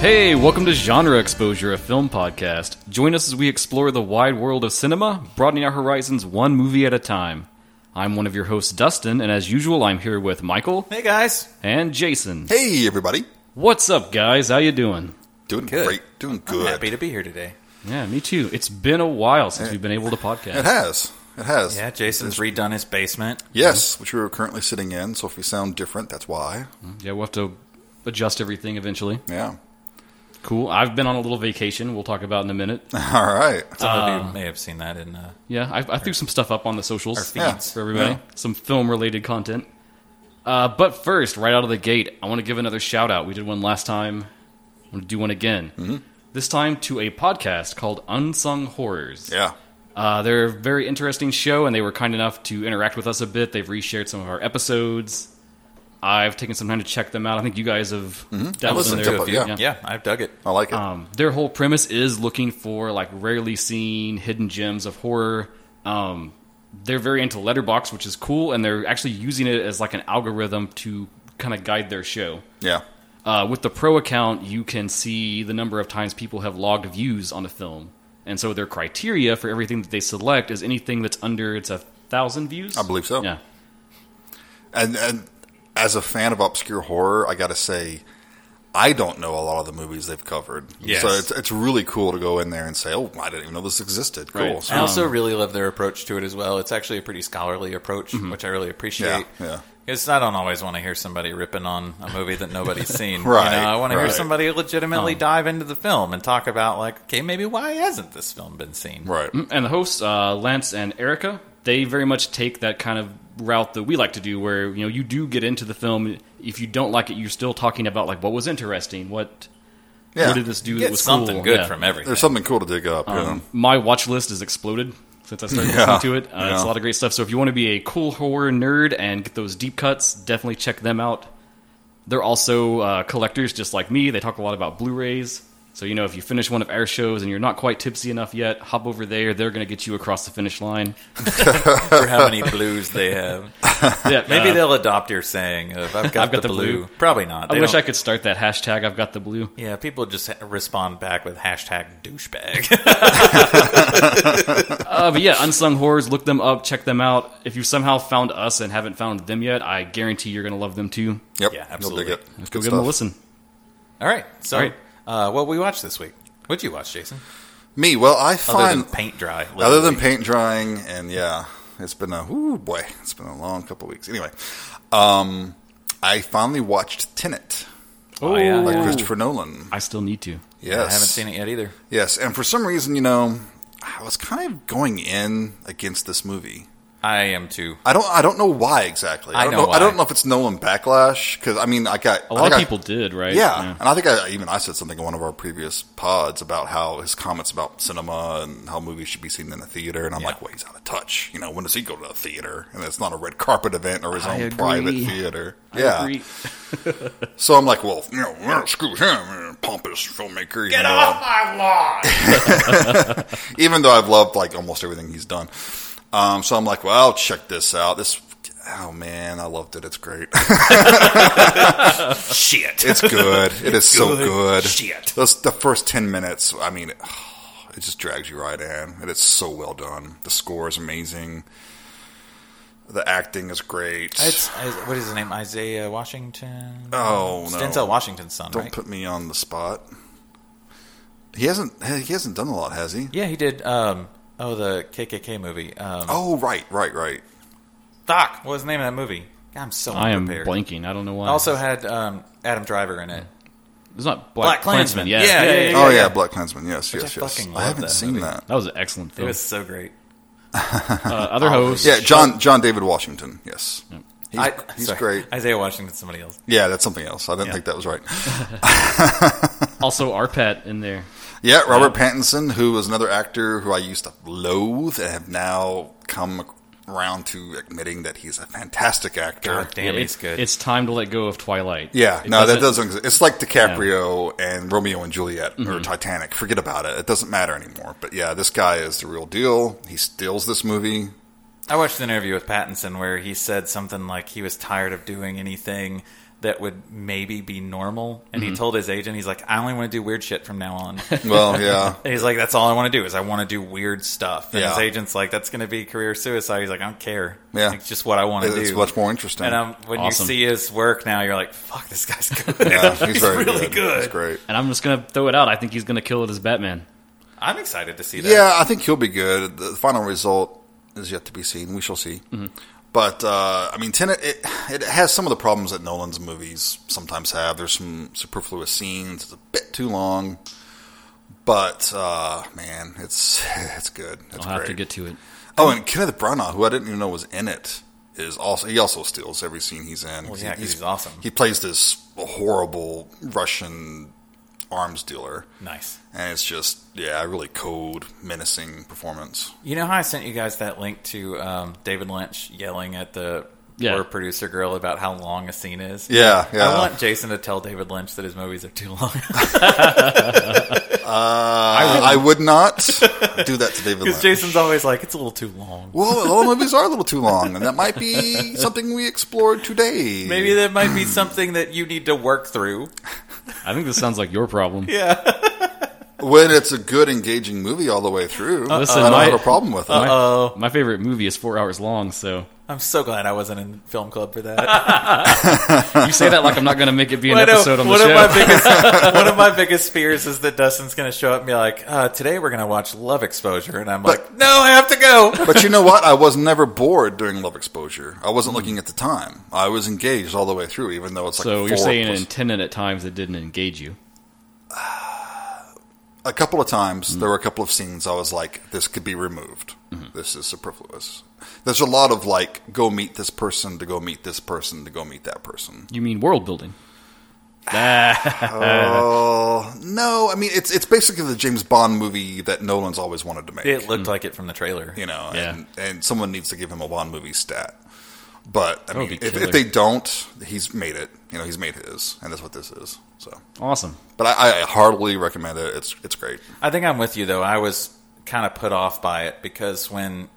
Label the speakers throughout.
Speaker 1: Hey, welcome to Genre Exposure, a film podcast. Join us as we explore the wide world of cinema, broadening our horizons one movie at a time. I'm one of your hosts, Dustin, and as usual, I'm here with Michael
Speaker 2: Hey guys,
Speaker 1: and Jason.
Speaker 3: Hey, everybody.
Speaker 1: What's up, guys? How you doing?
Speaker 3: Doing
Speaker 2: Good.
Speaker 3: great. Doing
Speaker 2: I'm
Speaker 3: good.
Speaker 2: happy to be here today.
Speaker 1: Yeah, me too. It's been a while since we've been able to
Speaker 3: It
Speaker 1: podcast.
Speaker 3: has. It has.
Speaker 2: Yeah, Jason's redone his basement.
Speaker 3: Yes, which we are currently sitting in, so if we sound different, that's why.
Speaker 1: Yeah, we'll have to adjust everything eventually.
Speaker 3: Yeah.
Speaker 1: Cool. I've been on a little vacation. We'll talk about in a minute.
Speaker 3: All right.
Speaker 2: Some
Speaker 1: Um,
Speaker 2: of you may have seen that in uh,
Speaker 1: Yeah, I, I threw some stuff up on the socials.
Speaker 2: our feeds.
Speaker 1: for everybody.
Speaker 3: Yeah.
Speaker 1: Some film related content. Uh, but first, right out of the gate, I want to give another shout out. We did one last time. I want to do one again.
Speaker 3: Mm-hmm.
Speaker 1: This time to a podcast called Unsung Horrors.
Speaker 3: Yeah.
Speaker 1: Uh, they're a very interesting show, and they were kind enough to interact with us a bit. They've reshared some of our episodes. I've taken some time to check them out. I think you guys have dabbled
Speaker 2: I
Speaker 1: in
Speaker 3: Mm-hmm. listened
Speaker 2: listened
Speaker 1: there.
Speaker 3: to
Speaker 2: to a
Speaker 3: it,
Speaker 2: few.
Speaker 3: yeah.
Speaker 2: Yeah. I've dug it.
Speaker 3: I like it.
Speaker 1: Um, their whole premise is looking for like rarely seen hidden gems of horror. Um, they're very into Letterbox, which is cool, and they're actually using it as like an algorithm to kind of guide their show.
Speaker 3: yeah.
Speaker 1: Uh, with the pro account, you can see the number of times people have logged views on a film, and so their criteria for everything that they select is anything that's under it's a thousand views.
Speaker 3: I believe so.
Speaker 1: Yeah,
Speaker 3: And, and as a fan of obscure horror, I got to say, I don't know a lot of the movies they've covered.
Speaker 2: Yes.
Speaker 3: So it's, it's really cool to go in there and say, oh, I didn't even know this existed. Cool.
Speaker 1: Right.
Speaker 3: So,
Speaker 2: I also really love their approach to it as well. It's actually a pretty scholarly approach, which I really appreciate.
Speaker 3: Mm-hmm. Yeah, yeah.
Speaker 2: Because I don't always want to hear somebody ripping on a movie that nobody's seen.
Speaker 3: Right,
Speaker 2: You know, I want to hear
Speaker 3: right.
Speaker 2: somebody
Speaker 1: Um,
Speaker 2: legitimately dive into the film and talk about, like, okay, maybe why hasn't this film been seen?
Speaker 3: right.
Speaker 1: and the hosts, uh, Lance and Erica, they very much take that kind of route that we like to do, where you know you do get into the film. If you don't like it, you're still talking about like what was interesting, what
Speaker 3: Yeah.
Speaker 1: what did this do Um,
Speaker 2: You
Speaker 1: that
Speaker 2: get
Speaker 1: was
Speaker 2: something
Speaker 1: cool?
Speaker 2: good
Speaker 1: Yeah.
Speaker 2: from everything.
Speaker 3: There's something cool to dig up. you know?
Speaker 1: My watch list has exploded since I started
Speaker 3: Yeah.
Speaker 1: listening to it. Uh, It's
Speaker 3: Yeah.
Speaker 1: a lot of great stuff. So if you want to be a cool horror nerd and get those deep cuts, definitely check them out. They're also uh, collectors just like me. They talk a lot about Blu-rays. So you know, if you finish one of our shows and you're not quite tipsy enough yet, hop over there. They're going to get you across the finish line.
Speaker 2: for how many blues they have.
Speaker 1: Yeah,
Speaker 2: Maybe
Speaker 1: uh,
Speaker 2: they'll adopt your saying of "I've got,
Speaker 1: I've got
Speaker 2: the,
Speaker 1: the
Speaker 2: blue.
Speaker 1: blue.
Speaker 2: Probably not.
Speaker 1: I
Speaker 2: They
Speaker 1: wish I
Speaker 2: don't-
Speaker 1: could start that hashtag. I've got the blue.
Speaker 2: Yeah, people just ha- respond back with hashtag douchebag.
Speaker 1: Uh, but yeah, unsung horrors. Look them up. Check them out. If you somehow found us and haven't found them yet, I guarantee you're going to love them too.
Speaker 2: Yeah,
Speaker 3: Yep. You'll dig
Speaker 2: absolutely.
Speaker 3: it.
Speaker 1: Let's go
Speaker 3: Good
Speaker 1: give them a
Speaker 3: stuff.
Speaker 1: listen.
Speaker 2: All right, so
Speaker 1: All right.
Speaker 2: Uh, what we watched this week? What'd you watch, Jason?
Speaker 3: Me, well, I
Speaker 2: Other
Speaker 3: find
Speaker 2: than paint dry.
Speaker 3: other than
Speaker 2: literally.
Speaker 3: paint drying and yeah it's been a ooh boy it's been a long couple weeks anyway um i finally watched tenet
Speaker 2: Oh, yeah.
Speaker 3: by
Speaker 2: Ooh.
Speaker 3: christopher nolan
Speaker 1: I still need to.
Speaker 3: yes
Speaker 2: I haven't seen it yet either.
Speaker 3: yes and for some reason you know i was kind of going in against this movie
Speaker 2: I am too.
Speaker 3: i don't i don't know why exactly
Speaker 2: I
Speaker 3: don't
Speaker 2: know
Speaker 3: i
Speaker 2: why.
Speaker 3: don't know if it's nolan backlash because i mean i got
Speaker 1: A lot of people did, right?
Speaker 3: yeah, and I think I even I said something in one of our previous pods about how his comments about cinema and how movies should be seen in the theater, and I'm like, well, he's out of touch. You know, when does he go to the theater? And it's not a red carpet event or his
Speaker 1: I
Speaker 3: own
Speaker 1: agree.
Speaker 3: private theater.
Speaker 1: I
Speaker 3: yeah,
Speaker 1: agree.
Speaker 3: so I'm like, well, you know, well, screw him, you know, pompous filmmaker. Get off my lawn! even though I've loved like almost everything he's done, um, so I'm like, well, I'll check this out. This, oh man, I loved it. It's great.
Speaker 2: Shit.
Speaker 3: It's good. It is so
Speaker 2: good.
Speaker 3: good.
Speaker 2: Shit.
Speaker 3: Those, the first 10 minutes, I mean, it just drags you right in. And it's so well done. The score is amazing. The acting is great.
Speaker 2: It's, I- what is his name? Isaiah Washington.
Speaker 3: oh, no.
Speaker 2: Denzel Washington's son,
Speaker 3: Don't
Speaker 2: right?
Speaker 3: put me on the spot. He hasn't he hasn't done a lot, has he?
Speaker 2: yeah, he did. Um, oh, the KKK movie. Um,
Speaker 3: Oh, right, right, right.
Speaker 2: Doc. What was the name of that movie? I'm so
Speaker 1: I am
Speaker 2: unprepared.
Speaker 1: blanking. I don't know why.
Speaker 2: Also had um, Adam Driver in it.
Speaker 1: it's not Black,
Speaker 2: Black
Speaker 1: Klansman.
Speaker 2: Klansman.
Speaker 1: Yeah.
Speaker 2: Yeah, yeah, yeah.
Speaker 3: oh, yeah, Black Klansman. Yes,
Speaker 2: Which
Speaker 3: yes,
Speaker 2: I
Speaker 3: yes.
Speaker 2: fucking
Speaker 3: I
Speaker 2: love
Speaker 3: haven't
Speaker 2: that
Speaker 3: seen
Speaker 2: movie.
Speaker 3: that.
Speaker 1: That was an excellent
Speaker 2: It
Speaker 1: film.
Speaker 2: was so great.
Speaker 1: uh, other hosts.
Speaker 3: Oh, Yeah, John John David Washington. Yes. He's,
Speaker 2: I-
Speaker 3: he's
Speaker 2: sorry.
Speaker 3: great.
Speaker 2: Isaiah Washington, somebody else.
Speaker 3: Yeah, that's something else. I didn't think that was right.
Speaker 1: Also, Arpet in there.
Speaker 3: Yeah, Robert Pattinson, who was another actor who I used to loathe and have now come around to admitting that he's a fantastic actor.
Speaker 2: God damn,
Speaker 1: It-
Speaker 2: he's good.
Speaker 1: It's time to let go of Twilight.
Speaker 3: Yeah,
Speaker 1: It
Speaker 3: no, that doesn't exist. It's like DiCaprio and Romeo and Juliet
Speaker 2: Mm-hmm.
Speaker 3: or Titanic. Forget about it. It doesn't matter anymore. But yeah, this guy is the real deal. He steals this movie.
Speaker 2: I watched an interview with Pattinson where he said something like he was tired of doing anything that would maybe be normal. And
Speaker 3: Mm-hmm.
Speaker 2: he told his agent, he's like, I only want to do weird shit from now on.
Speaker 3: Well, yeah.
Speaker 2: And he's like, that's all I want to do is I want to do weird stuff. And his
Speaker 3: Yeah.
Speaker 2: agent's like, that's going to be career suicide. He's like, I don't care.
Speaker 3: Yeah.
Speaker 2: It's just what I want to
Speaker 3: It's
Speaker 2: do.
Speaker 3: much more interesting.
Speaker 2: and um, when
Speaker 1: Awesome.
Speaker 2: you see his work now, you're like, fuck, this guy's good.
Speaker 3: yeah, he's, very
Speaker 2: really good.
Speaker 3: He's great.
Speaker 1: And I'm just gonna throw it out. I think he's gonna kill it as Batman.
Speaker 2: I'm excited to see that.
Speaker 3: Yeah, I think he'll be good. The final result is yet to be seen. We shall see.
Speaker 1: Mm-hmm.
Speaker 3: But uh, I mean, Tenet it, it has some of the problems that Nolan's movies sometimes have. There's some superfluous scenes. It's a bit too long. But uh, man, it's it's good. It's
Speaker 1: I'll have
Speaker 3: great.
Speaker 1: to get to it.
Speaker 3: oh, and Kenneth Branagh, who I didn't even know was in it, is also he also steals every scene he's in.
Speaker 2: Well, yeah, 'cause he's awesome.
Speaker 3: He plays this horrible Russian arms dealer.
Speaker 2: Nice.
Speaker 3: And it's just, yeah, a really cold, menacing performance.
Speaker 2: You know how I sent you guys that link to um, David Lynch yelling at the
Speaker 1: Yeah.
Speaker 2: poor producer girl about how long a scene is?
Speaker 3: Yeah, yeah.
Speaker 2: I want Jason to tell David Lynch that his movies are too long.
Speaker 3: Uh, I would not do that to David
Speaker 2: Because
Speaker 3: Lynch.
Speaker 2: Jason's always like, it's a little too long.
Speaker 3: well, all movies are a little too long, and that might be something we explored today.
Speaker 2: Maybe that might be something that you need to work through.
Speaker 1: I think this sounds like your problem.
Speaker 3: when it's a good, engaging movie all the way through,
Speaker 1: Listen,
Speaker 3: I don't
Speaker 1: my-
Speaker 3: have a problem with it.
Speaker 1: My, my favorite movie is four hours long, so
Speaker 2: I'm so glad I wasn't in film club for that.
Speaker 1: you say that like I'm not gonna make it be an
Speaker 2: I know,
Speaker 1: episode on the
Speaker 2: one, of
Speaker 1: show.
Speaker 2: my biggest, one of my biggest fears is that Dustin's going to show up and be like, uh, today we're going to watch Love Exposure. And I'm like, no, I have to go.
Speaker 3: but you know what? I was never bored during Love Exposure. I wasn't looking at the time. I was engaged all the way through, even though it's like
Speaker 1: so
Speaker 3: four
Speaker 1: you're saying
Speaker 3: plus-
Speaker 1: in Tenet at times it didn't engage you.
Speaker 3: a couple of times
Speaker 1: Mm-hmm.
Speaker 3: there were a couple of scenes I was like, this could be removed. This is superfluous. There's a lot of like, go meet this person to go meet this person to go meet that person.
Speaker 1: You mean world building?
Speaker 3: Oh no! I mean, it's it's basically the James Bond movie that Nolan's always wanted to make.
Speaker 2: It looked like it from the trailer.
Speaker 3: you know,
Speaker 1: Yeah.
Speaker 3: and, and someone needs to give him a Bond movie stat. But I
Speaker 1: would
Speaker 3: mean,
Speaker 1: be
Speaker 3: if,
Speaker 1: killer.
Speaker 3: if they don't, he's made it. You know, he's made his, and that's what this is. So,
Speaker 1: Awesome.
Speaker 3: but I, I heartily recommend it. It's it's great.
Speaker 2: I think I'm with you though. I was kind of put off by it because when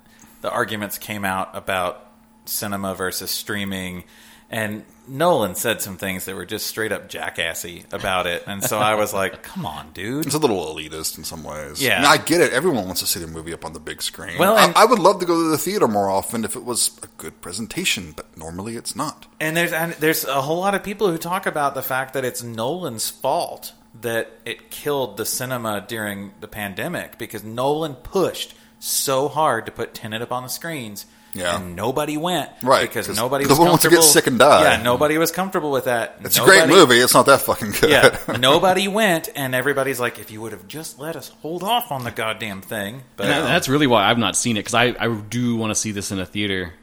Speaker 2: the arguments came out about cinema versus streaming, and Nolan said some things that were just straight up jackassy about it, and so I was like, "Come on, dude."
Speaker 3: It's a little elitist in some ways.
Speaker 2: Yeah.
Speaker 3: I, mean, I get it. Everyone wants to see their movie up on the big screen.
Speaker 2: Well,
Speaker 3: Well, I,
Speaker 2: and-
Speaker 3: I would love to go to the theater more often if it was a good presentation, but normally it's not.
Speaker 2: And there's and there's a whole lot of people who talk about the fact that it's Nolan's fault that it killed the cinema during the pandemic because Nolan pushed so hard to put Tenet up on the screens.
Speaker 3: Yeah.
Speaker 2: And nobody went.
Speaker 3: Right,
Speaker 2: Because
Speaker 3: 'cause
Speaker 2: nobody
Speaker 3: the
Speaker 2: was
Speaker 3: one wants to get
Speaker 2: comfortable.
Speaker 3: sick and die.
Speaker 2: Yeah, nobody was comfortable with that.
Speaker 3: It's
Speaker 2: Nobody-
Speaker 3: a great movie. It's not that fucking good.
Speaker 2: Yeah. Nobody went and everybody's like, if you would have just let us hold off on the goddamn thing. But um,
Speaker 1: And that- that's really why I've not seen it because I, I do want to see this in a theater,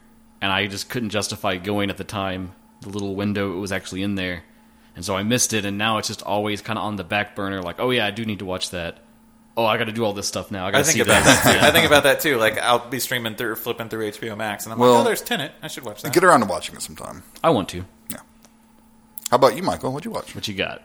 Speaker 1: and I just couldn't justify going at the time, the little window it was actually in there, and so I missed it, and now it's just always kind of on the back burner. Like, oh yeah, I do need to watch that. Oh, I got to do all this stuff now. I got
Speaker 2: I
Speaker 1: to see
Speaker 2: think about
Speaker 1: that.
Speaker 2: that too. I think about that too. Like I'll be streaming through flipping through HBO Max and I'm
Speaker 3: Well-
Speaker 2: like, Oh, there's Tenet. I should watch that.
Speaker 3: Get around to watching it sometime.
Speaker 1: I want to.
Speaker 3: Yeah. How about you, Michael? What'd you watch?
Speaker 1: What you got?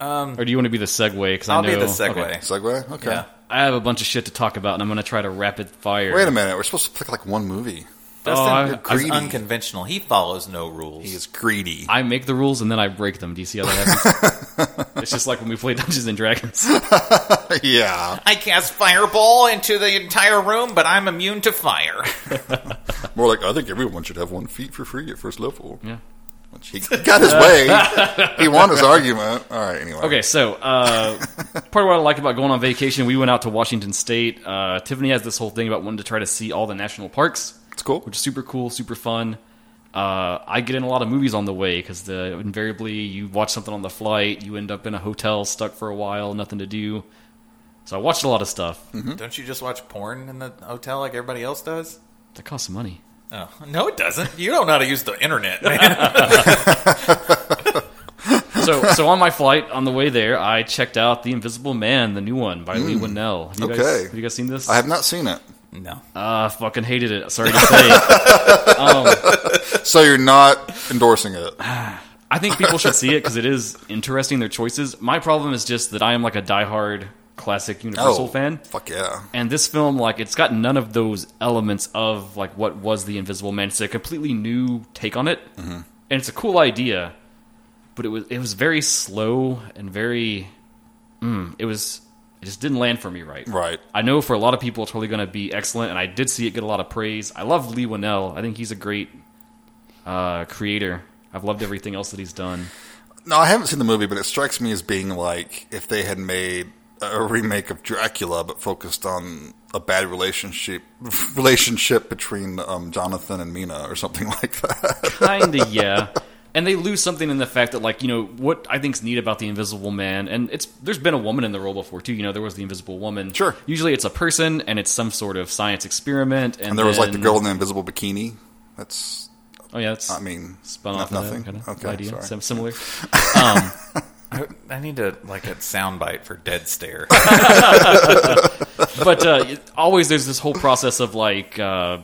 Speaker 1: Um, or do you want to be the segue? Because
Speaker 2: I'll
Speaker 1: I know,
Speaker 2: be the segue.
Speaker 1: okay.
Speaker 3: Segway? Okay.
Speaker 2: Yeah.
Speaker 1: I have a bunch of shit to talk about, and I'm going to try to rapid fire.
Speaker 3: Wait a minute. We're supposed to pick like one movie.
Speaker 1: Oh, I-
Speaker 2: Dustin
Speaker 1: I-
Speaker 2: is unconventional. He follows no rules.
Speaker 3: He is greedy.
Speaker 1: I make the rules and then I break them. Do you see how that happens? it's just like when we play Dungeons and Dragons.
Speaker 3: yeah.
Speaker 2: I cast fireball into the entire room, but I'm immune to fire.
Speaker 3: More like, I think everyone should have one feet for free at first level.
Speaker 1: Yeah.
Speaker 3: Which he he got his way. he won his argument. All right, anyway.
Speaker 1: Okay, so uh, part of what I like about going on vacation, we went out to Washington State. Uh, Tiffany has this whole thing about wanting to try to see all the national parks,
Speaker 3: It's cool.
Speaker 1: which is super cool, super fun. Uh, I get in a lot of movies on the way because the invariably you watch something on the flight, you end up in a hotel stuck for a while, nothing to do. So I watched a lot of stuff.
Speaker 2: Don't you just watch porn in the hotel like everybody else does?
Speaker 1: That costs some money.
Speaker 2: Oh no, it doesn't. You don't know how to use the internet, man.
Speaker 1: So so on my flight on the way there, I checked out The Invisible Man, the new one by Lee Winnell. Have you guys,
Speaker 3: Hmm. Okay.
Speaker 1: have you guys seen this?
Speaker 3: I have not seen it.
Speaker 2: no,
Speaker 1: Uh, fucking hated it. Sorry to say.
Speaker 3: So you're not endorsing it.
Speaker 1: I think people should see it because it is interesting. Their choices. My problem is just that I am like a diehard classic
Speaker 3: Oh.
Speaker 1: Universal fan,
Speaker 3: Fuck yeah.
Speaker 1: and this film like it's got none of those elements of like what was the Invisible Man. It's a completely new take on it, and it's a cool idea. but it was it was very slow and very. Mm, it was it just didn't land for me right.
Speaker 3: Right.
Speaker 1: I know for a lot of people it's probably going to be excellent, and I did see it get a lot of praise. I love Lee Winnell. I think he's a great uh, creator. I've loved everything else that he's done.
Speaker 3: No, I haven't seen the movie, but it strikes me as being like if they had made a remake of Dracula, but focused on a bad relationship relationship between um, Jonathan and Mina or something like that.
Speaker 1: Kinda, yeah. And they lose something in the fact that, like, you know, what I think's neat about the Invisible Man, and it's there's been a woman in the role before too. You know, there was the Invisible Woman.
Speaker 3: Sure.
Speaker 1: Usually, it's a person, and it's some sort of science experiment. And,
Speaker 3: And there was like the
Speaker 1: then-
Speaker 3: girl in the invisible bikini. That's
Speaker 1: Oh yeah, that's,
Speaker 3: I mean,
Speaker 1: spun
Speaker 3: not
Speaker 1: off of that
Speaker 3: nothing.
Speaker 1: Kind of
Speaker 3: Okay,
Speaker 1: idea,
Speaker 3: sorry.
Speaker 1: sim- similar.
Speaker 2: I, I need to like a soundbite for dead stare.
Speaker 1: but uh, it- always there's this whole process of like uh,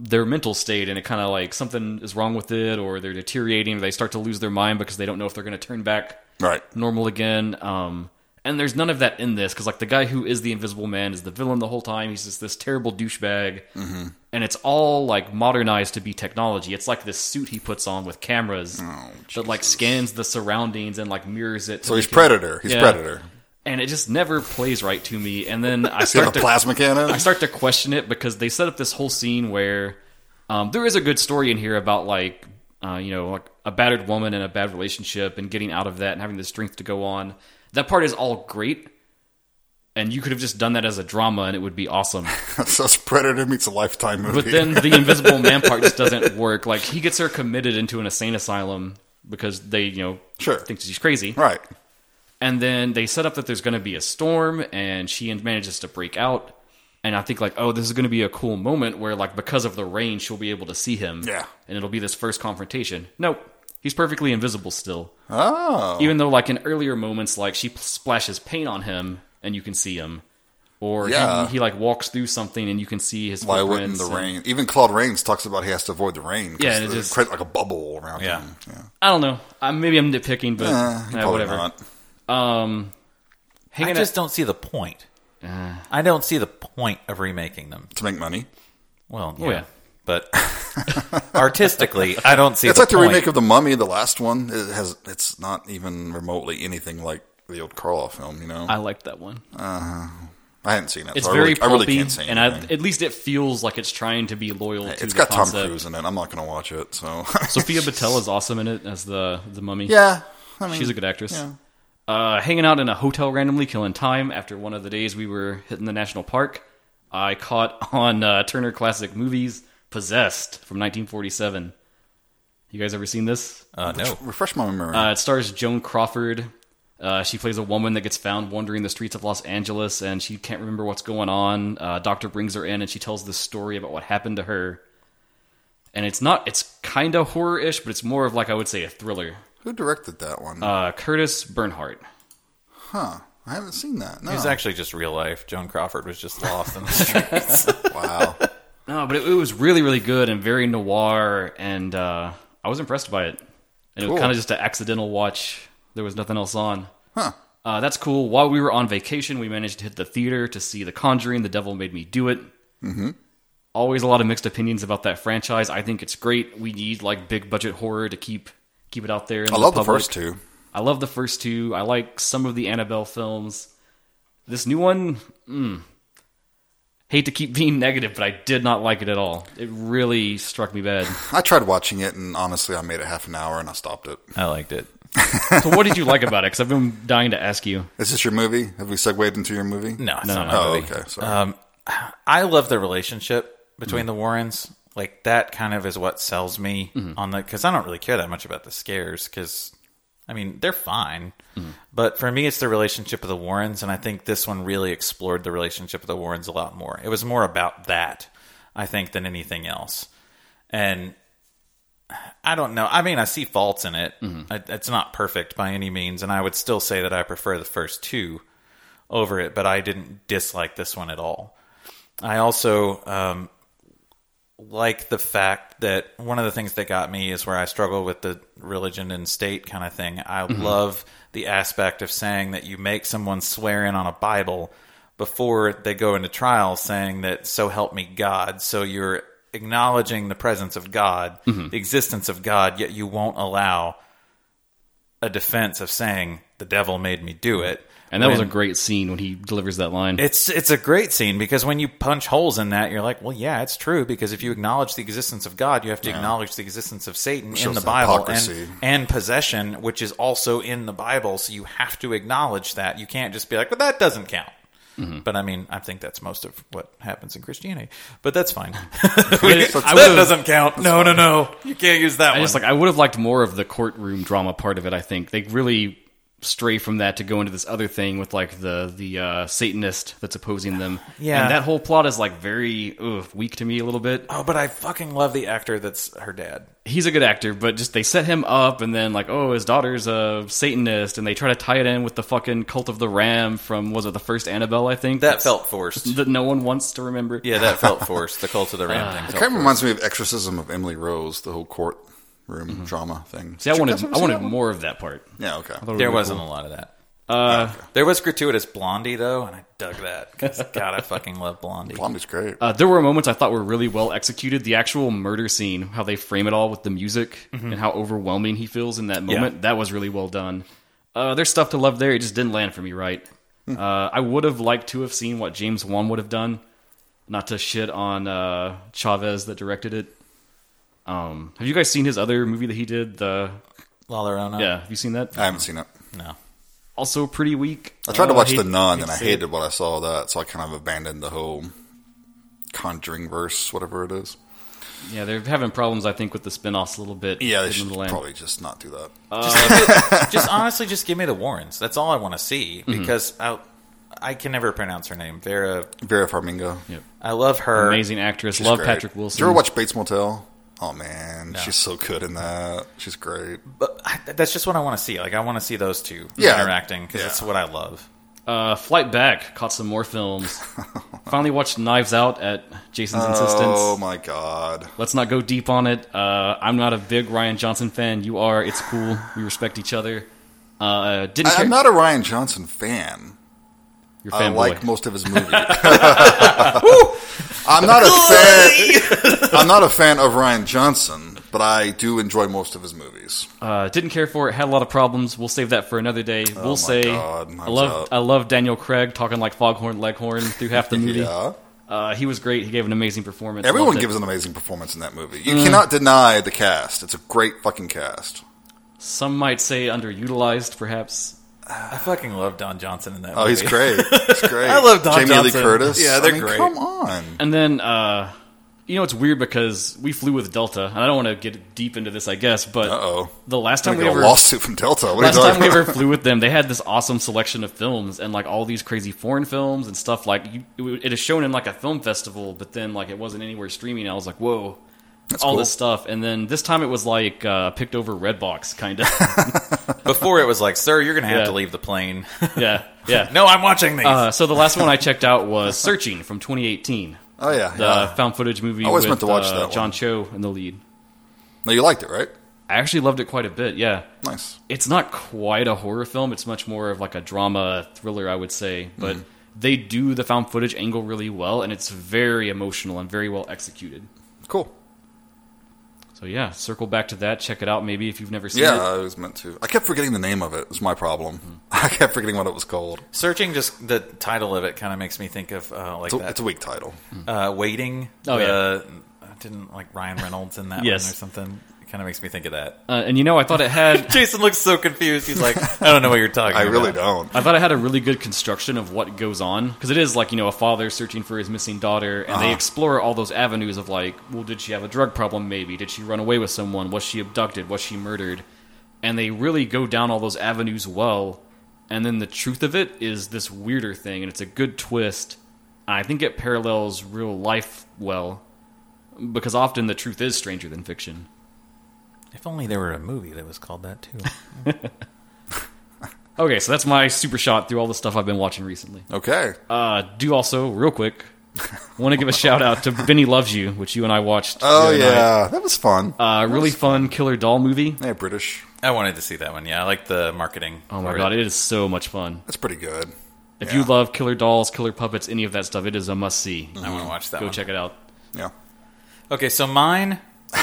Speaker 1: their mental state and it kind of like something is wrong with it or they're deteriorating or they start to lose their mind because they don't know if they're going to turn back
Speaker 3: right.
Speaker 1: normal again um, and there's none of that in this because like the guy who is the invisible man is the villain the whole time he's just this terrible douchebag
Speaker 3: Mm-hmm.
Speaker 1: and it's all like modernized to be technology it's like this suit he puts on with cameras that like scans the surroundings and like mirrors it
Speaker 3: Oh, So he's predator. He's
Speaker 1: Yeah.
Speaker 3: predator.
Speaker 1: and it just never plays right to me and then i
Speaker 3: Do you
Speaker 1: start
Speaker 3: have a
Speaker 1: to
Speaker 3: plasma cannon?
Speaker 1: I start to question it because they set up this whole scene where um, there is a good story in here about like uh, you know like a battered woman and a bad relationship and getting out of that and having the strength to go on. That part is all great, and you could have just done that as a drama and it would be awesome.
Speaker 3: so it's predator meets a lifetime movie.
Speaker 1: But then the Invisible Man part just doesn't work. Like he gets her committed into an insane asylum because they you know
Speaker 3: Sure.
Speaker 1: think she's crazy.
Speaker 3: right.
Speaker 1: And then they set up that there's going to be a storm, and she manages to break out. And I think like, oh, this is going to be a cool moment where like because of the rain, she'll be able to see him.
Speaker 3: Yeah.
Speaker 1: And it'll be this first confrontation. Nope, he's perfectly invisible still.
Speaker 3: Oh,
Speaker 1: Even though like in earlier moments, like she splashes paint on him and you can see him, or he-
Speaker 3: Yeah.
Speaker 1: he, like walks through something and you can see his.
Speaker 3: why wouldn't
Speaker 1: footprints
Speaker 3: the
Speaker 1: and-
Speaker 3: rain? Even Claude Rains talks about he has to avoid the rain. 'cause
Speaker 1: Yeah, and it
Speaker 3: they
Speaker 1: just-
Speaker 3: create like a bubble around
Speaker 2: Yeah.
Speaker 3: him. Yeah,
Speaker 1: I don't know. I, maybe I'm nitpicking, but
Speaker 3: Eh,
Speaker 1: eh,
Speaker 3: probably
Speaker 1: whatever.
Speaker 3: not.
Speaker 1: Um, hanging
Speaker 2: I
Speaker 1: out-
Speaker 2: just don't see the point. I don't see the point of remaking them.
Speaker 3: to make money.
Speaker 2: Well, yeah,
Speaker 1: yeah.
Speaker 2: but artistically, I don't see.
Speaker 3: It's
Speaker 2: the
Speaker 3: like the
Speaker 2: point.
Speaker 3: remake of the Mummy, the last one. It has. It's not even remotely anything like the old Karloff film. You know,
Speaker 1: I
Speaker 3: I,
Speaker 1: liked that one.
Speaker 3: hadn't seen it.
Speaker 1: It's
Speaker 3: so I
Speaker 1: very
Speaker 3: really,
Speaker 1: pulpy,
Speaker 3: I really can't say
Speaker 1: and I,
Speaker 3: anything.
Speaker 1: at least it feels like it's trying to be loyal to
Speaker 3: it's
Speaker 1: the
Speaker 3: got Tom
Speaker 1: concept.
Speaker 3: Cruise in it. I'm not going to watch it. So
Speaker 1: Sophia Battelle is awesome in it as the the mummy.
Speaker 3: yeah, I mean,
Speaker 1: she's a good actress.
Speaker 3: yeah.
Speaker 1: Uh, hanging out in a hotel randomly, killing time. After one of the days we were hitting the national park, I caught on uh, Turner Classic Movies Possessed from 1947. You guys ever seen this?
Speaker 2: Uh, no,
Speaker 3: Refresh my memory.
Speaker 1: Uh, it stars Joan Crawford. Uh, she plays a woman that gets found wandering the streets of Los Angeles, and she can't remember what's going on. Uh, doctor brings her in, and she tells this story about what happened to her. And it's not, it's kind of horror ish, but it's more of like, I would say, a thriller.
Speaker 3: Who directed that one?
Speaker 1: Uh, Curtis Bernhardt.
Speaker 3: huh. I haven't seen that. No.
Speaker 2: it
Speaker 1: Oh.
Speaker 2: was actually just real life. Joan Crawford was just lost in the streets.
Speaker 3: Wow.
Speaker 1: No, but it, it was really, really good and very noir, and uh, I was impressed by it. And it
Speaker 3: Cool.
Speaker 1: was kind of just an accidental watch. There was nothing else on.
Speaker 3: Huh.
Speaker 1: Uh, that's cool. While we were on vacation, we managed to hit the theater to see The Conjuring. The Devil Made Me Do It. Mm-hmm. Always a lot of mixed opinions about that franchise. I think it's great. We need like big budget horror to keep keep it out there. in
Speaker 3: I love the
Speaker 1: public.
Speaker 3: first two.
Speaker 1: I love the first two. I like some of the Annabelle films. This new one, mm, hate to keep being negative, but I did not like it at all. It really struck me bad.
Speaker 3: I tried watching it, and honestly, I made it half an hour and I stopped it.
Speaker 2: I liked it.
Speaker 1: so, what did you like about it? Because I've been dying to ask you.
Speaker 3: Is this your movie? Have we segued into your movie?
Speaker 2: No, it's
Speaker 1: No,
Speaker 2: not
Speaker 1: no,
Speaker 2: my
Speaker 3: Oh,
Speaker 2: movie.
Speaker 3: okay. Sorry.
Speaker 2: Um, I love the relationship between the Warrens. Like that kind of is what sells me on the because I don't really care that much about the scares because I mean they're fine, but for me it's the relationship of the Warrens, and I think this one really explored the relationship of the Warrens a lot more. It was more about that I think than anything else, and I don't know. I mean, I see faults in it. I- It's not perfect by any means, and I would still say that I prefer the first two over it, but I didn't dislike this one at all. I also um, like the fact that one of the things that got me is where I struggle with the religion and state kind of thing. I
Speaker 1: Mm-hmm.
Speaker 2: love the aspect of saying that you make someone swear in on a Bible before they go into trial, saying that "So help me God." So you're
Speaker 1: Mm-hmm.
Speaker 2: acknowledging the presence of God, the existence of God, yet you won't allow a defense of saying the devil made me do it.
Speaker 1: And that was a
Speaker 2: When-
Speaker 1: great scene when he delivers that line.
Speaker 2: it's it's a great scene because when you punch holes in that, you're like, well, yeah, it's true. Because if you acknowledge the existence of God, you have to acknowledge the existence of Satan in
Speaker 3: shows
Speaker 2: the
Speaker 3: the
Speaker 2: Bible
Speaker 3: hypocrisy.
Speaker 2: and, and possession, which is also in the Bible. So you have to acknowledge that. You can't just be like, well, that doesn't count.
Speaker 1: Mm-hmm.
Speaker 2: But I mean, I think that's most of what happens in Christianity. But that's fine. that
Speaker 1: would've-
Speaker 2: doesn't count. No, no, no. You can't use that
Speaker 1: I
Speaker 2: one.
Speaker 1: just like I would have liked more of the courtroom drama part of it. I think they really stray from that to go into this other thing with like the the uh, Satanist that's opposing them.
Speaker 2: Yeah.
Speaker 1: and that whole plot is like very ugh, weak to me a little bit.
Speaker 2: oh, but I fucking love the actor that's her dad.
Speaker 1: He's a good actor, but just they set him up and then like oh his daughter's a Satanist, and they try to tie it in with the fucking cult of the ram from was it the first Annabelle? I think
Speaker 2: That felt forced.
Speaker 1: that no one wants to remember.
Speaker 2: Yeah, that felt forced. The cult of the
Speaker 1: Ah,
Speaker 2: ram thing. felt
Speaker 3: Kind of reminds me of Exorcism of Emily Rose, the whole court room drama thing.
Speaker 1: See, I wanted I wanted more of that part.
Speaker 3: Yeah, okay.
Speaker 2: There wasn't a lot of that.
Speaker 3: Uh,
Speaker 2: there was gratuitous Blondie though, and I dug that because God, I fucking love Blondie.
Speaker 3: Blondie's great.
Speaker 1: Uh, there were moments I thought were really well executed. The actual murder scene, how they frame it all with the music and how overwhelming he feels in that moment, that was really well done. Uh, there's stuff to love there. It just didn't land for me right. Uh, I would have liked to have seen what James Wan would have done. Not to shit on uh, Chavez that directed it. Um, have you guys seen his other movie that he did? The
Speaker 2: Lalarono.
Speaker 1: yeah, have you seen that?
Speaker 3: I haven't seen it.
Speaker 2: No.
Speaker 1: Also pretty weak.
Speaker 3: I tried to
Speaker 1: Uh,
Speaker 3: watch
Speaker 1: hate-
Speaker 3: The Nun,
Speaker 1: hate
Speaker 3: and
Speaker 1: to
Speaker 3: I
Speaker 1: say it.
Speaker 3: hated what I saw of that, so I kind of abandoned the whole Conjuring verse, whatever it is.
Speaker 1: Yeah, they're having problems. I think with the spinoffs a little bit.
Speaker 3: Yeah, they
Speaker 1: in
Speaker 3: should
Speaker 1: the land.
Speaker 3: probably just not do that.
Speaker 2: Just honestly, just give me the Warrens. That's all I want to see
Speaker 3: Mm-hmm.
Speaker 2: because I, I can never pronounce her name. Vera.
Speaker 3: Vera Farminga.
Speaker 1: Yep.
Speaker 2: I love her.
Speaker 1: Amazing actress.
Speaker 3: She's
Speaker 1: Love
Speaker 3: great.
Speaker 1: Patrick Wilson.
Speaker 3: Did you ever watch Bates Motel? Oh man, she's so good in that. She's great.
Speaker 2: But I, that's just what I want to see. Like I want to see those two
Speaker 3: Yeah.
Speaker 2: interacting because
Speaker 3: Yeah.
Speaker 2: it's what I love.
Speaker 1: Uh, flight back, caught some more films. Finally watched Knives Out at Jason's
Speaker 3: Oh
Speaker 1: insistence.
Speaker 3: my god.
Speaker 1: Let's not go deep on it. Uh, I'm not a big Ryan Johnson fan. You are. It's cool. We respect each other. Uh, didn't
Speaker 3: I,
Speaker 1: care.
Speaker 3: am not a Ryan Johnson fan.
Speaker 1: You're
Speaker 3: I
Speaker 1: fanboy.
Speaker 3: like most of his movies. I'm not a fan. I'm not a fan of Ryan Johnson, but I do enjoy most of his movies.
Speaker 1: uh, didn't care for it. Had a lot of problems. We'll save that for another day. we'll
Speaker 3: Oh my
Speaker 1: say
Speaker 3: God,
Speaker 1: I
Speaker 3: Knives
Speaker 1: love
Speaker 3: Out.
Speaker 1: I love Daniel Craig talking like Foghorn Leghorn through half the movie.
Speaker 3: Yeah.
Speaker 1: uh, he was great. He gave an amazing performance.
Speaker 3: Everyone
Speaker 1: Loved it. Mm.
Speaker 3: gives an amazing performance in that movie. You cannot deny the cast. It's a great fucking cast.
Speaker 1: some might say underutilized, perhaps.
Speaker 2: I fucking love Don Johnson in that.
Speaker 3: Oh, he's
Speaker 2: movie.
Speaker 3: great. He's great.
Speaker 2: I love Don
Speaker 3: Jamie
Speaker 2: Johnson.
Speaker 3: Lee Curtis.
Speaker 2: Yeah, they're
Speaker 3: I mean,
Speaker 2: great.
Speaker 3: Come on.
Speaker 1: And then, uh, you know, it's weird because we flew with Delta, and I don't want to get deep into this, I guess, but
Speaker 3: Uh-oh.
Speaker 1: the last
Speaker 3: I'm
Speaker 1: time we
Speaker 3: gonna get a
Speaker 1: ever
Speaker 3: lawsuit from Delta. What are you
Speaker 1: last time
Speaker 3: talking
Speaker 1: we
Speaker 3: about?
Speaker 1: ever flew with them, they had this awesome selection of films and like all these crazy foreign films and stuff. Like you, it w- it is shown in like a film festival, but then like it wasn't anywhere streaming. I was like, whoa. all
Speaker 3: cool.
Speaker 1: this stuff, and then this time it was like uh, picked over Redbox, kind of.
Speaker 2: Before it was like, sir, you're gonna have
Speaker 1: Yeah.
Speaker 2: to leave the plane.
Speaker 1: yeah, yeah.
Speaker 2: no, I'm watching these.
Speaker 3: Uh-huh.
Speaker 1: Uh, so the last one I checked out was Searching from 2018,
Speaker 3: Oh yeah.
Speaker 1: the
Speaker 3: yeah.
Speaker 1: found footage movie
Speaker 3: I always
Speaker 1: with
Speaker 3: meant to watch
Speaker 1: uh,
Speaker 3: that one.
Speaker 1: John Cho in the lead.
Speaker 3: No, you liked it, right?
Speaker 1: I actually loved it quite a bit. Yeah,
Speaker 3: Nice.
Speaker 1: it's not quite a horror film. It's much more of like a drama thriller, I would say. But they do the found footage angle really well, and it's very emotional and very well executed.
Speaker 3: Cool.
Speaker 1: So yeah, circle back to that. Check it out, maybe if you've never seen
Speaker 3: Yeah,
Speaker 1: it.
Speaker 3: I was meant to. I kept forgetting the name of it. It was my problem.
Speaker 1: Mm-hmm.
Speaker 3: I kept forgetting what it was called.
Speaker 2: Searching just the title of it kind of makes me think of uh, like
Speaker 3: It's a,
Speaker 2: that
Speaker 3: it's a weak title.
Speaker 2: uh, waiting.
Speaker 1: Oh,
Speaker 2: the- didn't like Ryan Reynolds in that
Speaker 1: Yes.
Speaker 2: one or something. It kind of makes me think of that.
Speaker 1: Uh, and you know, I thought it had.
Speaker 2: Jason looks so confused. He's like, I don't know what you're talking.
Speaker 3: I really
Speaker 2: about.
Speaker 3: don't.
Speaker 1: I thought it had a really good construction of what goes on because it is like you know a father searching for his missing daughter, and they explore all those avenues of like, well, did she have a drug problem? Maybe did she run away with someone? Was she abducted? Was she murdered? And they really go down all those avenues well. And then the truth of it is this weirder thing, and it's a good twist. I think it parallels real life well because often the truth is stranger than fiction.
Speaker 2: If only there were a movie that was called that too.
Speaker 1: Okay, so that's my super shot through all the stuff I've been watching recently.
Speaker 3: Okay.
Speaker 1: Uh, do also real quick. Want to give a shout out to Benny Loves You, which you and I watched. the
Speaker 3: oh
Speaker 1: other
Speaker 3: yeah, that was fun.
Speaker 1: night. uh, really fun killer doll movie.
Speaker 3: yeah, British.
Speaker 2: I wanted to see that one. Yeah, I like the marketing.
Speaker 1: Oh my
Speaker 2: for
Speaker 1: god, it is so much fun.
Speaker 3: That's pretty good.
Speaker 1: If
Speaker 3: Yeah.
Speaker 1: you love killer dolls, killer puppets, any of Mm-hmm. that stuff, it is a must see.
Speaker 2: I want to watch that.
Speaker 1: Go
Speaker 2: one.
Speaker 1: check it out.
Speaker 3: Yeah.
Speaker 2: Okay, so mine.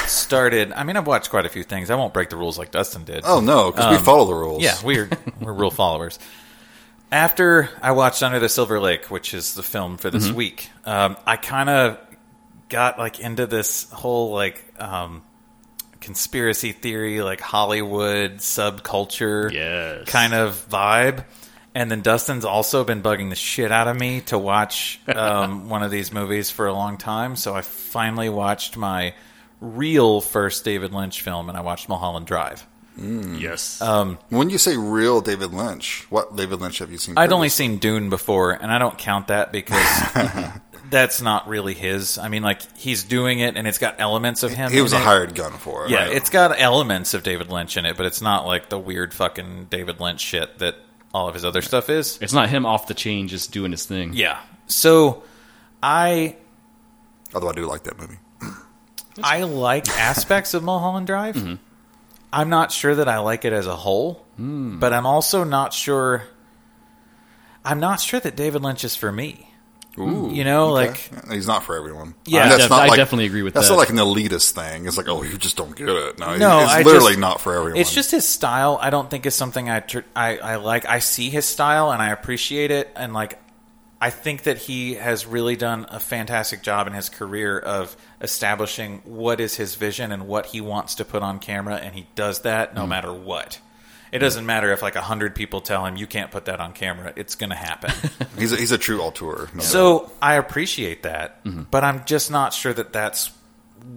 Speaker 2: started. I mean, I've watched quite a few things. I won't break the rules like Dustin did.
Speaker 3: Oh no, because we follow the rules.
Speaker 2: Um, Yeah, we're we're rule followers. After I watched Under the Silver Lake, which is the film for this week, um, I kind of got like into this whole like um, conspiracy theory, like Hollywood subculture,
Speaker 1: Yes.
Speaker 2: kind of vibe. And then Dustin's also been bugging the shit out of me to watch um, one of these movies for a long time. So I finally watched my real first David Lynch film, and I watched Mulholland Drive.
Speaker 3: Mm.
Speaker 1: Yes.
Speaker 3: When you say real David Lynch, what David Lynch have you seen?
Speaker 2: I'd only
Speaker 3: previously?
Speaker 2: seen Dune before, and I don't count that because that's not really his. I mean, like he's doing it, and it's got elements of him.
Speaker 3: he was
Speaker 2: in
Speaker 3: a
Speaker 2: it.
Speaker 3: hired gun for it.
Speaker 2: Yeah,
Speaker 3: right?
Speaker 2: it's got elements of David Lynch in it, but it's not like the weird fucking David Lynch shit that all of his other stuff is.
Speaker 1: it's not him off the chain just doing his thing.
Speaker 2: Yeah. So I
Speaker 3: although I do like that movie.
Speaker 2: I like aspects of Mulholland Drive.
Speaker 3: Mm-hmm.
Speaker 2: I'm not sure that I like it as a whole,
Speaker 3: Hmm.
Speaker 2: but I'm also not sure. I'm not sure that David Lynch is for me.
Speaker 3: Ooh,
Speaker 2: Mm, You know, like
Speaker 3: Yeah, he's not for everyone.
Speaker 2: Yeah.
Speaker 3: I mean,
Speaker 1: I def- I definitely agree with
Speaker 3: that's
Speaker 1: that.
Speaker 3: not like an elitist thing. It's like, oh, you just don't get it. No,
Speaker 2: No,
Speaker 3: it's
Speaker 2: I
Speaker 3: literally
Speaker 2: just-
Speaker 3: not for everyone.
Speaker 2: It's just his style. I don't think is something I, tr- I I like. I see his style and I appreciate it, and like I think that he has really done a fantastic job in his career of establishing what is his vision and what he wants to put on camera, and he does that no matter what. It doesn't matter if like a hundred people tell him you can't put that on camera; it's going to happen.
Speaker 3: he's a, he's a true auteur. No
Speaker 2: So I appreciate that,
Speaker 1: Mm-hmm.
Speaker 2: but I'm just not sure that that's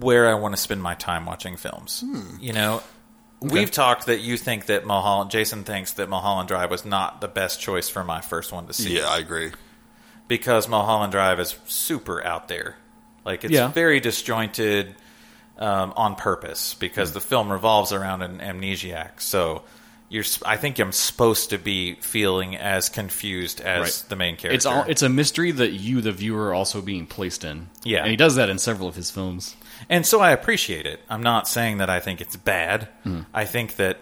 Speaker 2: where I want to spend my time watching films.
Speaker 1: Hmm.
Speaker 2: You know, we've talked that you think that Mulholland, Jason thinks that Mulholland Drive was not the best choice for my first one to
Speaker 3: doubt.
Speaker 2: see
Speaker 3: yeah, I agree.
Speaker 2: because Mulholland Drive is super out there. Like it's
Speaker 1: Yeah.
Speaker 2: very disjointed um, on purpose
Speaker 1: Hmm.
Speaker 2: because the film revolves around an amnesiac. So you're, s- I think I'm supposed to be feeling as confused as
Speaker 1: Right.
Speaker 2: the main character.
Speaker 1: It's all, it's a mystery that you, the viewer, are also being placed in.
Speaker 2: Yeah.
Speaker 1: and he does that in several of his films.
Speaker 2: And so I appreciate it. I'm not saying that I think it's bad.
Speaker 1: Hmm.
Speaker 2: I think that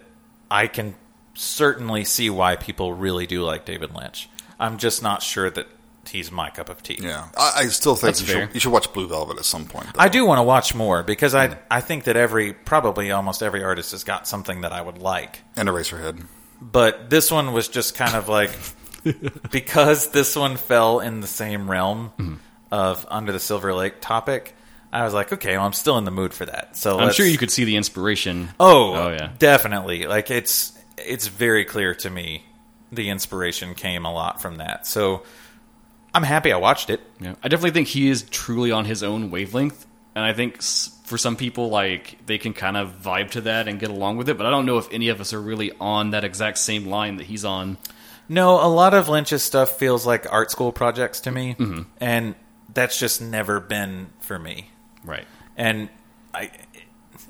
Speaker 2: I can certainly see why people really do like David Lynch. I'm just not sure that he's my cup of tea.
Speaker 3: Yeah, I, I still think
Speaker 1: That's
Speaker 3: you
Speaker 1: fair.
Speaker 3: should, you should watch Blue Velvet at some point. though.
Speaker 2: I do want to watch more because
Speaker 1: Hmm.
Speaker 2: I I think that every probably almost every artist has got something that I would like.
Speaker 3: and Eraserhead.
Speaker 2: But this one was just kind of like because this one fell in the same realm
Speaker 1: Hmm.
Speaker 2: of Under the Silver Lake topic. I was like, okay, well, I'm still in the mood for that. So
Speaker 1: I'm sure
Speaker 2: let's-
Speaker 1: you could see the inspiration.
Speaker 2: Oh,
Speaker 1: oh yeah.
Speaker 2: definitely. Like it's it's very clear to me the inspiration came a lot from that. So I'm happy I watched it.
Speaker 1: Yeah, I definitely think he is truly on his own wavelength, and I think s- for some people, like they can kind of vibe to that and get along with it. But I don't know if any of us are really on that exact same line that he's on.
Speaker 2: No, a lot of Lynch's stuff feels like art school projects to me,
Speaker 1: Mm-hmm.
Speaker 2: and that's just never been for me.
Speaker 1: Right.
Speaker 2: And I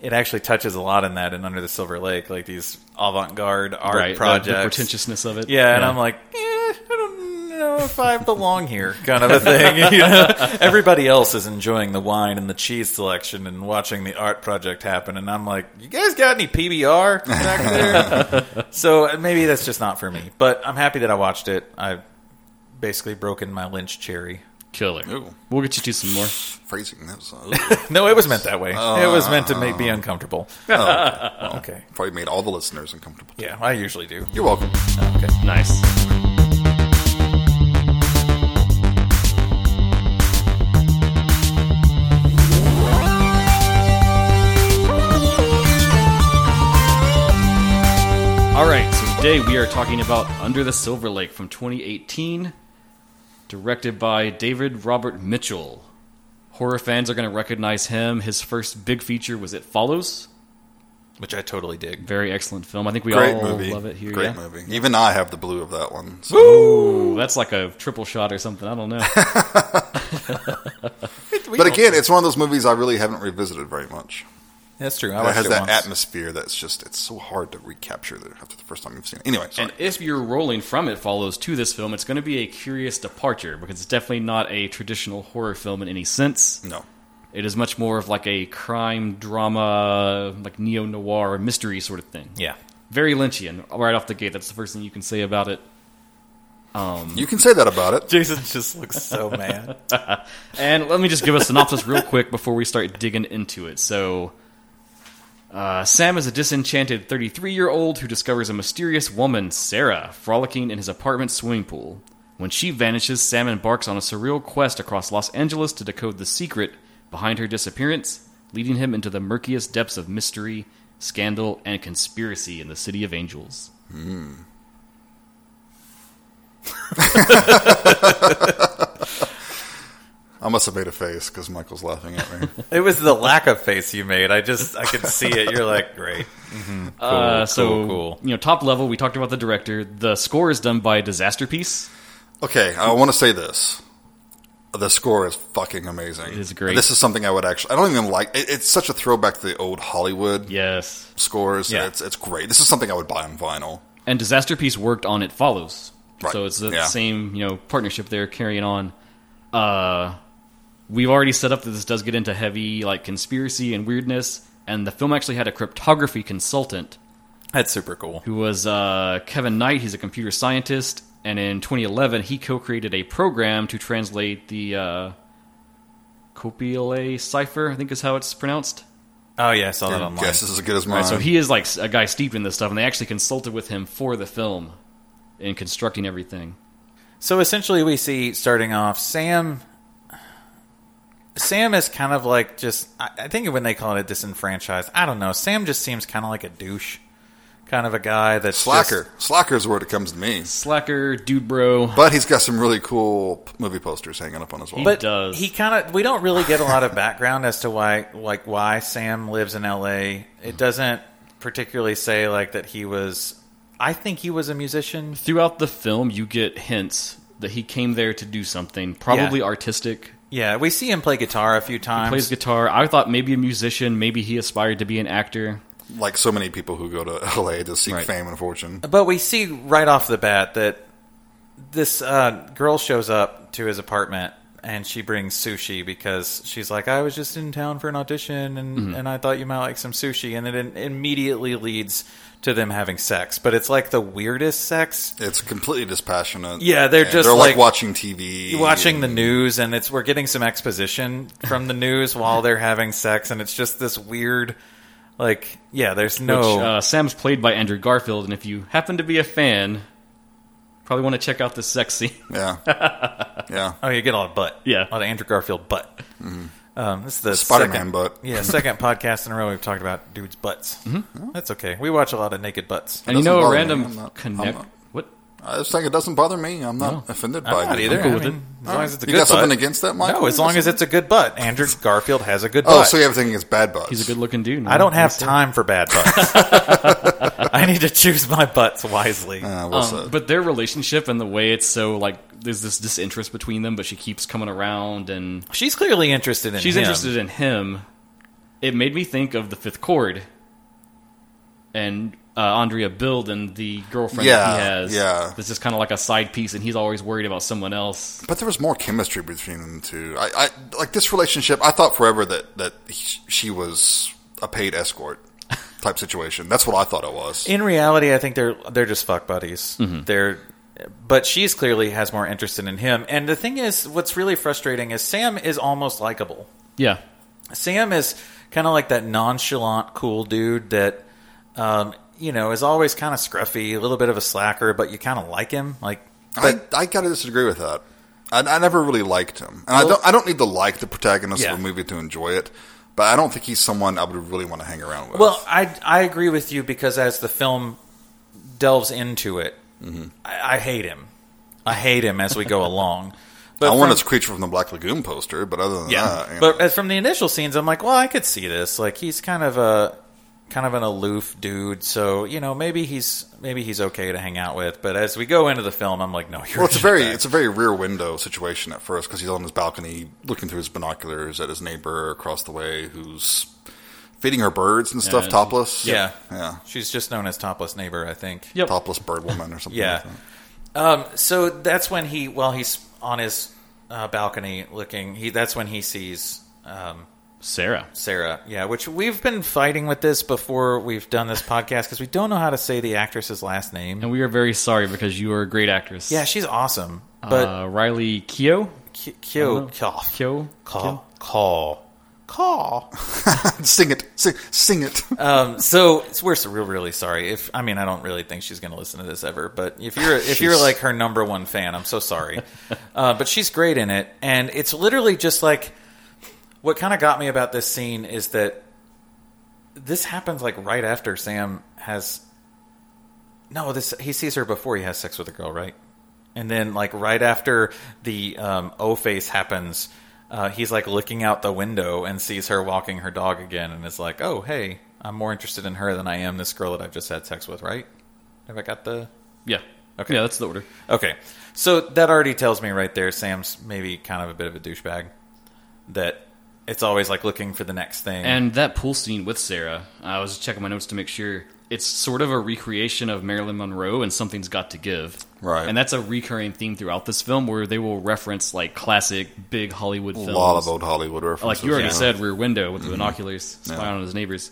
Speaker 2: it actually touches a lot in that in Under the Silver Lake, like these avant-garde art
Speaker 1: right. the-
Speaker 2: projects.
Speaker 1: The, pretentiousness of it.
Speaker 2: Yeah, and I'm like, eh, I don't know if I belong here, kind of a thing. you know? Everybody else is enjoying the wine and the cheese selection and watching the art project happen, and I'm like, you guys got any PBR back there? so uh, maybe that's just not for me. But I'm happy that I watched it. I've basically broken my Lynch cherry.
Speaker 1: killer.
Speaker 3: Ooh.
Speaker 1: We'll get you to some more.
Speaker 3: Phrasing that was uh,
Speaker 2: No, it was meant that way. it was meant to make me uncomfortable. okay.
Speaker 3: probably made all the listeners uncomfortable.
Speaker 2: Yeah, I usually do.
Speaker 3: You're welcome.
Speaker 2: Okay.
Speaker 1: Nice. All right, so today we are talking about Under the Silver Lake from 2018, directed by David Robert Mitchell. Horror fans are going to recognize him. His first big feature was It Follows.
Speaker 2: Which I totally dig.
Speaker 1: Very excellent film. I think we
Speaker 3: Great
Speaker 1: all
Speaker 3: movie.
Speaker 1: love it here.
Speaker 3: Great
Speaker 1: yeah?
Speaker 3: movie. Even I have the blue of that one. So
Speaker 1: Ooh, that's like a triple shot or something. I don't know.
Speaker 3: But again, it's one of those movies I really haven't revisited very much.
Speaker 2: that's true. I
Speaker 3: It
Speaker 2: watched
Speaker 3: has
Speaker 2: it
Speaker 3: that
Speaker 2: once.
Speaker 3: atmosphere that's just, it's so hard to recapture the, after the first time you've seen it. Anyway, sorry.
Speaker 1: and if you're rolling from it follows to this film, it's going to be a curious departure because it's definitely not a traditional horror film in any sense.
Speaker 3: no.
Speaker 1: It is much more of like a crime drama, like neo noir mystery sort of thing.
Speaker 2: Yeah.
Speaker 1: Very Lynchian right off the gate. That's the first thing you can say about it. Um,
Speaker 3: You can say that about it.
Speaker 2: Jason just looks so mad.
Speaker 1: And let me just give a synopsis real quick before we start digging into it. So, Uh, Sam is a disenchanted 33 year old who discovers a mysterious woman, Sarah, frolicking in his apartment swimming pool. When she vanishes, Sam embarks on a surreal quest across Los Angeles to decode the secret behind her disappearance, leading him into the murkiest depths of mystery, scandal, and conspiracy in the City of Angels.
Speaker 3: I must have made a face because Michael's laughing at me.
Speaker 2: It was the lack of face you made. I just I could see it. You're like, great. Cool,
Speaker 1: Uh, so,
Speaker 2: cool, cool.
Speaker 1: you know, top level, we talked about the director. The score is done by Disaster Piece.
Speaker 3: Okay, I want to say this. The score is fucking amazing. It
Speaker 1: is great.
Speaker 3: This is something I would actually. I don't even like. It, it's such a throwback to the old Hollywood
Speaker 1: Yes.
Speaker 3: scores.
Speaker 1: Yeah.
Speaker 3: It's it's great. This is something I would buy on vinyl.
Speaker 1: And Disaster Piece worked on It Follows.
Speaker 3: Right.
Speaker 1: So it's the
Speaker 3: Yeah.
Speaker 1: same, you know, partnership there carrying on. Uh, we've already set up that this does get into heavy, like, conspiracy and weirdness. And the film actually had a cryptography consultant
Speaker 2: That's super cool.
Speaker 1: who was uh, Kevin Knight. He's a computer scientist, and in 2011, he co-created a program to translate the uh, Copiale cipher. I think is how it's pronounced.
Speaker 2: Oh yeah, I saw that online.
Speaker 3: Guess is as good as
Speaker 1: All
Speaker 3: mine.
Speaker 1: right, so he is like s- a guy steeped in this stuff, and they actually consulted with him for the film in constructing everything.
Speaker 2: So essentially, we see starting off Sam. Sam is kind of like just. I, I think when they call it a disenfranchised, I don't know. Sam just seems kind of like a douche, kind of a guy that's
Speaker 3: Slacker.
Speaker 2: just-
Speaker 3: Slacker is the word it comes to me.
Speaker 1: Slacker, dude, bro.
Speaker 3: But he's got some really cool p- movie posters hanging up on his wall.
Speaker 1: He
Speaker 2: but
Speaker 1: does.
Speaker 2: he kind of. We don't really get a lot of background as to why, like, why Sam lives in L.A. It doesn't particularly say like that he was. I think he was a musician.
Speaker 1: Throughout the film, you get hints that he came there to do something, probably
Speaker 2: Yeah.
Speaker 1: artistic.
Speaker 2: Yeah, we see him play guitar a few times.
Speaker 1: Plays guitar. I thought maybe a musician. Maybe he aspired to be an actor.
Speaker 3: like so many people who go to LA to seek
Speaker 1: Right.
Speaker 3: fame and fortune.
Speaker 2: But we see right off the bat that this uh, girl shows up to his apartment and she brings sushi because she's like, I was just in town for an audition and,
Speaker 1: Mm-hmm.
Speaker 2: and I thought you might like some sushi. And it in- immediately leads to them having sex. But it's like the weirdest sex.
Speaker 3: It's completely dispassionate.
Speaker 2: Yeah, they're
Speaker 3: And
Speaker 2: just
Speaker 3: they're like,
Speaker 2: like-
Speaker 3: watching TV,
Speaker 2: You're watching the news and it's we're getting some exposition from the news while they're having sex and it's just this weird like yeah there's no
Speaker 1: Which, uh, Sam's played by Andrew Garfield, and if you happen to be a fan, probably want to check out this sex scene.
Speaker 3: yeah, yeah,
Speaker 2: Oh, you get a lot of butt.
Speaker 1: Yeah. Mm-hmm.
Speaker 2: A lot of Andrew Garfield butt. Um, this is the
Speaker 3: Spider-Man
Speaker 2: second-
Speaker 3: butt.
Speaker 2: Yeah, second podcast in a row we've talked about dudes' butts. Mm-hmm. That's okay. We watch a lot of naked butts.
Speaker 1: And you
Speaker 3: doesn't
Speaker 1: know, a
Speaker 3: bother me.
Speaker 1: random
Speaker 3: I'm not-
Speaker 1: connect.
Speaker 3: I'm not-
Speaker 1: what?
Speaker 3: I was saying it doesn't bother me. I'm not offended by
Speaker 2: I'm not
Speaker 3: it
Speaker 2: either.
Speaker 3: I'm cool
Speaker 2: I
Speaker 3: with
Speaker 2: mean, as long as it's a
Speaker 3: You
Speaker 2: good
Speaker 3: got something
Speaker 2: butt.
Speaker 3: against that, Michael?
Speaker 2: No, as long as it's a good butt. Andrew Garfield has a good
Speaker 3: Oh,
Speaker 2: butt.
Speaker 3: so you have everything is bad butts.
Speaker 1: He's a good-looking dude. man.
Speaker 2: I don't have time for bad butts. I need to choose my butts wisely.
Speaker 3: Uh, well
Speaker 1: Um,
Speaker 3: said.
Speaker 1: but their relationship and the way it's so like there's this disinterest between them, but she keeps coming around, and
Speaker 2: She's clearly interested in
Speaker 1: she's
Speaker 2: him.
Speaker 1: interested in him. It made me think of the Fifth Chord and uh, Andrea Build and the girlfriend that
Speaker 3: Yeah,
Speaker 1: he has.
Speaker 3: yeah.
Speaker 1: that's just kind of like a side piece, and he's always worried about someone else.
Speaker 3: But there was more chemistry between them two. I, I like this relationship. I thought forever that that he, she was a paid escort type situation. That's what I thought it was.
Speaker 2: In reality, I think they're they're just fuck buddies. They're but she's clearly has more interest in him. And the thing is, what's really frustrating is Sam is almost likable.
Speaker 1: Yeah,
Speaker 2: Sam is kind of like that nonchalant, cool dude that, um, you know, is always kind of scruffy, a little bit of a slacker, but you kind of like him. Like,
Speaker 3: I, I gotta disagree with that. I, I never really liked him, and I don't. I don't need to like the protagonist
Speaker 2: Yeah.
Speaker 3: of a movie to enjoy it. But I don't think he's someone I would really want to hang around with.
Speaker 2: well, I I agree with you because as the film delves into it, I, I hate him. I hate him as we go along. But
Speaker 3: I want
Speaker 2: from-
Speaker 3: his creature from the Black Lagoon poster, but other than that, Uh, you
Speaker 2: but
Speaker 3: know.
Speaker 2: as from the initial scenes, I'm like, well, I could see this. Like he's kind of a kind of an aloof dude, so you know maybe he's maybe he's okay to hang out with. But as we go into the film, I'm like, no, you're
Speaker 3: well, it's a
Speaker 2: shitbag.
Speaker 3: very it's a very rear window situation at first because he's on his balcony looking through his binoculars at his neighbor across the way who's feeding her birds and stuff,
Speaker 1: and-
Speaker 3: topless.
Speaker 2: yeah.
Speaker 3: yeah,
Speaker 2: She's just known as topless neighbor, I think.
Speaker 1: Yep.
Speaker 3: topless bird woman or something.
Speaker 2: Yeah.
Speaker 3: like that.
Speaker 2: Um, so that's when he, while he's on his uh, balcony looking, he that's when he sees um,
Speaker 1: Sarah.
Speaker 2: Sarah. Yeah, which we've been fighting with this before we've done this podcast because we don't know how to say the actress's last name.
Speaker 1: And we are very sorry because you are a great actress.
Speaker 2: Yeah, she's awesome, but Oh,
Speaker 1: uh, Riley Keough.
Speaker 2: Q, Q,
Speaker 1: Keough.
Speaker 2: call, call, Caw.
Speaker 3: sing it, sing, sing it.
Speaker 2: Um, so it's- we're so real, really sorry. If I mean, I don't really think she's going to listen to this ever. But if you're if you're
Speaker 3: She's-
Speaker 2: like her number one fan, I'm so sorry. uh, but she's great in it, and it's literally just like what kind of got me about this scene is that this happens like right after Sam has no this he sees her before he has sex with a girl, right? And then like right after the um, O face happens. Uh, he's like looking out the window and sees her walking her dog again, and is like, "Oh, hey, I'm more interested in her than I am this girl that I've just had sex with, right? Have I got the
Speaker 1: Yeah.
Speaker 2: Okay.
Speaker 1: Yeah, that's the order.
Speaker 2: Okay. So that already tells me right there, Sam's maybe kind of a bit of a douchebag. That it's always like looking for the next thing.
Speaker 1: And that pool scene with Sarah, I was checking my notes to make sure. It's sort of a recreation of Marilyn Monroe and Something's Got to Give.
Speaker 3: Right.
Speaker 1: And that's a recurring theme throughout this film where they will reference like classic big Hollywood
Speaker 3: A
Speaker 1: films.
Speaker 3: lot of old Hollywood references.
Speaker 1: like you already
Speaker 3: yeah. Mm-hmm.
Speaker 1: said, Rear Window with the binoculars spying
Speaker 3: Yeah.
Speaker 1: on his neighbors.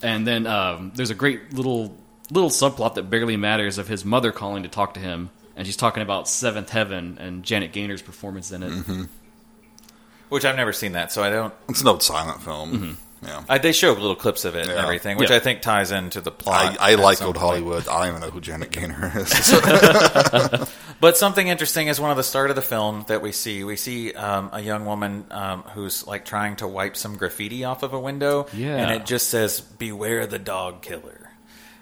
Speaker 1: And then um, there's a great little little subplot that barely matters of his mother calling to talk to him, and she's talking about Seventh Heaven and Janet Gaynor's performance in it.
Speaker 3: Mm-hmm.
Speaker 2: which I've never seen that, so I don't
Speaker 3: It's an old silent film. Yeah.
Speaker 2: I, they show little clips of it and
Speaker 3: Yeah.
Speaker 2: everything, which
Speaker 1: Yeah.
Speaker 2: I think ties into the plot.
Speaker 3: I, I
Speaker 2: at
Speaker 3: like
Speaker 2: some
Speaker 3: old
Speaker 2: point.
Speaker 3: Hollywood. I don't even know who Janet Gaynor is.
Speaker 2: But something interesting is one of the start of the film that we see. We see um, a young woman um, who's like trying to wipe some graffiti off of a window,
Speaker 1: Yeah.
Speaker 2: and it just says "Beware the dog killer."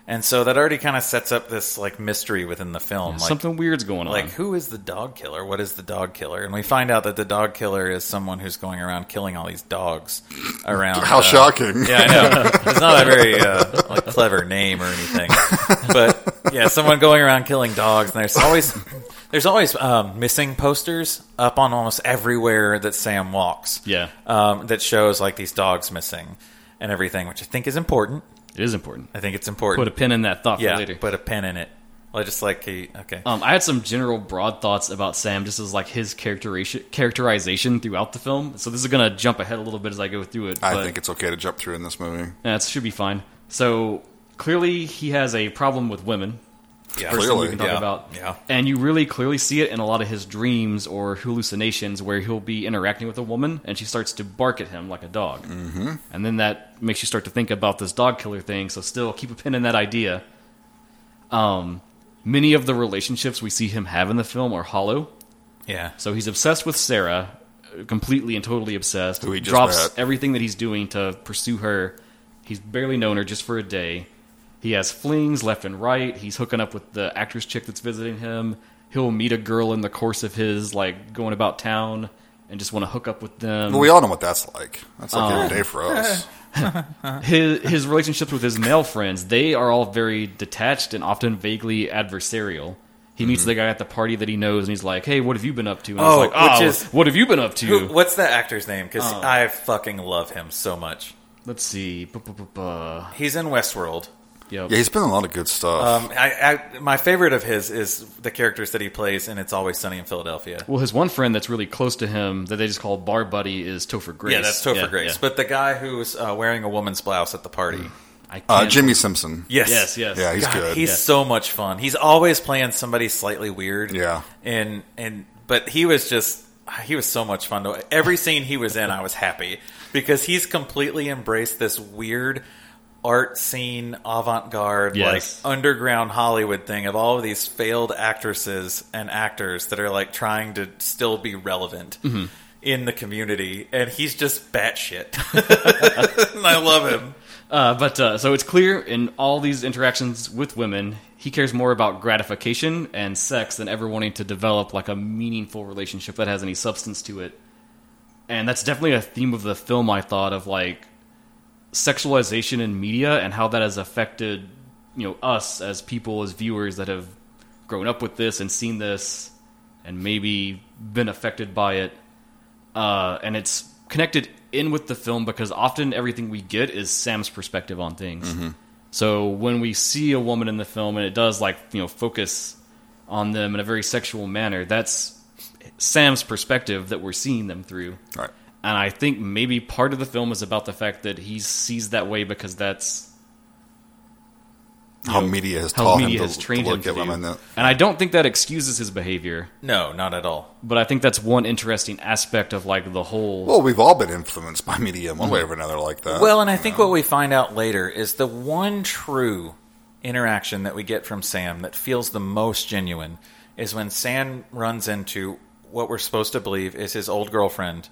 Speaker 2: And so that already kind of sets up this like mystery within the film. like,
Speaker 1: Something weird's going on.
Speaker 2: like who is the dog killer? What is the dog killer? And we find out that the dog killer is someone who's going around killing all these dogs around.
Speaker 3: How
Speaker 2: uh,
Speaker 3: shocking.
Speaker 2: yeah, I know. It's not a very uh, like clever name or anything, but yeah, someone going around killing dogs, and there's always there's always um, missing posters up on almost everywhere that Sam walks.
Speaker 1: Yeah.
Speaker 2: um, that shows like these dogs missing and everything, which I think is important.
Speaker 1: it is important.
Speaker 2: I think it's
Speaker 1: Put
Speaker 2: important.
Speaker 1: a pin in that thought
Speaker 2: yeah,
Speaker 1: for later.
Speaker 2: put a pen in it. Well, just like he, okay,
Speaker 1: Um, I had some general broad thoughts about Sam, just as like his characterization characterization throughout the film. So this is gonna jump ahead a little bit as I go through it.
Speaker 3: I
Speaker 1: but-
Speaker 3: think it's okay to jump through in this movie.
Speaker 1: Yeah, it should be fine. So clearly, he has a problem with women.
Speaker 2: Yeah.
Speaker 1: First thing we
Speaker 3: Clearly,
Speaker 1: can talk
Speaker 2: yeah,
Speaker 1: about.
Speaker 2: yeah.
Speaker 1: And you really clearly see it in a lot of his dreams or hallucinations, where he'll be interacting with a woman and she starts to bark at him like a dog. Mm-hmm. And then that makes you start to think about this dog killer thing. So still keep a pin in that idea. Um, many of the relationships we see him have in the film are hollow.
Speaker 2: yeah.
Speaker 1: So he's obsessed with Sarah, uh, completely and totally obsessed.
Speaker 3: Who he just
Speaker 1: drops
Speaker 3: met.
Speaker 1: everything that he's doing to pursue her. He's barely known her just for a day. He has flings left and right. He's hooking up with the actress chick that's visiting him. He'll meet a girl in the course of his like going about town and just want to hook up with them.
Speaker 3: But we all know what that's like. That's like every day for us.
Speaker 1: his his relationships with his male friends they are all very detached and often vaguely adversarial. He
Speaker 3: Mm-hmm.
Speaker 1: meets the guy at the party that he knows, and he's like, "Hey, what have you been up to?" And
Speaker 2: Oh,
Speaker 1: he's like,
Speaker 2: which
Speaker 1: "Oh,
Speaker 2: is-
Speaker 1: what have you Oh. been up to?"
Speaker 2: Who, what's that actor's name? Because I fucking love him so much.
Speaker 1: Let's see. Ba-ba-ba-ba.
Speaker 2: He's in Westworld.
Speaker 1: uh, Yep.
Speaker 3: Yeah, he's been in a lot of good stuff.
Speaker 2: Um, I, I, my favorite of his is the characters that he plays in It's Always Sunny in Philadelphia.
Speaker 1: Well, his one friend that's really close to him that they just call Bar Buddy is Topher Grace.
Speaker 2: Yeah, that's Topher Grace.
Speaker 1: yeah.
Speaker 2: But the guy who's uh, wearing a woman's blouse at the party.
Speaker 1: I can't.
Speaker 3: uh, Jimmy Simpson.
Speaker 2: Yes.
Speaker 1: Yes, yes.
Speaker 3: Yeah, he's
Speaker 2: God,
Speaker 3: good.
Speaker 2: He's
Speaker 1: Yeah.
Speaker 2: so much fun. He's always playing somebody slightly weird.
Speaker 3: Yeah.
Speaker 2: And and but he was just he was so much fun. To, every scene he was in, I was happy because he's completely embraced this weird art scene avant-garde
Speaker 1: Yes.
Speaker 2: like underground hollywood thing of all of these failed actresses and actors that are like trying to still be relevant
Speaker 1: Mm-hmm.
Speaker 2: in the community and he's just batshit and i love him
Speaker 1: Uh, but uh, so it's clear in all these interactions with women, he cares more about gratification and sex than ever wanting to develop like a meaningful relationship that has any substance to it. And that's definitely a theme of the film. I thought of like sexualization in media and how that has affected you know us as people as viewers that have grown up with this and seen this and maybe been affected by it uh, and it's connected in with the film because often everything we get is sam's perspective on things
Speaker 3: Mm-hmm.
Speaker 1: so when we see a woman in the film and it does like you know focus on them in a very sexual manner that's sam's perspective that we're seeing them through
Speaker 3: Right.
Speaker 1: and I think maybe part of the film is about the fact that he sees that way because that's
Speaker 3: how media has
Speaker 1: how
Speaker 3: taught
Speaker 1: media
Speaker 3: him
Speaker 1: has
Speaker 3: to,
Speaker 1: trained
Speaker 3: to
Speaker 1: him
Speaker 3: look
Speaker 1: to
Speaker 3: at
Speaker 1: do.
Speaker 3: women. That,
Speaker 1: And I don't think that excuses his behavior,
Speaker 2: No, not at all.
Speaker 1: but I think that's one interesting aspect of like the whole.
Speaker 3: well, we've all been influenced by media in one
Speaker 2: Mm.
Speaker 3: way or another like
Speaker 1: Uh-huh.
Speaker 3: that.
Speaker 2: Well, and I think what we find out later is the one true interaction that we get from Sam that feels the most genuine is when Sam runs into what we're supposed to believe is his old girlfriend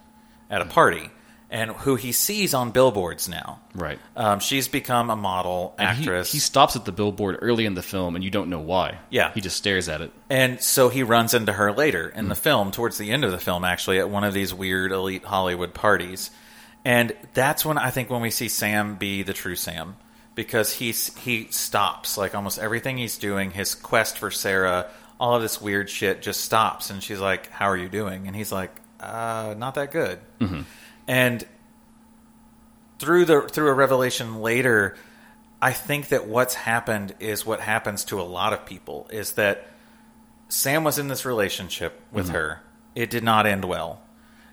Speaker 2: at a party and who he sees on billboards now.
Speaker 1: right.
Speaker 2: Um, she's become a model,
Speaker 1: And he-
Speaker 2: actress.
Speaker 1: He, stops at the billboard early in the film, and you don't know why.
Speaker 2: Yeah.
Speaker 1: He just stares at it.
Speaker 2: And so he runs into her later in the film, towards the end of the film, actually, at one of these weird elite Hollywood parties. And that's when I think when we see Sam be the true Sam, because he's he stops like almost everything he's doing, his quest for Sarah, all of this weird shit just stops. And she's like, "How are you doing?" And he's like, "Uh, not that good." And through the through a revelation later, I think that what's happened is what happens to a lot of people is that Sam was in this relationship with her. It did not end well,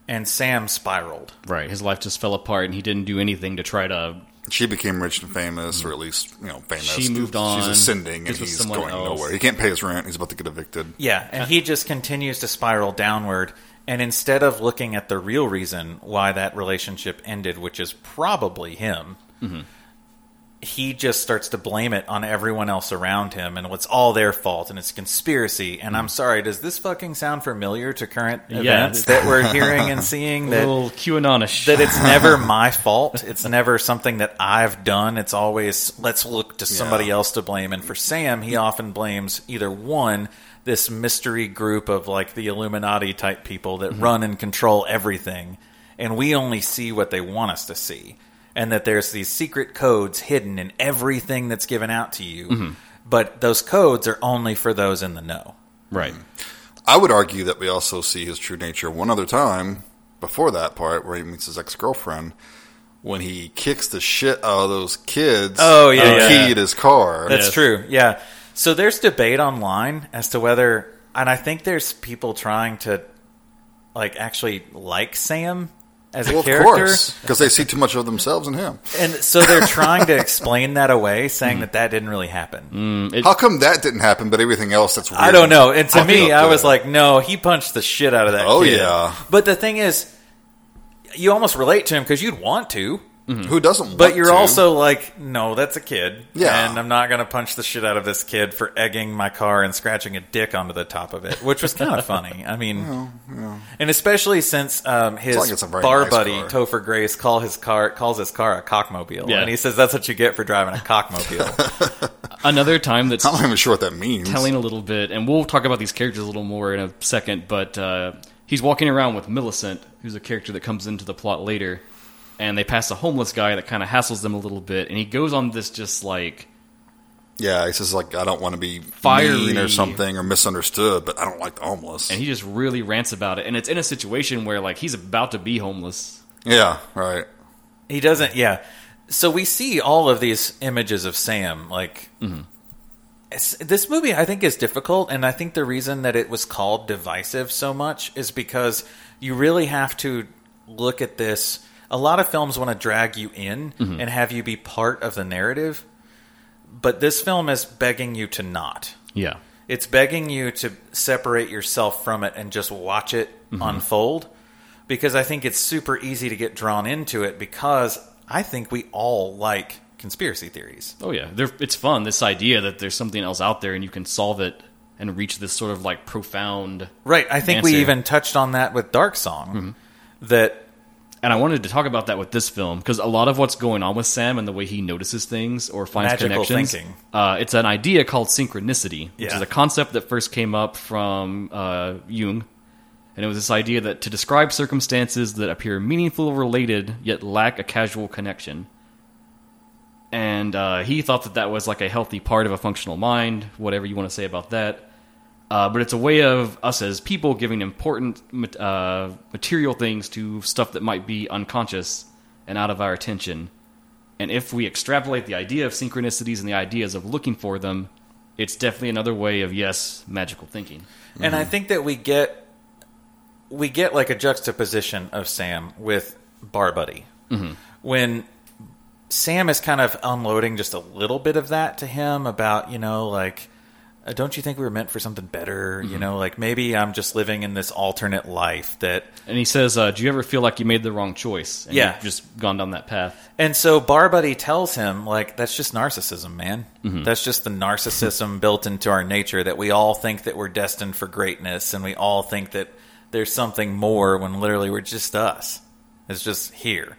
Speaker 2: and Sam spiraled.
Speaker 1: Right. His life just fell apart, and he didn't do anything to try to.
Speaker 3: she became rich and
Speaker 2: Mm.
Speaker 3: famous, or at least you know famous.
Speaker 1: She moved
Speaker 3: She's
Speaker 1: on,
Speaker 3: ascending, and
Speaker 1: gets with
Speaker 3: he's
Speaker 1: someone
Speaker 3: going
Speaker 1: else.
Speaker 3: nowhere. He can't pay his rent. He's about to get evicted.
Speaker 2: Yeah, and he just continues to spiral downward. And instead of looking at the real reason why that relationship ended, which is probably him, he just starts to blame it on everyone else around him, and it's all their fault, and it's conspiracy. And I'm sorry, does this fucking sound familiar to current events
Speaker 1: it's-
Speaker 2: that we're hearing and seeing? That
Speaker 1: little QAnonish.
Speaker 2: that it's never my fault. It's never something that I've done. It's always let's look to somebody
Speaker 3: Yeah.
Speaker 2: else to blame. And for Sam, he often blames either one, this mystery group of like the Illuminati type people that run and control everything, and we only see what they want us to see. And that there's these secret codes hidden in everything that's given out to you. But those codes are only for those in the know.
Speaker 1: right.
Speaker 3: I would argue that we also see his true nature one other time before that part where he meets his ex girlfriend when he kicks the shit out of those kids.
Speaker 2: Oh, yeah,
Speaker 3: and
Speaker 2: yeah.
Speaker 3: keyed his car.
Speaker 2: That's
Speaker 1: Yes.
Speaker 2: true. Yeah. So there's debate online as to whether, and I think there's people trying to like actually like Sam as
Speaker 3: well,
Speaker 2: a
Speaker 3: of
Speaker 2: character,
Speaker 3: course, because they see too much of themselves in him.
Speaker 2: and so they're trying to explain that away, saying that that didn't really happen.
Speaker 3: How come that didn't happen, but everything else that's weird?
Speaker 2: I don't know. And to me,
Speaker 3: feel
Speaker 2: I was
Speaker 3: good.
Speaker 2: like, no, he punched the shit out of that.
Speaker 3: Oh,
Speaker 2: kid.
Speaker 3: yeah.
Speaker 2: But the thing is, you almost relate to him because you'd want to.
Speaker 3: who doesn't?
Speaker 2: But
Speaker 3: want
Speaker 2: you're
Speaker 3: to?
Speaker 2: also like, no, that's a kid.
Speaker 3: Yeah.
Speaker 2: And I'm not going to punch the shit out of this kid for egging my car and scratching a dick onto the top of it, which was kind of funny. I mean, and especially since um, his
Speaker 3: like it's a very
Speaker 2: bar
Speaker 3: nice
Speaker 2: buddy,
Speaker 3: car.
Speaker 2: Topher Grace, call his car, calls his car a cockmobile.
Speaker 1: Yeah.
Speaker 2: And he says that's what you get for driving a cockmobile.
Speaker 1: Another time that's
Speaker 3: I'm not even sure what that means.
Speaker 1: telling a little bit, and we'll talk about these characters a little more in a second. But uh, he's walking around with Millicent, who's a character that comes into the plot later, and they pass a homeless guy that kind of hassles them a little bit, and he goes on this just like
Speaker 3: yeah, he says like I don't want to be
Speaker 1: Fiery.
Speaker 3: mean or something or misunderstood, but I don't like the homeless.
Speaker 1: and he just really rants about it, and it's in a situation where like he's about to be homeless.
Speaker 3: yeah, right.
Speaker 2: he doesn't, yeah. So we see all of these images of Sam, like. It's- This movie, I think, is difficult, and I think the reason that it was called divisive so much is because you really have to look at this. A lot of films want to drag you in and have you be part of the narrative, but this film is begging you to not.
Speaker 1: Yeah,
Speaker 2: It's begging you to separate yourself from it and just watch it unfold because I think it's super easy to get drawn into it because I think we all like conspiracy theories.
Speaker 1: oh yeah, They're, it's fun. This idea that there's something else out there and you can solve it and reach this sort of like profound.
Speaker 2: Right. I think we
Speaker 1: Answer.
Speaker 2: even touched on that with Dark Song that
Speaker 1: And I wanted to talk about that with this film because a lot of what's going on with Sam and the way he notices things or finds
Speaker 2: Magical
Speaker 1: connections,
Speaker 2: thinking.
Speaker 1: Uh, it's an idea called synchronicity, which
Speaker 2: Yeah.
Speaker 1: is a concept that first came up from uh, Jung, and it was this idea that to describe circumstances that appear meaningful, related, yet lack a casual connection. And uh, he thought that that was like a healthy part of a functional mind, whatever you want to say about that. Uh, but it's a way of us as people giving important mat- uh, material things to stuff that might be unconscious and out of our attention. And if we extrapolate the idea of synchronicities and the ideas of looking for them, it's definitely another way of yes, magical thinking.
Speaker 2: and I think that we get we get like a juxtaposition of Sam with Bar Buddy when Sam is kind of unloading just a little bit of that to him about, you know, like, uh, don't you think we were meant for something better? You know, like maybe I'm just living in this alternate life that.
Speaker 1: And he says, uh, "Do you ever feel like you made the wrong choice? And
Speaker 2: Yeah.
Speaker 1: you've just gone down that path."
Speaker 2: And so Bar Buddy tells him, like, that's just narcissism, man. That's just the narcissism built into our nature that we all think that we're destined for greatness and we all think that there's something more when literally we're just us. It's just here.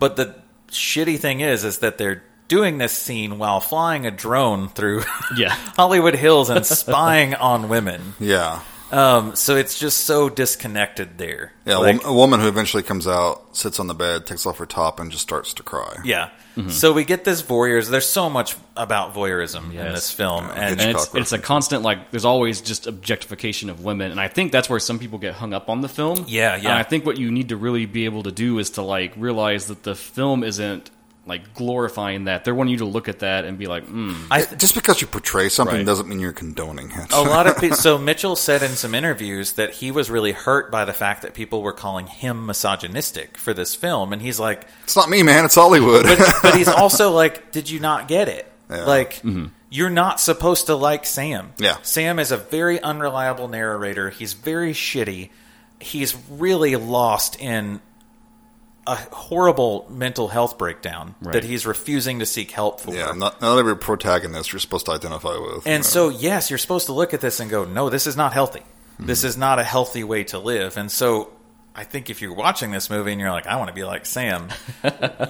Speaker 2: But the shitty thing is, is that they're doing this scene while flying a drone through
Speaker 1: Yeah.
Speaker 2: Hollywood Hills and spying on women.
Speaker 3: Yeah.
Speaker 2: Um, so it's just so disconnected there.
Speaker 3: Yeah, a
Speaker 2: Like-
Speaker 3: wom- a woman who eventually comes out, sits on the bed, takes off her top, and just starts to cry.
Speaker 2: Yeah. So we get this voyeurism. There's so much about voyeurism in
Speaker 1: Yes.
Speaker 2: this film, and
Speaker 1: and it's,
Speaker 3: Hitchcock
Speaker 1: it's a constant like there's always just objectification of women and i think that's where some people get hung up on the film
Speaker 2: Yeah, yeah.
Speaker 1: and i think what you need to really be able to do is to like realize that the film isn't like glorifying that they're wanting you to look at that and be like mm,
Speaker 2: I
Speaker 3: Just because you portray something
Speaker 1: Right.
Speaker 3: doesn't mean you're condoning it.
Speaker 2: a lot of people. So Mitchell said in some interviews that he was really hurt by the fact that people were calling him misogynistic for this film, and he's like,
Speaker 3: it's not me, man. It's Hollywood.
Speaker 2: but, but he's also like, did you not get it?
Speaker 3: Yeah.
Speaker 2: Like. You're not supposed to like Sam.
Speaker 3: Yeah.
Speaker 2: Sam is a very unreliable narrator. He's very shitty. He's really lost in a horrible mental health breakdown
Speaker 1: Right.
Speaker 2: that he's refusing to seek help for.
Speaker 3: yeah, not, not every protagonist you're supposed to identify with.
Speaker 2: And so, yes, you're supposed to look at this and go, no, this is not healthy. This
Speaker 1: Mm-hmm.
Speaker 2: is not a healthy way to live. And so, I think if you're watching this movie and you're like, I want to be like Sam,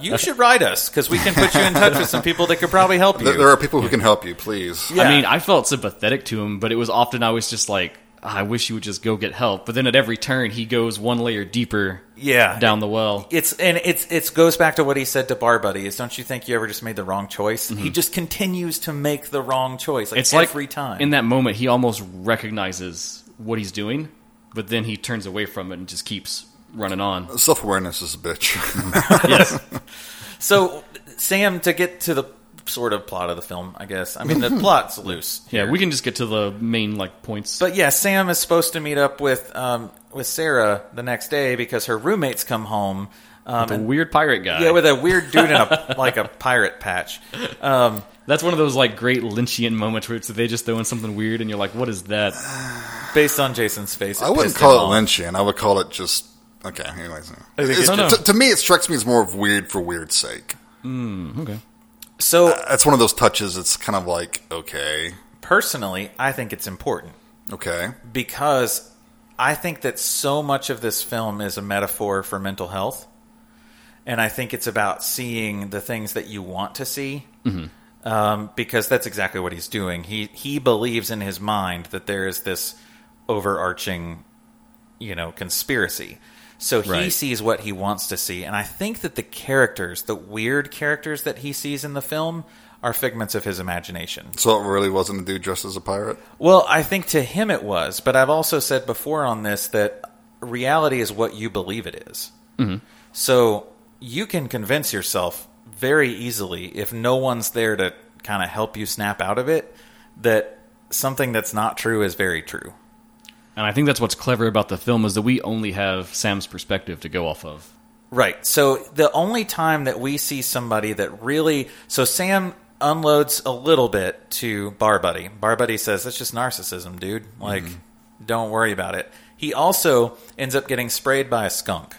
Speaker 2: you should write us because we can put you in touch with some people that could probably help you.
Speaker 3: there, there are people who can help you. Please.
Speaker 2: Yeah.
Speaker 1: i mean i felt sympathetic to him but it was often i was just like "Ah, i wish you would just go get help but then at every turn he goes one layer deeper
Speaker 2: yeah.
Speaker 1: down the well
Speaker 2: It's and it's it's goes back to what he said to Bar Buddy is don't you think you ever just made the wrong choice? He just continues to make the wrong choice. Like
Speaker 1: Mm-hmm. it's like
Speaker 2: every time.
Speaker 1: in that moment he almost recognizes what he's doing but then he turns away from it and just keeps running on
Speaker 3: Self awareness is a bitch.
Speaker 1: yes
Speaker 2: so Sam, to get to the sort of plot of the film, I guess. I mean the plot's loose.
Speaker 1: Yeah, we can just get to the main like points.
Speaker 2: But yeah, Sam is supposed to meet up with um, with Sarah the next day because her roommates come home. Um,
Speaker 1: the
Speaker 2: and-
Speaker 1: weird pirate guy.
Speaker 2: yeah, with a weird dude in a like a pirate patch.
Speaker 1: that's one of those like great Lynchian moments where it's, they just throw in something weird and you're like, what is that?
Speaker 2: Based on Jason's face,
Speaker 3: I wouldn't
Speaker 2: pissed
Speaker 3: call
Speaker 2: him
Speaker 3: it
Speaker 2: off.
Speaker 3: lynching. I would call it just. Okay, anyways. It's-
Speaker 1: it's- No, no.
Speaker 3: to, to me, it strikes me as more of weird for weird's sake.
Speaker 2: Mm,
Speaker 1: Okay,
Speaker 2: So
Speaker 3: That's one of those touches. It's kind of like, okay,
Speaker 2: personally, I think it's important
Speaker 3: okay.
Speaker 2: because I think that so much of this film is a metaphor for mental health, and I think it's about seeing the things that you want to see. Um, because that's exactly what he's doing. He he believes in his mind that there is this overarching, you know, conspiracy. So he
Speaker 1: Right.
Speaker 2: sees what he wants to see, and I think that the characters, the weird characters that he sees in the film, are figments of his imagination.
Speaker 3: So it really wasn't a dude dressed as a pirate?
Speaker 2: Well, I think to him it was, but I've also said before on this that reality is what you believe it is. So you can convince yourself very easily if no one's there to kind of help you snap out of it that something that's not true is very true.
Speaker 1: and I think that's what's clever about the film is that we only have Sam's perspective to go off of.
Speaker 2: Right. So the only time that we see somebody that really so Sam unloads a little bit to Bar Buddy. Bar Buddy says that's just narcissism, dude. Like don't worry about it. He also ends up getting sprayed by a skunk.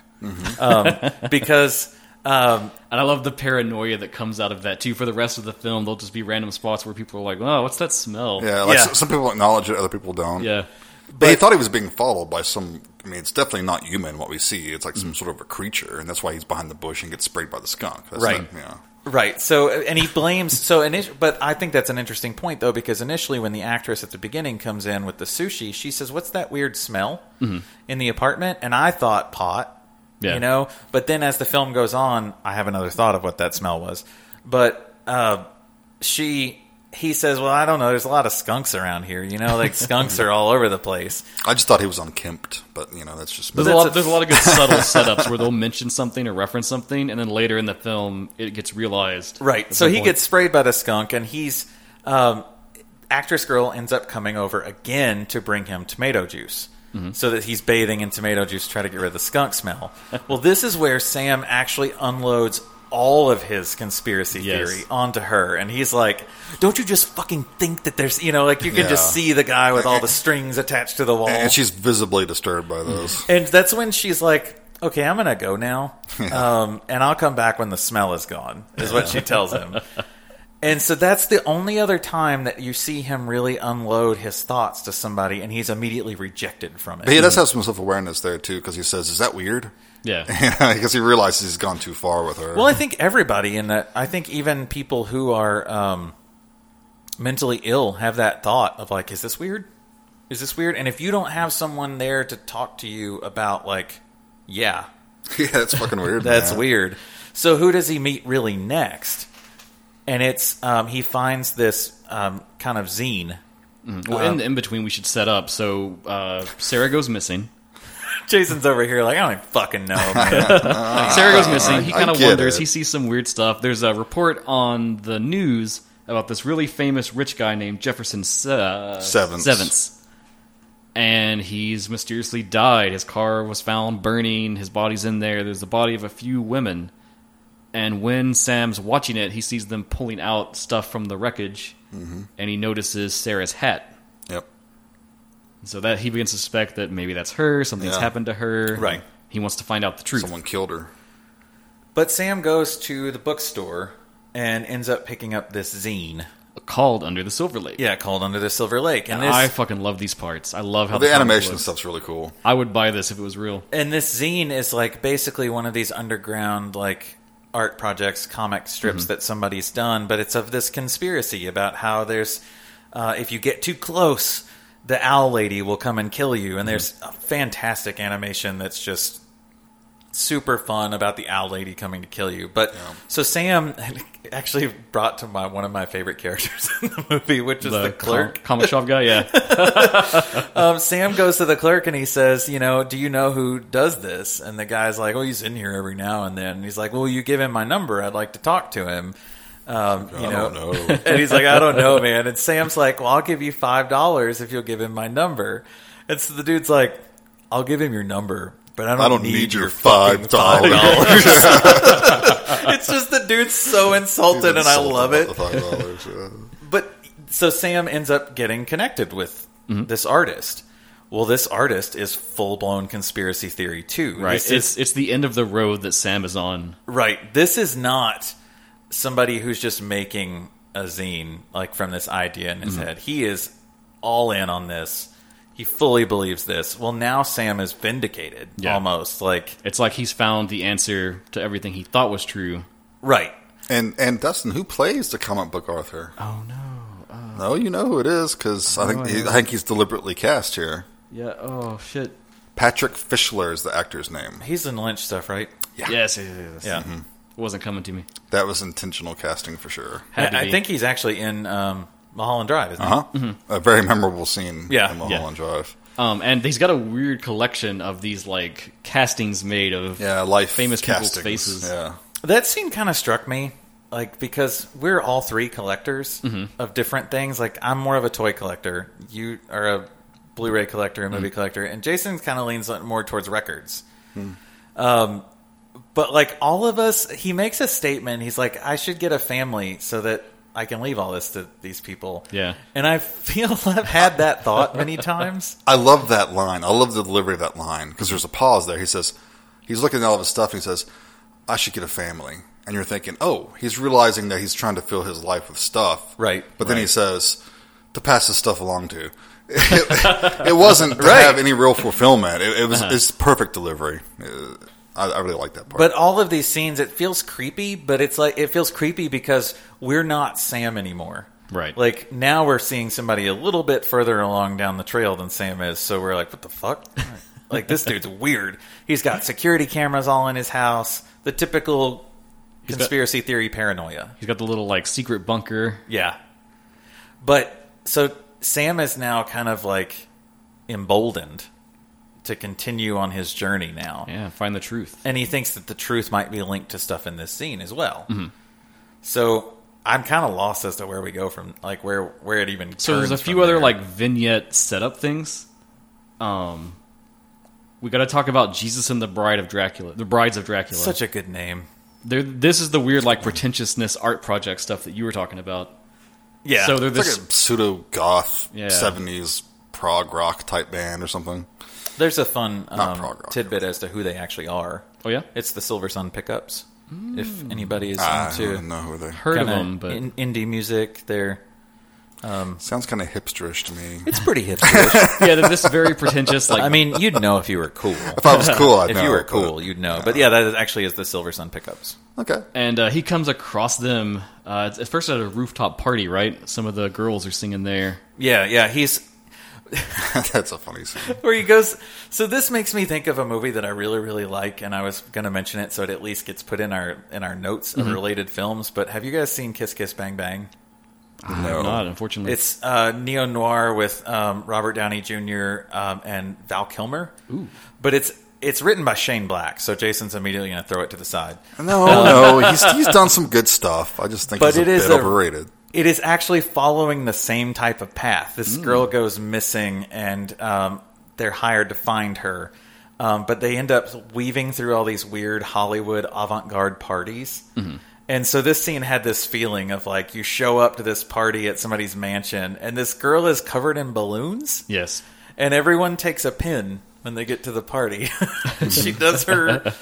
Speaker 2: Um, because um,
Speaker 1: And I love the paranoia that comes out of that too. For the rest of the film, there'll just be random spots where people are like, "Oh, what's that smell?"
Speaker 3: Yeah, like
Speaker 2: Yeah.
Speaker 3: s- some people acknowledge it, other people don't.
Speaker 1: yeah.
Speaker 3: But he thought he was being followed by some. I mean, it's definitely not human what we see. It's like some sort of a creature, and that's why he's behind the bush and gets sprayed by the skunk. That's
Speaker 2: Right.
Speaker 3: not- yeah.
Speaker 2: Right. So, and he blames. So, init- but I think that's an interesting point, though, because initially, when the actress at the beginning comes in with the sushi, she says, "What's that weird smell in the apartment?" And I thought pot.
Speaker 1: Yeah.
Speaker 2: You know. But then, as the film goes on, I have another thought of what that smell was. But uh, she, he says, "Well, I don't know. There's a lot of skunks around here. You know, like skunks are all over the place."
Speaker 3: I just thought he was unkempt, but you know, that's just me.
Speaker 1: There's a, lot,
Speaker 2: a-
Speaker 1: there's a lot of good subtle setups where they'll mention something or reference something, and then later in the film, it gets realized.
Speaker 2: Right.
Speaker 1: at
Speaker 2: So
Speaker 1: some
Speaker 2: he
Speaker 1: point.
Speaker 2: gets sprayed by the skunk, and he's um, actress girl ends up coming over again to bring him tomato juice.
Speaker 1: Mm-hmm.
Speaker 2: So that he's bathing in tomato juice, to try to get rid of the skunk smell. well, this is where Sam actually unloads all of his conspiracy
Speaker 1: Yes.
Speaker 2: theory onto her, and he's like, "Don't you just fucking think that there's you know like you can
Speaker 3: Yeah.
Speaker 2: just see the guy with all the strings attached to the wall."
Speaker 3: And she's visibly disturbed by those.
Speaker 2: And that's when she's like, "Okay, I'm gonna go now, um, and I'll come back when the smell is gone," is what she tells him. And so that's the only other time that you see him really unload his thoughts to somebody, and he's immediately rejected from it.
Speaker 3: But he does have some self awareness there too, because he says, "Is that weird?"
Speaker 1: Yeah.
Speaker 3: Because he realizes he's gone too far with her.
Speaker 2: Well, I think everybody in that. I think even people who are um, mentally ill have that thought of like, is this weird? Is this weird? And if you don't have someone there to talk to you about, like, yeah,
Speaker 3: yeah, that's fucking weird.
Speaker 2: that's
Speaker 3: man.
Speaker 2: weird. So who does he meet really next? And it's um, he finds this um, kind of zine.
Speaker 1: Well,
Speaker 2: um,
Speaker 1: in the in between, we should set up. So uh, Sarah goes missing.
Speaker 2: Jason's over here like I don't even fucking know. man."
Speaker 1: Sarah goes missing. He
Speaker 3: I
Speaker 1: kind of
Speaker 3: get
Speaker 1: wonders.
Speaker 3: it.
Speaker 1: He sees some weird stuff. There's a report on the news about this really famous rich guy named Jefferson Se-
Speaker 3: Sevens.
Speaker 1: Sevens. And he's mysteriously died. His car was found burning. His body's in there. There's the body of a few women. And when Sam's watching it, he sees them pulling out stuff from the wreckage, and he notices Sarah's hat.
Speaker 3: Mm-hmm. Yep.
Speaker 1: So that he begins to suspect that maybe that's her. Something's
Speaker 3: Yeah.
Speaker 1: happened to her.
Speaker 2: Right.
Speaker 1: He wants to find out the truth.
Speaker 3: Someone killed her.
Speaker 2: but Sam goes to the bookstore and ends up picking up this zine.
Speaker 1: Called under the Silver Lake.
Speaker 2: Yeah, called Under the Silver Lake, and this
Speaker 1: I fucking love these parts. I love how
Speaker 3: The
Speaker 1: comic
Speaker 3: animation
Speaker 1: looks.
Speaker 3: stuff's really cool.
Speaker 1: I would buy this if it was real.
Speaker 2: And this zine is like basically one of these underground like art projects, comic strips that somebody's done, but it's of this conspiracy about how there's uh, if you get too close, the owl lady will come and kill you. And there's a fantastic animation that's just super fun about the owl lady coming to kill you. But so Sam actually brought to my one of my favorite characters in the movie, which is the, clerk.
Speaker 1: com- comic shop guy. Yeah,
Speaker 2: Um, Sam goes to the clerk and he says, "You know, do you know who does this?" And the guy's like, "Oh, he's in here every now and then." And he's like, "Well, will you give him my number. I'd like to talk to him." Um, you
Speaker 3: I
Speaker 2: know,
Speaker 3: don't know.
Speaker 2: and he's like, "I don't know, man." And Sam's like, "Well, I'll give you five dollars if you'll give him my number." And so the dude's like, "I'll give him your number." But I don't,
Speaker 3: I don't
Speaker 2: need, your fucking
Speaker 3: five dollars.
Speaker 2: $5." it's just the dude's so insulted, and I love it. But so Sam ends up getting connected with this artist. Well, this artist is full blown conspiracy theory too.
Speaker 1: right.
Speaker 2: This
Speaker 1: It's,
Speaker 2: is-
Speaker 1: it's the end of the road that Sam is on.
Speaker 2: right. This is not somebody who's just making a zine like from this idea in his
Speaker 1: Mm-hmm.
Speaker 2: head. He is all in on this. He fully believes this. Well, now Sam is vindicated
Speaker 1: Yeah.
Speaker 2: almost like
Speaker 1: It's like he's found the answer to everything he thought was true.
Speaker 2: right.
Speaker 3: And and Dustin, who plays the comic book Arthur?
Speaker 1: Oh no.
Speaker 3: No, you know who it is because
Speaker 2: Oh,
Speaker 3: I think he, I think he's deliberately cast here.
Speaker 1: Yeah. Oh shit.
Speaker 3: Patrick Fischler is the actor's name.
Speaker 2: He's in Lynch stuff, right?
Speaker 1: Yes. yes, yes, yes.
Speaker 2: Yeah.
Speaker 1: It wasn't coming to me.
Speaker 3: That was intentional casting for sure.
Speaker 1: Had to
Speaker 2: I, I
Speaker 1: be.
Speaker 2: think he's actually in um, Mulholland Drive, isn't he?
Speaker 3: Huh? Uh-huh. A very memorable scene.
Speaker 2: Mm-hmm. Yeah,
Speaker 3: in
Speaker 1: yeah.
Speaker 3: Mulholland Drive.
Speaker 1: Um, and he's got a weird collection of these like castings made of.
Speaker 3: Yeah, life
Speaker 1: Famous people's
Speaker 3: castings.
Speaker 1: faces.
Speaker 3: Yeah,
Speaker 2: That scene kind of struck me, like because we're all three collectors of different things. Like I'm more of a toy collector, you are a Blu-ray collector, a movie collector, and Jason kind of leans more towards records. Um, but like all of us, he makes a statement. He's like, "I should get a family so that I can leave all this to these people."
Speaker 1: Yeah.
Speaker 2: and I feel I've had that thought many times.
Speaker 3: I love that line. I love the delivery of that line because there's a pause there. He says he's looking at all of his stuff. and He says, "I should get a family." And you're thinking, "Oh, he's realizing that he's trying to fill his life with stuff."
Speaker 2: Right,
Speaker 3: But then he
Speaker 2: right.
Speaker 3: says, "To pass his stuff along to." it, wasn't to have any real fulfillment. It, it was
Speaker 2: Uh-huh.
Speaker 3: it's perfect delivery. Uh, I, I really like that part.
Speaker 2: But all of these scenes, it feels creepy, but it's like it feels creepy because we're not Sam anymore.
Speaker 1: Right.
Speaker 2: Like now we're seeing somebody a little bit further along down the trail than Sam is, so we're like, what the fuck? like this dude's weird. He's got security cameras all in his house. The typical
Speaker 1: got-
Speaker 2: conspiracy theory paranoia.
Speaker 1: he's got the little like secret bunker.
Speaker 2: Yeah. But so Sam is now kind of like emboldened to continue on his journey now
Speaker 1: Yeah. Find the truth.
Speaker 2: and he thinks that the truth might be linked to stuff in this scene as well.
Speaker 1: Mm-hmm.
Speaker 2: So I'm kind of lost as to where we go from, like where where it even.
Speaker 1: So there's a
Speaker 2: turns
Speaker 1: few
Speaker 2: from
Speaker 1: other
Speaker 2: there.
Speaker 1: like vignette setup things. Um, we got to talk about Jesus and the Bride of Dracula, the Brides of Dracula.
Speaker 2: such a good name.
Speaker 1: They're, this is the weird, like pretentiousness art project stuff that you were talking about.
Speaker 2: Yeah.
Speaker 1: So
Speaker 2: So
Speaker 1: they're
Speaker 3: It's
Speaker 1: this.
Speaker 3: like a pseudo goth
Speaker 1: Yeah.
Speaker 3: 70s prog rock type band or something.
Speaker 2: there's a fun
Speaker 3: Not prog
Speaker 2: um,
Speaker 3: rock.
Speaker 2: tidbit as to who they actually are.
Speaker 1: oh yeah,
Speaker 2: It's the Silver Sun Pickups. If anybody is
Speaker 3: I
Speaker 2: into
Speaker 3: don't know who they
Speaker 1: heard of
Speaker 2: kinda
Speaker 1: them, but
Speaker 2: in- indie music, they're
Speaker 3: Sounds kind of hipsterish to me.
Speaker 2: it's pretty hipster.
Speaker 1: yeah, they're this very pretentious. Like
Speaker 2: I mean, you'd know if you were cool.
Speaker 3: If I was cool, I'd
Speaker 2: if
Speaker 3: know.
Speaker 2: you were
Speaker 3: but-
Speaker 2: cool, you'd know. But yeah, that is- actually is the Silver Sun Pickups.
Speaker 3: Okay.
Speaker 1: and uh, he comes across them uh, at first at a rooftop party, right? Some of the girls are singing there.
Speaker 2: Yeah, yeah, he's
Speaker 3: That's a funny scene.
Speaker 2: where he goes. So this makes me think of a movie that I really, really like, and I was going to mention it, so it at least gets put in our in our notes of related films. But have you guys seen Kiss Kiss Bang Bang?
Speaker 1: No, not unfortunately.
Speaker 2: Oh. It's uh, neo noir with um, Robert Downey Jr. Um, and Val Kilmer. But it's it's written by Shane Black, so Jason's immediately going to throw it to the side.
Speaker 3: No, no, he's, he's done some good stuff. I just think
Speaker 2: But
Speaker 3: he's
Speaker 2: it
Speaker 3: a
Speaker 2: is
Speaker 3: bit
Speaker 2: a-
Speaker 3: overrated.
Speaker 2: It is actually following the same type of path. This girl goes missing, and um, they're hired to find her. Um, but they end up weaving through all these weird Hollywood avant garde parties. And so this scene had this feeling of like you show up to this party at somebody's mansion, and this girl is covered in balloons.
Speaker 1: yes,
Speaker 2: and everyone takes a pin when they get to the party. she does her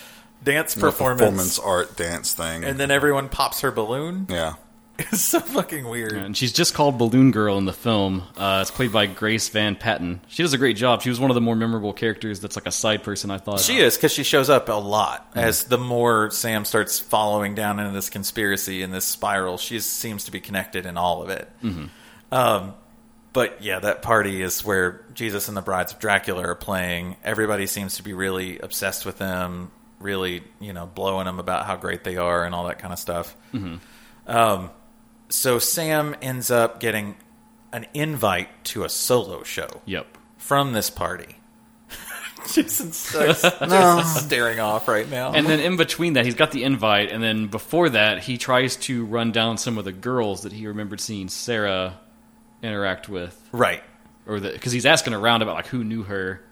Speaker 2: dance
Speaker 3: The
Speaker 2: performance,
Speaker 3: performance art dance thing.
Speaker 2: and then everyone pops her balloon.
Speaker 3: yeah.
Speaker 2: It's so fucking weird.
Speaker 1: and she's just called Balloon Girl in the film. Uh, it's played by Grace Van Patten. She does a great job. She was one of the more memorable characters. That's like a side person. I thought
Speaker 2: She is because she shows up a lot. As the more Sam starts following down into this conspiracy and this spiral, she seems to be connected in all of it. Um, but yeah, that party is where Jesus and the Brides of Dracula are playing. Everybody seems to be really obsessed with them, really you know blowing them about how great they are and all that kind of stuff. Um, so Sam ends up getting an invite to a solo show
Speaker 1: Yep.
Speaker 2: from this party. Jason Sucks just staring off right now.
Speaker 1: And then in between that, he's got the invite, and then before that, he tries to run down some of the girls that he remembered seeing Sarah interact with,
Speaker 2: right.
Speaker 1: or the because he's asking around about like who knew her.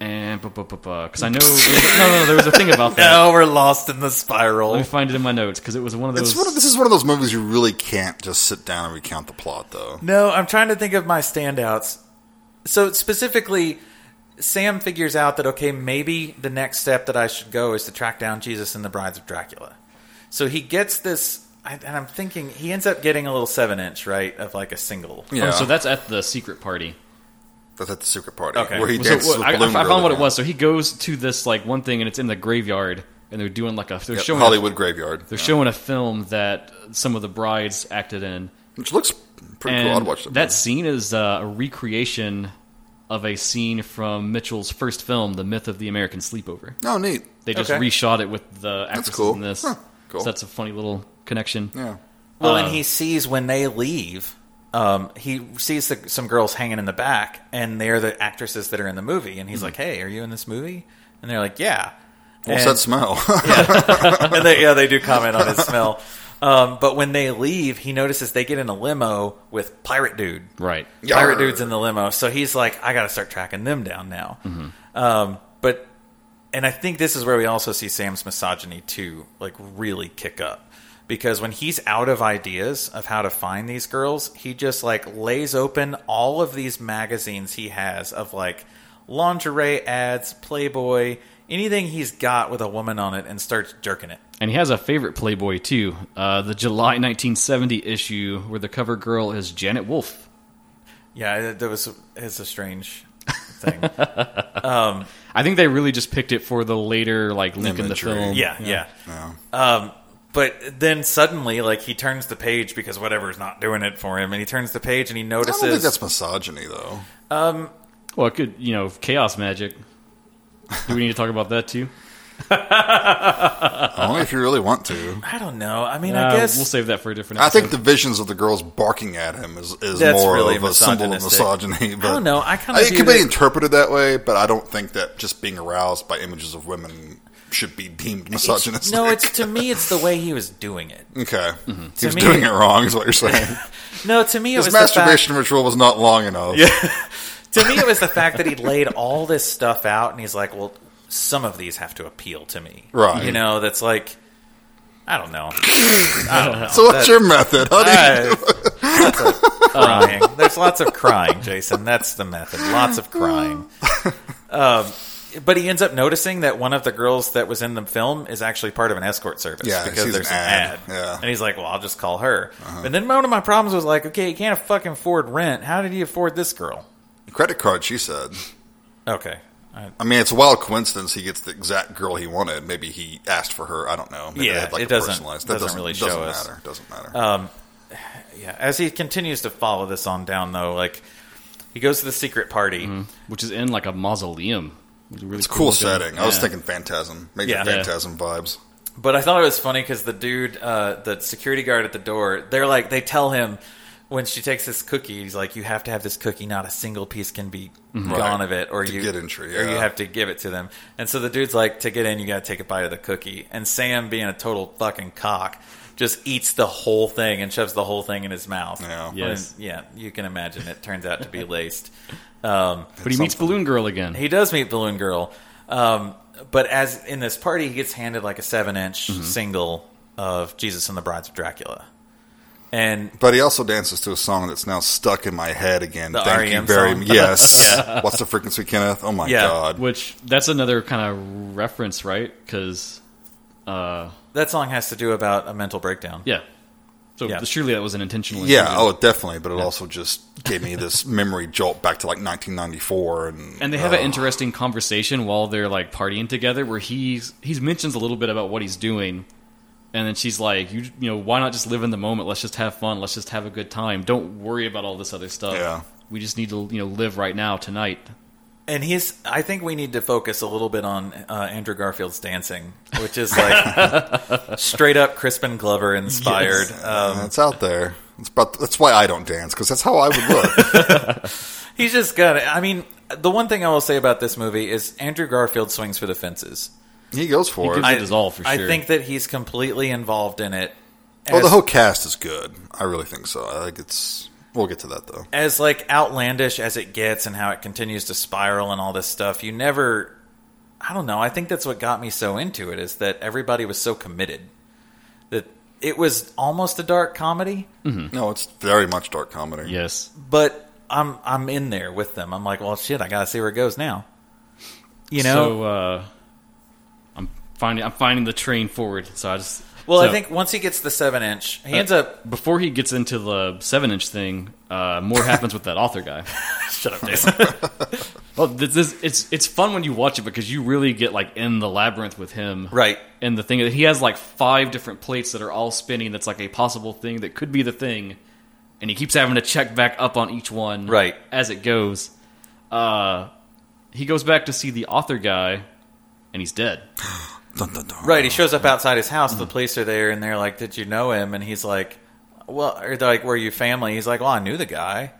Speaker 1: And because I know no, no no there was a thing about that.
Speaker 2: Now we're lost in the
Speaker 1: Let
Speaker 2: spiral.
Speaker 1: me find it in my notes because it was one of those.
Speaker 3: It's one of, this is one of those movies you really can't just sit down and recount the plot, though.
Speaker 2: No, I'm trying to think of my standouts. So specifically, Sam figures out that okay, maybe the next step that I should go is to track down Jesus and the Brides of Dracula. So he gets this, I- and I'm thinking he ends up getting a little seven inch, right, of like a single.
Speaker 1: Oh,
Speaker 3: Yeah,
Speaker 1: so that's at the secret party.
Speaker 3: that's at the secret party
Speaker 2: Okay.
Speaker 3: where he
Speaker 1: So
Speaker 3: dances
Speaker 1: what-
Speaker 3: with
Speaker 1: I, I
Speaker 3: balloon girl
Speaker 1: found what it
Speaker 3: again.
Speaker 1: was. So he goes to this like one thing, and it's in the graveyard, and they're doing like a they're
Speaker 3: Yep,
Speaker 1: showing a-
Speaker 3: Hollywood graveyard,
Speaker 1: they're showing a film that some of the brides acted in.
Speaker 3: which looks pretty cool. I'd
Speaker 1: and
Speaker 3: watch that.
Speaker 1: that scene is uh, a recreation of a scene from Mitchell's first film, The Myth of the American Sleepover.
Speaker 3: no, Oh, neat.
Speaker 1: They just
Speaker 2: Okay.
Speaker 1: reshot it with the actresses
Speaker 3: cool.
Speaker 1: in this.
Speaker 3: Huh, cool.
Speaker 1: So that's a funny little connection.
Speaker 3: Yeah,
Speaker 2: Well, and he sees when they leave, um, he sees the, some girls hanging in the back, and they're the actresses that are in the movie. And he's like, "Hey, are you in this movie?" And they're like, "Yeah."
Speaker 3: what's
Speaker 2: and,
Speaker 3: that smell?
Speaker 2: and they, yeah, they do comment on his smell. Um, but when they leave, he notices they get in a limo with pirate dude.
Speaker 1: Right.
Speaker 2: Pirate
Speaker 3: Yarr.
Speaker 2: dude's in the limo, so he's like, "I got to start tracking them down now." Um, but and I think this is where we also see Sam's misogyny too, like really kick up. Because when he's out of ideas of how to find these girls, he just like lays open all of these magazines he has of like lingerie ads, Playboy, anything he's got with a woman on it and starts jerking it.
Speaker 1: And he has a favorite Playboy, too. Uh, the July 1970 issue where the cover girl is Janet Wolf.
Speaker 2: Yeah, it- that was it's a strange thing.
Speaker 1: I think they really just picked it for the later, like, link in the
Speaker 3: Imagery.
Speaker 1: film.
Speaker 2: yeah, yeah.
Speaker 3: no.
Speaker 2: But then suddenly, like he turns the page because whatever's not doing it for him, and he turns the page and he
Speaker 3: I don't think
Speaker 2: notices
Speaker 3: that's misogyny, though.
Speaker 1: Well, it could, you know, chaos magic. Do we need to talk about that, too?
Speaker 3: Only if you really want to.
Speaker 2: I don't know. I mean,
Speaker 1: Uh,
Speaker 2: I guess
Speaker 1: we'll save that for a different
Speaker 3: I
Speaker 1: episode.
Speaker 3: think the visions of the girls barking at him is, is
Speaker 2: That's
Speaker 3: more
Speaker 2: really
Speaker 3: of a symbol of
Speaker 2: misogynistic.
Speaker 3: misogyny. But
Speaker 2: I don't know. I kinda
Speaker 3: it
Speaker 2: view
Speaker 3: could be
Speaker 2: that-
Speaker 3: interpreted that way, but I don't think that just being aroused by images of women should be deemed misogynistic.
Speaker 2: no. It's to me, it's the way he was doing it.
Speaker 3: okay. He
Speaker 2: To
Speaker 3: was
Speaker 2: me-
Speaker 3: doing it wrong, is what you're saying.
Speaker 2: No, to me, it
Speaker 3: His
Speaker 2: was the fact-
Speaker 3: masturbation ritual was not long enough. Yeah,
Speaker 2: to me, it was the fact that he laid all this stuff out, and he's like, "Well, some of these have to appeal to me.
Speaker 3: Right.
Speaker 2: You know, that's like, I don't know.
Speaker 3: So what's your method? How do you-
Speaker 2: I- lots of crying. There's lots of crying, Jason. That's the method. Lots of crying. Um, but he ends up noticing that one of the girls that was in the film is actually part of an escort service
Speaker 3: Yeah, he
Speaker 2: because
Speaker 3: sees
Speaker 2: there's an
Speaker 3: an
Speaker 2: ad.
Speaker 3: ad. Yeah.
Speaker 2: And he's like, "Well, I'll just call her." And then one of my problems was like, "Okay, you can't fucking afford rent. How did he afford this girl?"
Speaker 3: Credit card, she said.
Speaker 2: Okay, I,
Speaker 3: I mean, it's a wild coincidence he gets the exact girl he wanted. Maybe he asked for her. I don't know. Maybe
Speaker 2: Yeah, it
Speaker 3: a
Speaker 2: doesn't-
Speaker 3: personalized- That
Speaker 2: doesn't
Speaker 3: doesn't,
Speaker 2: really
Speaker 3: doesn't
Speaker 2: show us.
Speaker 3: matter. Doesn't matter.
Speaker 2: yeah. As he continues to follow this on down, though, like he goes to the secret party.
Speaker 1: which is in like a mausoleum. It's, a really
Speaker 3: it's a cool
Speaker 1: looking-
Speaker 3: setting. I was
Speaker 1: yeah.
Speaker 3: thinking Phantasm. Maybe
Speaker 2: Yeah.
Speaker 3: Phantasm vibes.
Speaker 2: But I thought it was funny because the dude, uh, the security guard at the door, they're like, they tell him when she takes this cookie, he's like, you have to have this cookie. Not a single piece can be gone
Speaker 3: Mm-hmm. Right.
Speaker 2: of it, or
Speaker 3: To
Speaker 2: you
Speaker 3: get entry,
Speaker 2: or you
Speaker 3: yeah.
Speaker 2: have to give it to them. And so the dude's like, to get in, you got to take a bite of the cookie. And Sam, being a total fucking cock, just eats the whole thing and shoves the whole thing in his mouth.
Speaker 3: Yeah.
Speaker 1: Yes.
Speaker 2: And, yeah. You can imagine it turns out to be laced. Um,
Speaker 1: But he meets Balloon Girl again.
Speaker 2: he does meet Balloon Girl, um, but as in this party, he gets handed like a seven-inch
Speaker 1: Mm-hmm.
Speaker 2: single of Jesus and the Brides of Dracula, and
Speaker 3: But he also dances to a song that's now stuck in my head again.
Speaker 2: The
Speaker 3: Thank
Speaker 2: R.E.M.
Speaker 3: you very
Speaker 2: song.
Speaker 3: much. Yes. What's the frequency, Kenneth? Oh my
Speaker 2: Yeah.
Speaker 3: god.
Speaker 1: Which that's another kind of reference, right? Because uh,
Speaker 2: that song has to do about a mental breakdown.
Speaker 1: yeah, so
Speaker 2: Yeah.
Speaker 1: surely that wasn't intentional.
Speaker 3: Yeah, oh, definitely. But it also just gave me this memory jolt back to like 1994, and uh,
Speaker 1: and they have an interesting conversation while they're like partying together, where he's he mentions a little bit about what he's doing, and then she's like, "You you know, why not just live in the moment? Let's just have fun. Let's just have a good time. Don't worry about all this other stuff.
Speaker 3: Yeah.
Speaker 1: We just need to you know live right now tonight."
Speaker 2: And he's, I think we need to focus a little bit on uh, Andrew Garfield's dancing, which is like straight up Crispin Glover inspired. Um,
Speaker 3: it's out there. It's about, that's why I don't dance because that's how I would look.
Speaker 2: He's just got it. I mean, the one thing I will say about this movie is Andrew Garfield swings for the fences.
Speaker 3: he goes for
Speaker 1: He
Speaker 3: it.
Speaker 1: gives- It is all for
Speaker 2: I
Speaker 1: sure.
Speaker 2: think that he's completely involved in it.
Speaker 3: Oh, the
Speaker 2: as-
Speaker 3: whole cast is good. I really think so. I think it's. We'll get to that though.
Speaker 2: as like outlandish as it gets and how it continues to spiral and all this stuff you never i don't know i think that's what got me so into it is that everybody was so committed that it was almost a dark comedy
Speaker 3: No, it's very much dark comedy.
Speaker 1: Yes.
Speaker 2: but i'm i'm in there with them i'm like well shit i gotta see where it goes now you know
Speaker 1: so uh, I'm finding I'm finding the train forward. So I just
Speaker 2: well i
Speaker 1: so uh,
Speaker 2: think once he gets the seven inch he ends up
Speaker 1: before he gets into the seven inch thing, uh, more happens with that author guy.
Speaker 2: shut up jason
Speaker 1: Well, this, this it's it's fun when you watch it because you really get like in the labyrinth with him,
Speaker 2: right
Speaker 1: And the thing that he has like five different plates that are all spinning. That's like a possible thing that could be the thing, and he keeps having to check back up on each one,
Speaker 2: Right.
Speaker 1: As it goes, uh, he goes back to see the author guy, and he's dead.
Speaker 3: Dun, dun, dun.
Speaker 2: Right, he shows up outside his house. The police are there, and they're like, "Did you know him?" And he's like, "Well," or they're like, "Were you family?" He's like, "Well, I knew the guy,"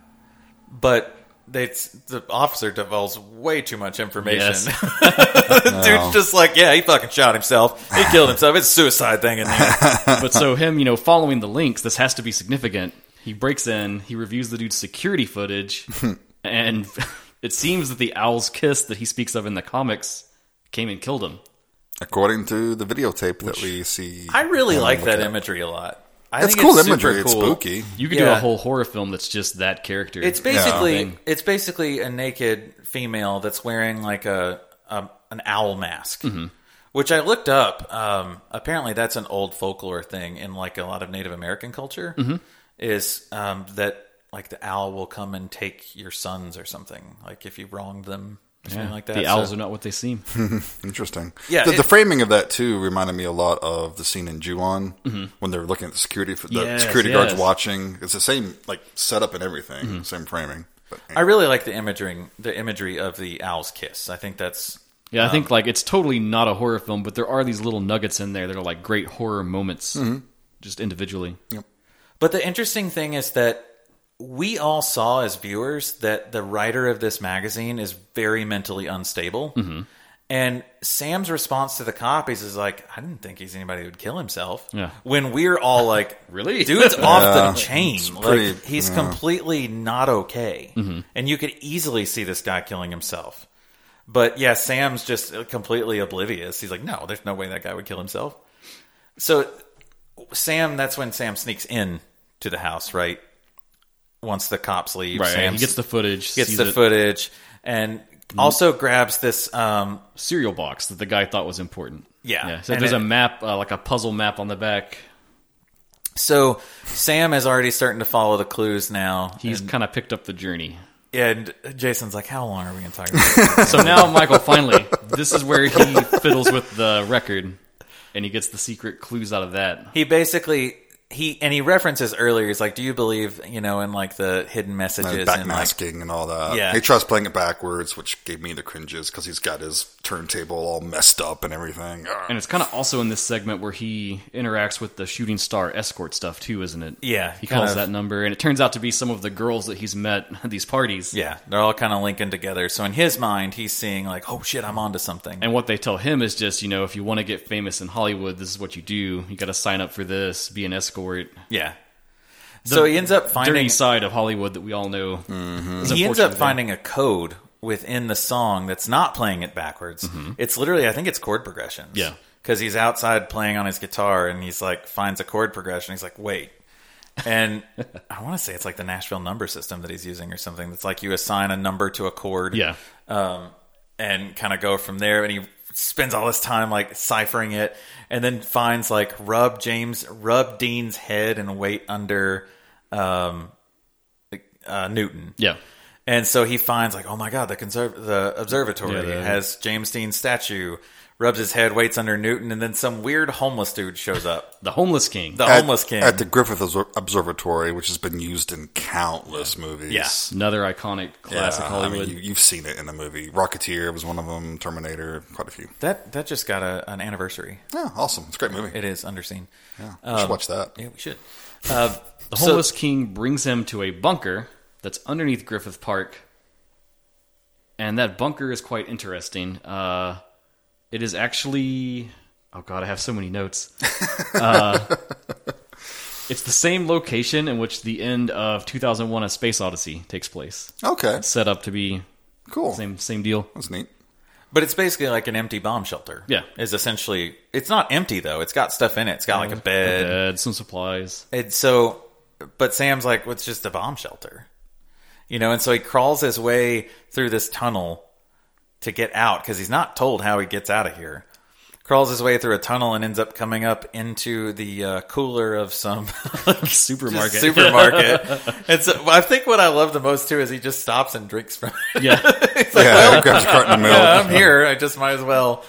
Speaker 2: but they, the officer divulges way too much information.
Speaker 1: Yes.
Speaker 2: the dude's just like, "Yeah, he fucking shot himself. He killed himself. It's a suicide thing." In there.
Speaker 1: but so him, you know, following the links, this has to be significant. He breaks in, he reviews the dude's security footage, and it seems that the owl's kiss that he speaks of in the comics came and killed him.
Speaker 3: According to the videotape that we see,
Speaker 2: I really
Speaker 3: Yeah,
Speaker 2: like
Speaker 3: look
Speaker 2: that
Speaker 3: at it.
Speaker 2: imagery a lot. I
Speaker 3: It's
Speaker 2: think
Speaker 3: cool
Speaker 2: it's
Speaker 3: imagery.
Speaker 2: Super
Speaker 3: It's
Speaker 2: cool.
Speaker 3: spooky.
Speaker 1: You could do
Speaker 2: Yeah.
Speaker 1: a whole horror film that's just that character.
Speaker 2: It's basically
Speaker 1: Yeah.
Speaker 2: it's basically a naked female that's wearing like a, a an owl mask,
Speaker 1: Mm-hmm.
Speaker 2: which I looked up. Um, apparently, that's an old folklore thing in like a lot of Native American culture.
Speaker 1: Mm-hmm.
Speaker 2: Is um, that like the owl will come and take your sons or something? Like if you wronged them, or something
Speaker 1: Yeah.
Speaker 2: like that.
Speaker 1: The
Speaker 2: So-
Speaker 1: owls are not what they seem.
Speaker 3: Interesting.
Speaker 2: Yeah,
Speaker 3: The, the
Speaker 2: it-
Speaker 3: framing of that too reminded me a lot of the scene in Julon
Speaker 2: Mm-hmm.
Speaker 3: when they're looking at the security. The
Speaker 1: Yes,
Speaker 3: security guards
Speaker 1: yes.
Speaker 3: watching. It's the same like setup and everything. Same framing. But,
Speaker 2: Mm-hmm. I really like the imaging, the imagery of the owl's kiss. I think that's
Speaker 1: Yeah, I
Speaker 2: Um,
Speaker 1: think like it's totally not a horror film, but there are these little nuggets in there that are like great horror moments, just individually.
Speaker 2: But the interesting thing is that we all saw as viewers that the writer of this magazine is very mentally unstable. And Sam's response to the copies is like, I didn't think he's anybody who would kill himself.
Speaker 1: Yeah.
Speaker 2: When we're all like,
Speaker 1: Really?
Speaker 2: Dude's off the
Speaker 3: Yeah.
Speaker 2: chain.
Speaker 3: It's
Speaker 2: Like,
Speaker 3: pretty-
Speaker 2: he's
Speaker 1: Mm-hmm.
Speaker 2: completely not okay. And you could easily see this guy killing himself. But yeah, Sam's just completely oblivious. He's like, no, there's no way that guy would kill himself. So Sam, that's when Sam sneaks in to the house, right? Once the cops leave,
Speaker 1: Right.
Speaker 2: Sam
Speaker 1: he gets the footage.
Speaker 2: gets
Speaker 1: sees
Speaker 2: the
Speaker 1: it. Mm-hmm.
Speaker 2: footage and also grabs this. Um,
Speaker 1: cereal box that the guy thought was important.
Speaker 2: Yeah.
Speaker 1: So
Speaker 2: And
Speaker 1: there's
Speaker 2: it-
Speaker 1: a map, uh, like a puzzle map on the back.
Speaker 2: so Sam is already starting to follow the clues now.
Speaker 1: He's kind of picked up the journey.
Speaker 2: and Jason's like, how long are we going to talk about this?
Speaker 1: So now, Michael, finally, this is where he fiddles with the record and he gets the secret clues out of that.
Speaker 2: he basically. He and he references earlier. He's like, "Do you believe you know in like the hidden messages?"
Speaker 3: backmasking
Speaker 2: and like,
Speaker 3: and all that.
Speaker 2: Yeah.
Speaker 3: He tries playing it backwards, which gave me the cringes because he's got his turntable all messed up and everything. Ugh.
Speaker 1: And it's kind of also in this segment where he interacts with the shooting star escort stuff, too, isn't it?
Speaker 2: Yeah,
Speaker 1: He
Speaker 2: kind
Speaker 1: calls
Speaker 2: of.
Speaker 1: that number, and it turns out to be some of the girls that he's met at these parties.
Speaker 2: yeah, they're all kind of linking together. So in his mind, he's seeing like, "Oh shit, I'm onto something."
Speaker 1: And what they tell him is just, you know, if you want to get famous in Hollywood, this is what you do. You got to sign up for this, be an escort.
Speaker 2: Yeah. so he ends up
Speaker 1: Dirty
Speaker 2: finding Mm-hmm.
Speaker 1: side of Hollywood that we all know. is
Speaker 2: he ends
Speaker 1: unfortunate
Speaker 2: up
Speaker 1: thing.
Speaker 2: finding a code within the song that's not playing it backwards. It's literally I think it's chord progressions.
Speaker 1: Mm-hmm. Yeah.
Speaker 2: Cuz he's outside playing on his guitar and he's like finds a chord progression. He's like, "Wait." And I want to say it's like the Nashville number system that he's using or something. That's like you assign a number to a chord.
Speaker 1: Yeah.
Speaker 2: um, and kind of go from there. And he spends all his time like ciphering it, and then finds like rub James, rub Dean's head and wait under um, uh, Newton.
Speaker 1: Yeah.
Speaker 2: And so he finds like, oh my god, the conserv- the observatory
Speaker 1: Yeah, the-
Speaker 2: has James Dean's statue. Rubs his head, waits under Newton, and then some weird homeless dude shows up.
Speaker 1: The homeless king.
Speaker 2: The
Speaker 3: at,
Speaker 2: homeless king.
Speaker 3: at the Griffith Obser- Observatory, which has been used in countless movies.
Speaker 2: Yeah.
Speaker 1: Another iconic classic
Speaker 3: Yeah, I
Speaker 1: Hollywood.
Speaker 3: mean, you, you've seen it in the movie. Rocketeer was one of them. Terminator, quite a few.
Speaker 2: that that just got a, an anniversary.
Speaker 3: Yeah, awesome. It's a great movie.
Speaker 2: It um, is underseen.
Speaker 3: yeah, you should watch that.
Speaker 2: Yeah, we should. Uh,
Speaker 1: the
Speaker 2: so-
Speaker 1: homeless king brings him to a bunker that's underneath Griffith Park. And that bunker is quite interesting. Uh, it is actually. Oh, God, I have so many notes. uh, it's the same location in which the end of 2001 A Space Odyssey takes place.
Speaker 3: Okay,
Speaker 1: Set up to be
Speaker 3: cool.
Speaker 1: same same deal.
Speaker 3: That's neat.
Speaker 2: But it's basically like an empty bomb shelter.
Speaker 1: Yeah.
Speaker 2: Is essentially it's not empty though. It's got stuff in it. It's got like a bed.
Speaker 1: Bed, some supplies.
Speaker 2: And so but Sam's like, "What's just a bomb shelter?" You know, and so he crawls his way through this tunnel to get out cuz he's not told how he gets out of here. Crawls his way through a tunnel and ends up coming up into the uh, cooler of some
Speaker 1: Supermarket.
Speaker 2: supermarket. and so I think what I love the most too is he just stops and drinks from it.
Speaker 1: yeah.
Speaker 3: Yeah, he grabs a carton of milk.
Speaker 2: Yeah, I'm here. I just might as well.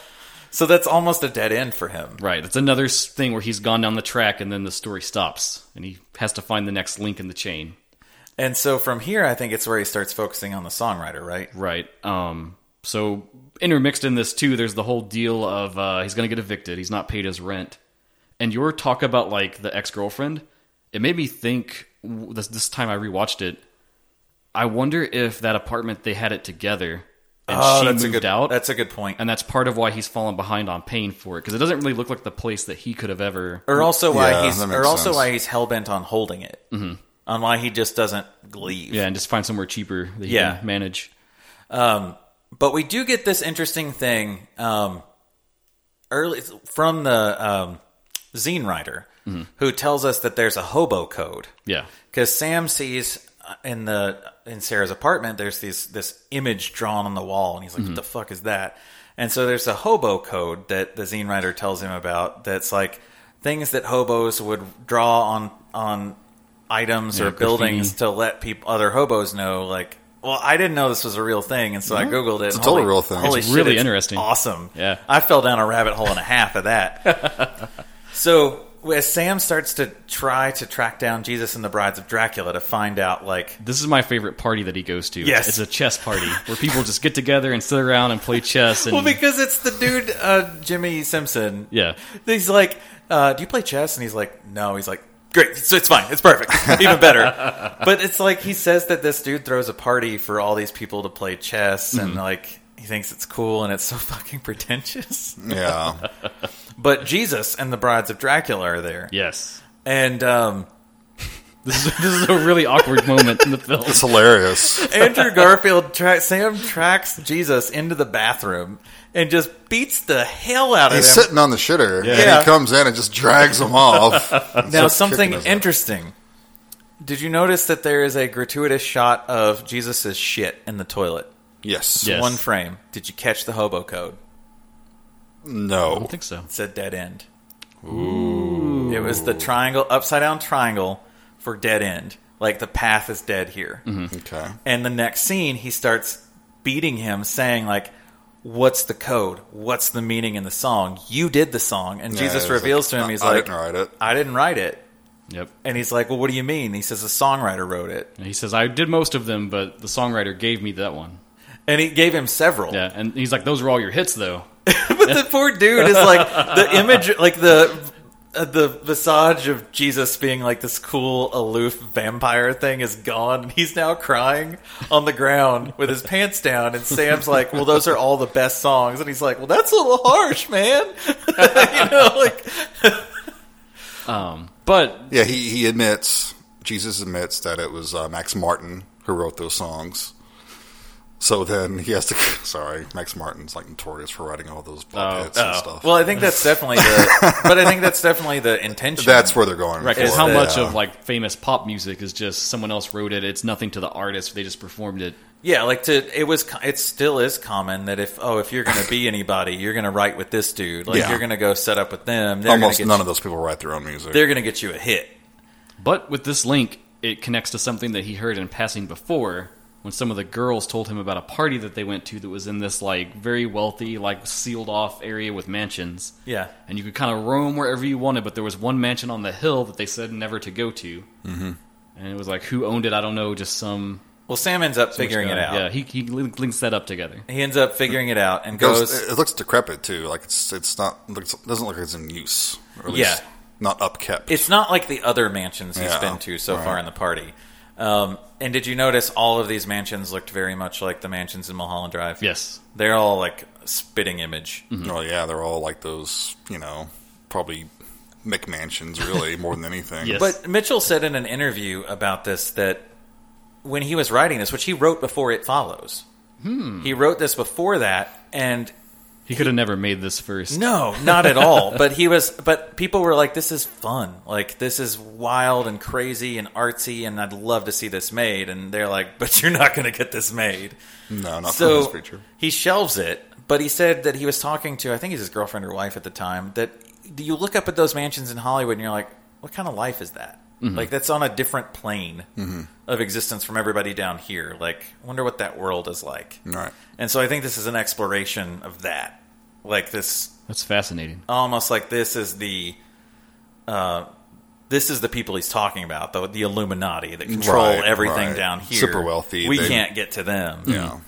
Speaker 2: So that's almost a dead end for him.
Speaker 1: Right. That's another s- thing where he's gone down the track and then the story stops and he has to find the next link in the chain.
Speaker 2: And so from here, I think it's where he starts focusing on the songwriter, right?
Speaker 1: Right. Um, so intermixed in this too, there's the whole deal of uh, he's going to get evicted. He's not paid his rent. And your talk about like the ex girlfriend, it made me think w- this, this time I rewatched it. I wonder if that apartment they had it together and she
Speaker 2: Ah, Oh, that's
Speaker 1: moved
Speaker 2: a good,
Speaker 1: out.
Speaker 2: That's a good point.
Speaker 1: and that's part of why he's fallen behind on paying for it because it doesn't really look like the place that he could have ever.
Speaker 2: or also why
Speaker 3: Mm, Yeah,
Speaker 2: he's
Speaker 3: that makes
Speaker 2: or also
Speaker 3: sense.
Speaker 2: why he's hell bent on holding it, mm-hmm. on why he just doesn't leave.
Speaker 1: Yeah, and just find somewhere cheaper that he
Speaker 2: Yeah.
Speaker 1: can manage.
Speaker 2: But we do get this interesting thing um, early from the um, zine writer
Speaker 3: Mm-hmm.
Speaker 2: who tells us that there's a hobo code.
Speaker 1: Yeah.
Speaker 2: because Sam sees uh, in the in Sarah's apartment there's these this image drawn on the wall, and he's like, "What the
Speaker 1: Mm-hmm.
Speaker 2: fuck is that?" And so there's a hobo code that the zine writer tells him about. That's like things that hobos would draw on on items or
Speaker 1: Yeah, graffiti.
Speaker 2: buildings to let people other hobos know, like. Well, I didn't know this was a real thing, and so I googled it. It's
Speaker 3: a totally real thing.
Speaker 2: Holy
Speaker 1: It's
Speaker 2: shit,
Speaker 1: really interesting.
Speaker 2: awesome.
Speaker 1: Yeah.
Speaker 2: I fell down a rabbit hole and a half of that. So as Sam starts to try to track down Jesus and the Brides of Dracula to find out, like,
Speaker 1: This is my favorite party that he goes to.
Speaker 2: Yes.
Speaker 1: It's a chess party where people just get together and sit around and play chess. And,
Speaker 2: well, because it's the dude uh, Jimmy Simpson.
Speaker 1: yeah.
Speaker 2: he's like, uh, "Do you play chess?" And he's like, "No." He's like, "Great, so it's fine, it's perfect, even better." but it's like he says that this dude throws a party for all these people to play chess, and like he thinks it's cool, and it's so fucking pretentious.
Speaker 3: Yeah,
Speaker 2: but Jesus and the Brides of Dracula are there.
Speaker 1: Yes.
Speaker 2: And um,
Speaker 1: This is, this is a really awkward moment in the film.
Speaker 3: It's hilarious.
Speaker 2: Andrew Garfield tra- Sam tracks Jesus into the bathroom and just beats the hell out of
Speaker 3: He's
Speaker 2: him.
Speaker 3: sitting on the shitter, and
Speaker 2: Yeah.
Speaker 3: he comes in and just drags him off.
Speaker 2: now
Speaker 3: Starts kicking
Speaker 2: something
Speaker 3: his ass.
Speaker 2: interesting. Did you notice that there is a gratuitous shot of Jesus' shit in the toilet?
Speaker 3: Yes.
Speaker 1: Yeah. Yes.
Speaker 2: One frame. Did you catch the hobo code?
Speaker 1: I
Speaker 3: No.
Speaker 1: don't think so.
Speaker 2: It's a dead end. Ooh. It was the triangle, upside down triangle for dead end. Like the path is dead here.
Speaker 3: Okay.
Speaker 2: And the next scene, he starts beating him, saying like, "What's the code? What's the meaning in the song? You did the song." And
Speaker 3: Yeah,
Speaker 2: Jesus
Speaker 3: it's
Speaker 2: reveals
Speaker 3: like,
Speaker 2: to him, he's
Speaker 3: "I
Speaker 2: like,
Speaker 3: didn't write it."
Speaker 2: I didn't write it."
Speaker 1: Yep.
Speaker 2: And he's like, "Well, what do you mean?" He says, "A songwriter wrote it."
Speaker 1: And he says, I did most of them, but the songwriter gave me that one.
Speaker 2: And he gave him several.
Speaker 1: Yeah, and he's like, those were all your hits, though.
Speaker 2: but the poor dude is like the image, like the uh, the visage of Jesus being like this cool aloof vampire thing is gone, and he's now crying on the ground with his pants down. And Sam's like, "Well, those are all the best songs," and he's like, "Well, that's a little harsh, man." you know, like
Speaker 1: Um, but
Speaker 3: Yeah, he, he admits, Jesus admits that it was uh, Max Martin who wrote those songs. So then he has to. Sorry, Max Martin's like notorious for writing all those blood hits and stuff.
Speaker 2: Oh, well, I think that's definitely the, but I think that's definitely the intention.
Speaker 3: that's where they're going.
Speaker 1: right,
Speaker 3: for
Speaker 1: because
Speaker 3: it,
Speaker 1: how
Speaker 3: yeah.
Speaker 1: much of like famous pop music is just someone else wrote it? It's nothing to the artist; they just performed it.
Speaker 2: Yeah, like to it was co- it still is common that if oh if you're going to be anybody you're going to write with this dude like
Speaker 3: Yeah.
Speaker 2: you're going to go set up with them they're
Speaker 3: almost
Speaker 2: gonna get
Speaker 3: none
Speaker 2: you-
Speaker 3: of those people write their own music?
Speaker 2: they're going to get you a hit
Speaker 1: But with this link, it connects to something that he heard in passing before, when some of the girls told him about a party that they went to that was in this like very wealthy, like sealed off area with mansions.
Speaker 2: yeah
Speaker 1: and you could kind of roam wherever you wanted. But there was one mansion on the hill that they said never to go to, mm-hmm. and it was like who owned it? I don't know, just some
Speaker 2: well Sam ends up figuring it out
Speaker 1: Yeah, he he lin- links that up together.
Speaker 2: he ends up figuring it out and
Speaker 3: It goes-
Speaker 2: goes
Speaker 3: it looks decrepit too. Like it's it's not it looks, it doesn't look like it's in use. Or at
Speaker 2: Yeah.
Speaker 3: least not upkept.
Speaker 2: it's not like the other mansions he's
Speaker 3: Yeah,
Speaker 2: been to so
Speaker 3: right.
Speaker 2: far in the party um, and did you notice all of these mansions looked very much like the mansions in Mulholland Drive
Speaker 1: Yes,
Speaker 2: they're all like spitting image
Speaker 3: Oh yeah, they're all like those. You know, probably McMansions really more than anything.
Speaker 1: Yes.
Speaker 2: But Mitchell said in an interview about this that when he was writing this, which he wrote before It Follows, he wrote this before that, and
Speaker 1: Hmm. he could have never made this first.
Speaker 2: no, not at all. But he was, but people were like, "This is fun. Like this is wild and crazy and artsy, and I'd love to see this made." And they're like, "But you're not going to get this made."
Speaker 3: No, not from this
Speaker 2: so
Speaker 3: creature.
Speaker 2: he shelves it, but he said that he was talking to, I think, it's his girlfriend or wife at the time. That you look up at those mansions in Hollywood and you're like, what kind of life is that? Like that's on a different plane of existence from everybody down here. Like, I wonder what that world is like.
Speaker 3: Right.
Speaker 2: And so I think this is an exploration of that. Like this,
Speaker 1: That's fascinating.
Speaker 2: almost like this is the. Uh, this is the people he's talking about, the, the Illuminati that control
Speaker 3: Right,
Speaker 2: everything
Speaker 3: right.
Speaker 2: down here.
Speaker 3: Super wealthy,
Speaker 2: We
Speaker 3: they-
Speaker 2: can't get to them.
Speaker 3: Yeah.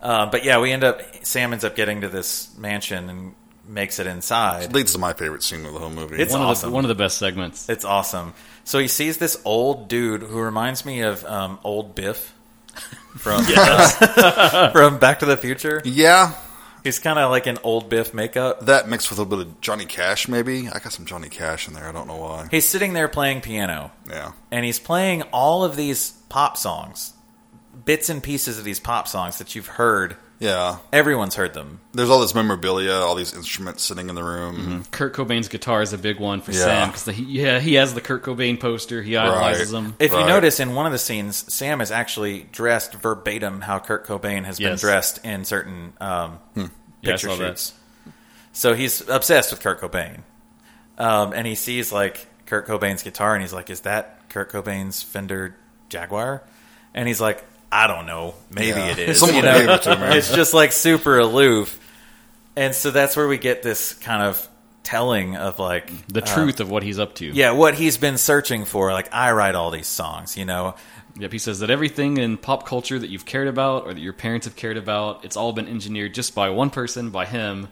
Speaker 2: Uh, but yeah, we end up. Sam ends up getting to this mansion and makes it inside.
Speaker 3: Leads to my favorite scene of the whole movie.
Speaker 2: It's
Speaker 1: one
Speaker 2: awesome.
Speaker 1: of the, one of the best segments.
Speaker 2: It's awesome. So he sees this old dude who reminds me of um, old Biff from from Back to the Future.
Speaker 3: yeah,
Speaker 2: He's kind of like an old Biff makeup.
Speaker 3: that mixed with a little bit of Johnny Cash, maybe. I got some Johnny Cash in there. I don't know why.
Speaker 2: He's sitting there playing piano,
Speaker 3: Yeah.
Speaker 2: and he's playing all of these pop songs, bits and pieces of these pop songs that you've heard.
Speaker 3: Yeah.
Speaker 2: Everyone's heard them.
Speaker 3: There's all this memorabilia, all these instruments sitting in the room.
Speaker 1: Kurt Cobain's guitar is a big one for
Speaker 3: Yeah.
Speaker 1: Sam 'cause Sam because yeah, he has the Kurt Cobain poster. He idolizes
Speaker 3: Right.
Speaker 1: him.
Speaker 2: If you
Speaker 3: Right.
Speaker 2: notice in one of the scenes, Sam is actually dressed verbatim how Kurt Cobain has been
Speaker 1: Yes.
Speaker 2: dressed in certain um,
Speaker 1: Hmm. Yeah, I
Speaker 2: picture
Speaker 1: saw that.
Speaker 2: shoots. So he's obsessed with Kurt Cobain, um, and he sees like Kurt Cobain's guitar, and he's like, "Is that Kurt Cobain's Fender Jaguar?" And he's like, "I don't know. Maybe
Speaker 3: Yeah.
Speaker 2: it is."
Speaker 3: Someone
Speaker 2: you know?
Speaker 3: gave it to him, man.
Speaker 2: It's just like super aloof, and so that's where we get this kind of telling of like
Speaker 1: The truth of what he's up to.
Speaker 2: yeah, what he's been searching for. Like, I write all these songs, you know?
Speaker 1: Yep, he says that everything in pop culture that you've cared about or that your parents have cared about, it's all been engineered just by one person, by him,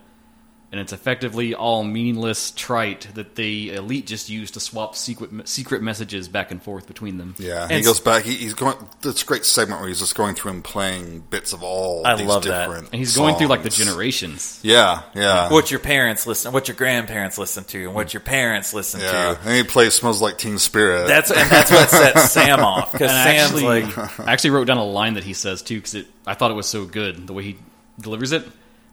Speaker 1: and it's effectively all meaningless trite that the elite just use to swap secret secret messages back and forth between them.
Speaker 3: Yeah,
Speaker 1: And
Speaker 3: he
Speaker 1: it's-
Speaker 3: goes back. He, he's going. This great segment where he's just going through and playing bits of all.
Speaker 2: I
Speaker 3: these
Speaker 2: love that.
Speaker 3: different
Speaker 1: and he's going through like the
Speaker 3: songs.
Speaker 1: generations.
Speaker 3: Yeah, yeah,
Speaker 2: What your parents listen, what your grandparents listen to, and what your parents listen
Speaker 3: yeah.
Speaker 2: to.
Speaker 3: And he plays "Smells Like Teen Spirit."
Speaker 2: That's and that's what sets Sam off because
Speaker 1: And I
Speaker 2: Sam's
Speaker 1: actually,
Speaker 2: like
Speaker 1: I actually wrote down a line that he says too because I thought it was so good the way he delivers it.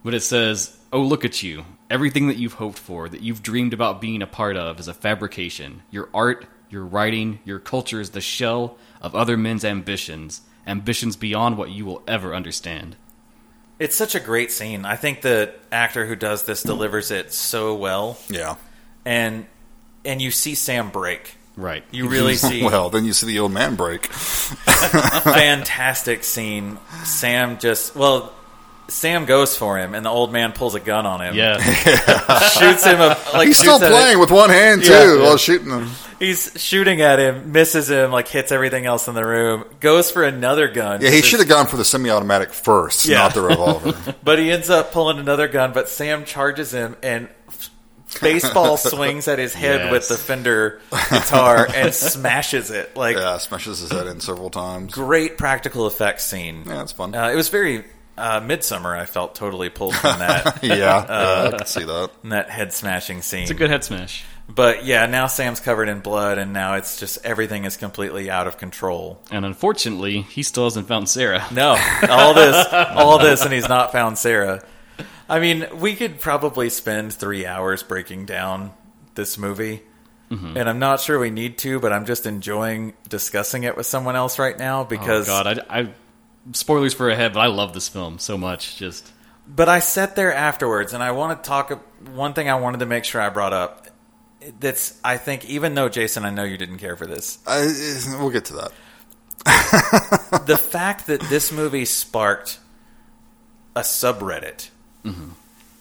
Speaker 1: But it says, "Oh, look at you! Everything that you've hoped for, that you've dreamed about being a part of, is a fabrication. Your art, your writing, your culture is the shell of other men's ambitions, ambitions beyond what you will ever understand."
Speaker 2: it's such a great scene. I think the actor who does this delivers it so well,
Speaker 3: yeah.
Speaker 2: and and you see Sam break.
Speaker 1: Right.
Speaker 2: You really see
Speaker 3: Well, then you see the old man break.
Speaker 2: fantastic scene. Sam just well, Sam goes for him, and the old man pulls a gun on him.
Speaker 1: Yeah.
Speaker 2: shoots him. Up, like
Speaker 3: He's
Speaker 2: shoots
Speaker 3: still
Speaker 2: at
Speaker 3: playing with one hand too
Speaker 2: Yeah, yeah.
Speaker 3: while shooting him.
Speaker 2: it. He's shooting at him, misses him, like hits everything else in the room. Goes for another gun.
Speaker 3: Yeah, he should have gone for the semi-automatic first,
Speaker 2: Yeah.
Speaker 3: not the revolver.
Speaker 2: But he ends up pulling another gun. But Sam charges him and. Baseball swings at his head with
Speaker 1: Yes.
Speaker 2: the Fender guitar and smashes it. Like
Speaker 3: yeah, smashes his head in several times.
Speaker 2: great practical effects scene.
Speaker 3: Yeah, it's fun.
Speaker 2: Uh, it was very uh, Midsummer. I felt totally pulled from that
Speaker 3: yeah,
Speaker 2: uh,
Speaker 3: yeah, I can see that.
Speaker 2: that head smashing scene.
Speaker 1: It's a good head smash.
Speaker 2: But yeah, now Sam's covered in blood, and now it's just everything is completely out of control.
Speaker 1: And unfortunately, he still hasn't found Sarah.
Speaker 2: No, all this, all this, and he's not found Sarah. I mean, we could probably spend three hours breaking down this movie,
Speaker 1: Mm-hmm.
Speaker 2: and I'm not sure we need to, but I'm just enjoying discussing it with someone else right now
Speaker 1: Oh
Speaker 2: because.
Speaker 1: God, I, I spoilers for ahead, but I love this film so much. Just
Speaker 2: But I sat there afterwards, and I want to talk. One thing I wanted to make sure I brought up. That's I think even though Jason, I know you didn't care for this,
Speaker 3: I, we'll get to that.
Speaker 2: the fact that this movie sparked a subreddit
Speaker 1: Mm-hmm.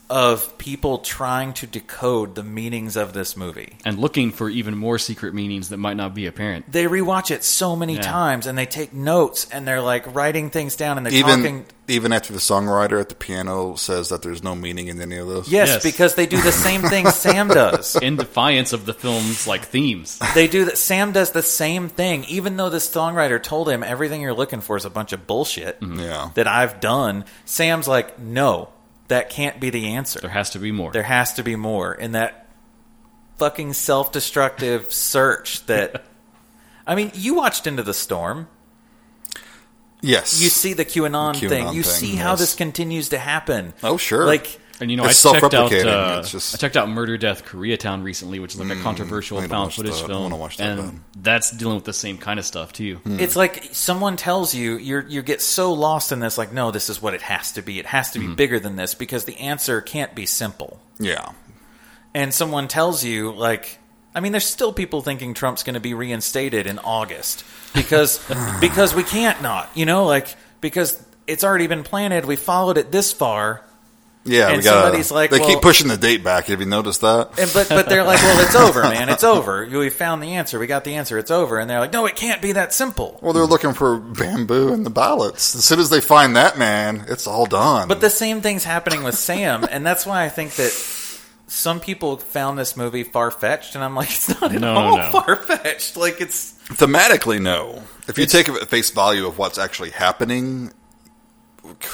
Speaker 2: of people trying to decode the meanings of this movie.
Speaker 1: and looking for even more secret meanings that might not be apparent.
Speaker 2: They rewatch it so many
Speaker 1: Yeah.
Speaker 2: times and they take notes and they're like writing things down and they're
Speaker 3: Even
Speaker 2: talking.
Speaker 3: even after the songwriter at the piano says that there's no meaning in any of those.
Speaker 2: Yes,
Speaker 1: Yes.
Speaker 2: because they do the same thing Sam does.
Speaker 1: In defiance of the film's like themes,
Speaker 2: They do that. Sam does the same thing, even though this songwriter told him everything you're looking for is a bunch of bullshit
Speaker 3: Mm-hmm. Yeah.
Speaker 2: that I've done. Sam's like, no, that can't be the answer.
Speaker 1: there has to be more.
Speaker 2: there has to be more in that fucking self-destructive search that i mean you watched into the storm
Speaker 3: Yes.
Speaker 2: you see the qanon,
Speaker 3: QAnon
Speaker 2: thing you
Speaker 3: thing,
Speaker 2: see how
Speaker 3: yes.
Speaker 2: this continues to happen
Speaker 3: Oh, sure.
Speaker 2: like
Speaker 1: And you know,
Speaker 3: It's
Speaker 1: I checked out.
Speaker 3: self-replicating.
Speaker 1: Uh,
Speaker 3: It's just- Hmm,
Speaker 1: I checked out Murder Death Koreatown recently, which is like a controversial
Speaker 3: I need to
Speaker 1: found
Speaker 3: watch
Speaker 1: footage
Speaker 3: that. I
Speaker 1: film,
Speaker 3: wanna watch that
Speaker 1: and
Speaker 3: then. Hmm.
Speaker 1: that's dealing with the same kind of stuff too.
Speaker 2: it's like someone tells you you you get so lost in this like no this is what it has to be it has to
Speaker 3: Hmm.
Speaker 2: be bigger than this because the answer can't be simple
Speaker 3: yeah.
Speaker 2: and someone tells you like I mean there's still people thinking Trump's going to be reinstated in August because because we can't not, you know, like because it's already been planted, we followed it this far.
Speaker 3: Yeah,
Speaker 2: And
Speaker 3: we got.
Speaker 2: somebody's like,
Speaker 3: they
Speaker 2: well-
Speaker 3: keep pushing the date back. Have you noticed that?
Speaker 2: And but but they're like, "Well, it's over, man. It's over. We found the answer. We got the answer. It's over." And they're like, "No, it can't be that simple."
Speaker 3: Well, they're looking for bamboo in the ballots. As soon as they find that man, it's all done.
Speaker 2: But the same thing's happening with Sam, and that's why I think that some people found this movie far-fetched and I'm like, "It's not at
Speaker 1: No, no,
Speaker 2: all
Speaker 1: no.
Speaker 2: far-fetched." Like it's
Speaker 3: thematically, no. If you take it at face value of what's actually happening,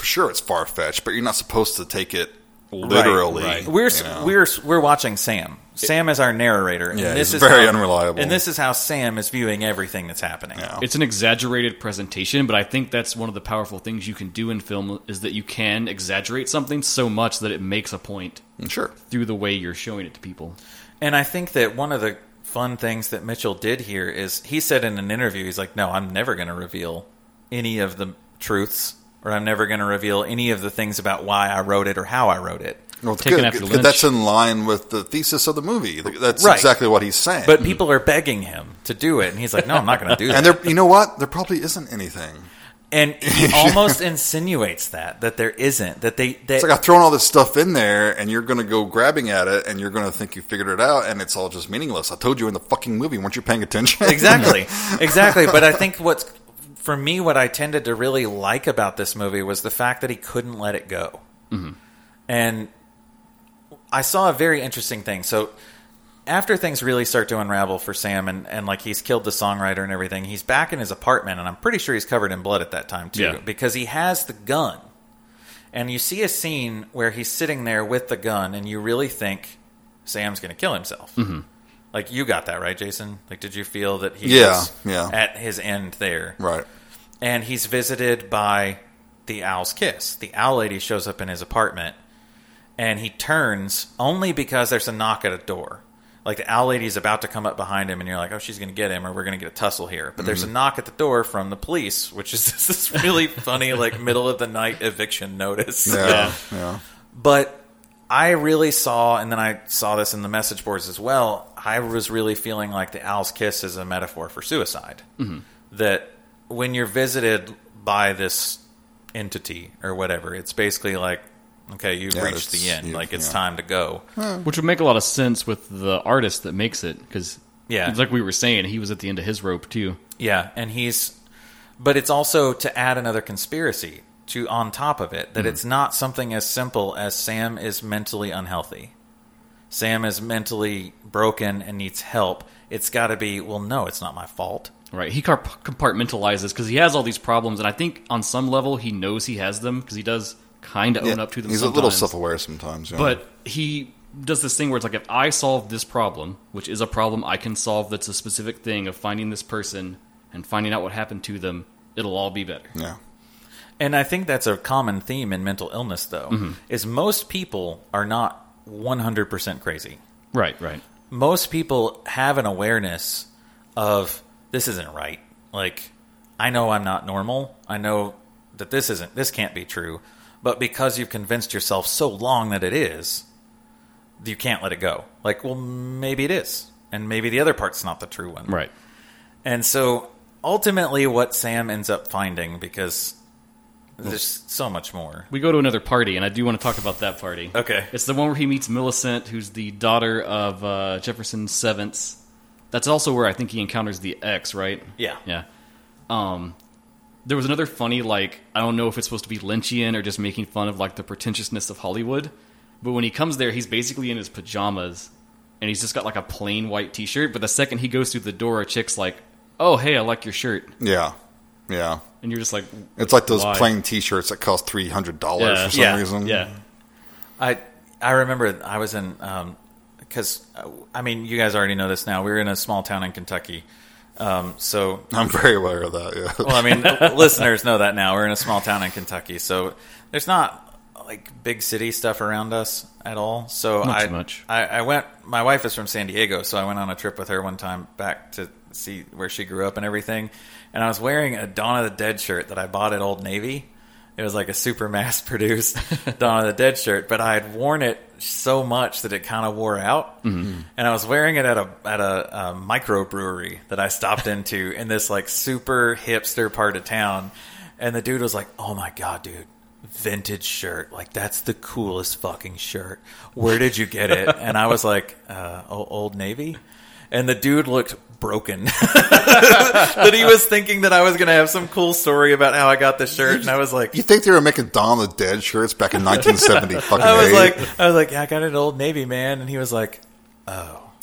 Speaker 3: sure, it's far fetched, but you're not supposed to take it literally.
Speaker 2: Right, right. We're
Speaker 3: you know?
Speaker 2: we're we're watching Sam. Sam is our narrator. And
Speaker 3: Yeah,
Speaker 2: this
Speaker 3: he's
Speaker 2: is
Speaker 3: very
Speaker 2: how-
Speaker 3: unreliable.
Speaker 2: And this is how Sam is viewing everything that's happening.
Speaker 3: Yeah.
Speaker 1: It's an exaggerated presentation, but I think that's one of the powerful things you can do in film is that you can exaggerate something so much that it makes a point
Speaker 3: Mm, sure.
Speaker 1: through the way you're showing it to people.
Speaker 2: And I think that one of the fun things that Mitchell did here is he said in an interview, he's like, "No, I'm never going to reveal any of the truths, or I'm never going to reveal any of the things about why I wrote it or how I wrote it."
Speaker 3: Well, it's
Speaker 1: Taken
Speaker 3: good,
Speaker 1: after
Speaker 3: good-
Speaker 1: Lynch.
Speaker 3: That's in line with the thesis of the movie. That's
Speaker 2: Right.
Speaker 3: exactly what he's saying.
Speaker 2: But people are begging him to do it, and he's like, "No, I'm not going to do that."
Speaker 3: Mm-hmm. and there, you know what? There probably isn't anything.
Speaker 2: and he almost insinuates that that there isn't that they that
Speaker 3: It's like I've thrown all this stuff in there, and you're going to go grabbing at it, and you're going to think you figured it out, and it's all just meaningless. I told you in the fucking movie. weren't you paying attention?
Speaker 2: exactly exactly but i think what's for me what i tended to really like about this movie was the fact that he couldn't let it go and I saw a very interesting thing. So after things really start to unravel for Sam and, and like he's killed the songwriter and everything, he's back in his apartment and I'm pretty sure he's covered in blood at that time too.
Speaker 1: Yeah.
Speaker 2: Because he has the gun. And you see a scene where he's sitting there with the gun and you really think Sam's gonna kill himself. Mm-hmm. Like you got that right, Jason? Like did you feel that he
Speaker 3: Yeah,
Speaker 2: was
Speaker 3: yeah.
Speaker 2: at his end there?
Speaker 3: Right.
Speaker 2: and he's visited by the owl's kiss. The owl lady shows up in his apartment, and he turns only because there's a knock at a door. Like the owl lady's about to come up behind him, and you're like, "Oh, she's going to get him, or we're going to get a tussle here." But
Speaker 3: Mm-hmm.
Speaker 2: there's a knock at the door from the police, which is this really funny, like middle of the night eviction notice.
Speaker 3: Yeah. Yeah.
Speaker 2: But I really saw, and then I saw this in the message boards as well. I was really feeling like the owl's kiss is a metaphor for suicide. That when you're visited by this entity or whatever, it's basically like, okay, you've
Speaker 3: Yeah,
Speaker 2: reached the
Speaker 3: it's-
Speaker 2: end.
Speaker 3: you-
Speaker 2: like it's
Speaker 3: yeah.
Speaker 2: time to go.
Speaker 3: Hmm.
Speaker 1: Which would make a lot of sense with the artist that makes it, because
Speaker 2: Yeah.
Speaker 1: like we were saying, he was at the end of his rope too.
Speaker 2: Yeah, and he's, but it's also to add another conspiracy to on top of it that it's not something as simple as Sam is mentally unhealthy. Sam is mentally broken and needs help. It's got to be well, no, it's not my fault.
Speaker 1: Right? He car- compartmentalizes because he has all these problems, and I think on some level he knows he has them because he does kind of own
Speaker 3: Yeah.
Speaker 1: up to them.
Speaker 3: He's a little
Speaker 1: sometimes.
Speaker 3: self-aware sometimes. Yeah.
Speaker 1: but he does this thing where it's like if i solve this problem which is a problem i can solve that's a specific thing of finding this person and finding out what happened to them it'll all be better
Speaker 3: yeah,
Speaker 2: And I think that's a common theme in mental illness, though, is most people are not one hundred percent crazy.
Speaker 1: right right
Speaker 2: most people have an awareness of this isn't right. Like, I know I'm not normal. I know that this isn't, this can't be true. But because you've convinced yourself so long that it is, you can't let it go. Like, well, maybe it is. And maybe the other part's not the true one.
Speaker 1: right
Speaker 2: And so ultimately, what Sam ends up finding, because there's so much more.
Speaker 1: we go to another party and i do want to talk about that party
Speaker 2: Okay.
Speaker 1: it's the one where he meets millicent who's the daughter of uh, jefferson seventh's that's also where i think he encounters the ex right
Speaker 2: Yeah.
Speaker 1: Yeah. Um, there was another funny, like, I don't know if it's supposed to be Lynchian or just making fun of, like, the pretentiousness of Hollywood. But when he comes there, he's basically in his pajamas and he's just got, like, a plain white t shirt. But the second he goes through the door, a chick's like, oh, hey, I like your shirt.
Speaker 3: yeah, yeah.
Speaker 1: And you're just like,
Speaker 3: It's like those
Speaker 1: Why?
Speaker 3: plain T-shirts that cost three hundred dollars
Speaker 1: Yeah.
Speaker 3: for some
Speaker 2: Yeah.
Speaker 3: reason.
Speaker 1: yeah.
Speaker 2: I I remember I was in because I mean you guys already know this now. We were in a small town in Kentucky, um, so
Speaker 3: I'm very aware of that. Yeah,
Speaker 2: well I mean listeners know that now. We're in a small town in Kentucky, so there's not like big city stuff around us at all. So
Speaker 1: Not
Speaker 2: I,
Speaker 1: too much.
Speaker 2: I I went. My wife is from San Diego, so I went on a trip with her one time back to see where she grew up and everything. And I was wearing a Dawn of the Dead shirt that I bought at Old Navy. It was like a super mass produced Dawn of the Dead shirt, but I had worn it so much that it kind of wore out.
Speaker 1: Mm-hmm.
Speaker 2: And I was wearing it at a at a, uh microbrewery that I stopped into in this like super hipster part of town. And the dude was like, "Oh my god, dude, vintage shirt! Like that's the coolest fucking shirt. Where did you get it?" And I was like, uh, "O- "Old Navy." And the dude looked broken. that he was thinking that I was going to have some cool story about how I got the shirt, and I was like,
Speaker 3: you think they were making Dawn of the Dead shirts back in 1970? fucking
Speaker 2: I was
Speaker 3: eight?
Speaker 2: like, I was like, yeah, I got an old Navy man, and he was like,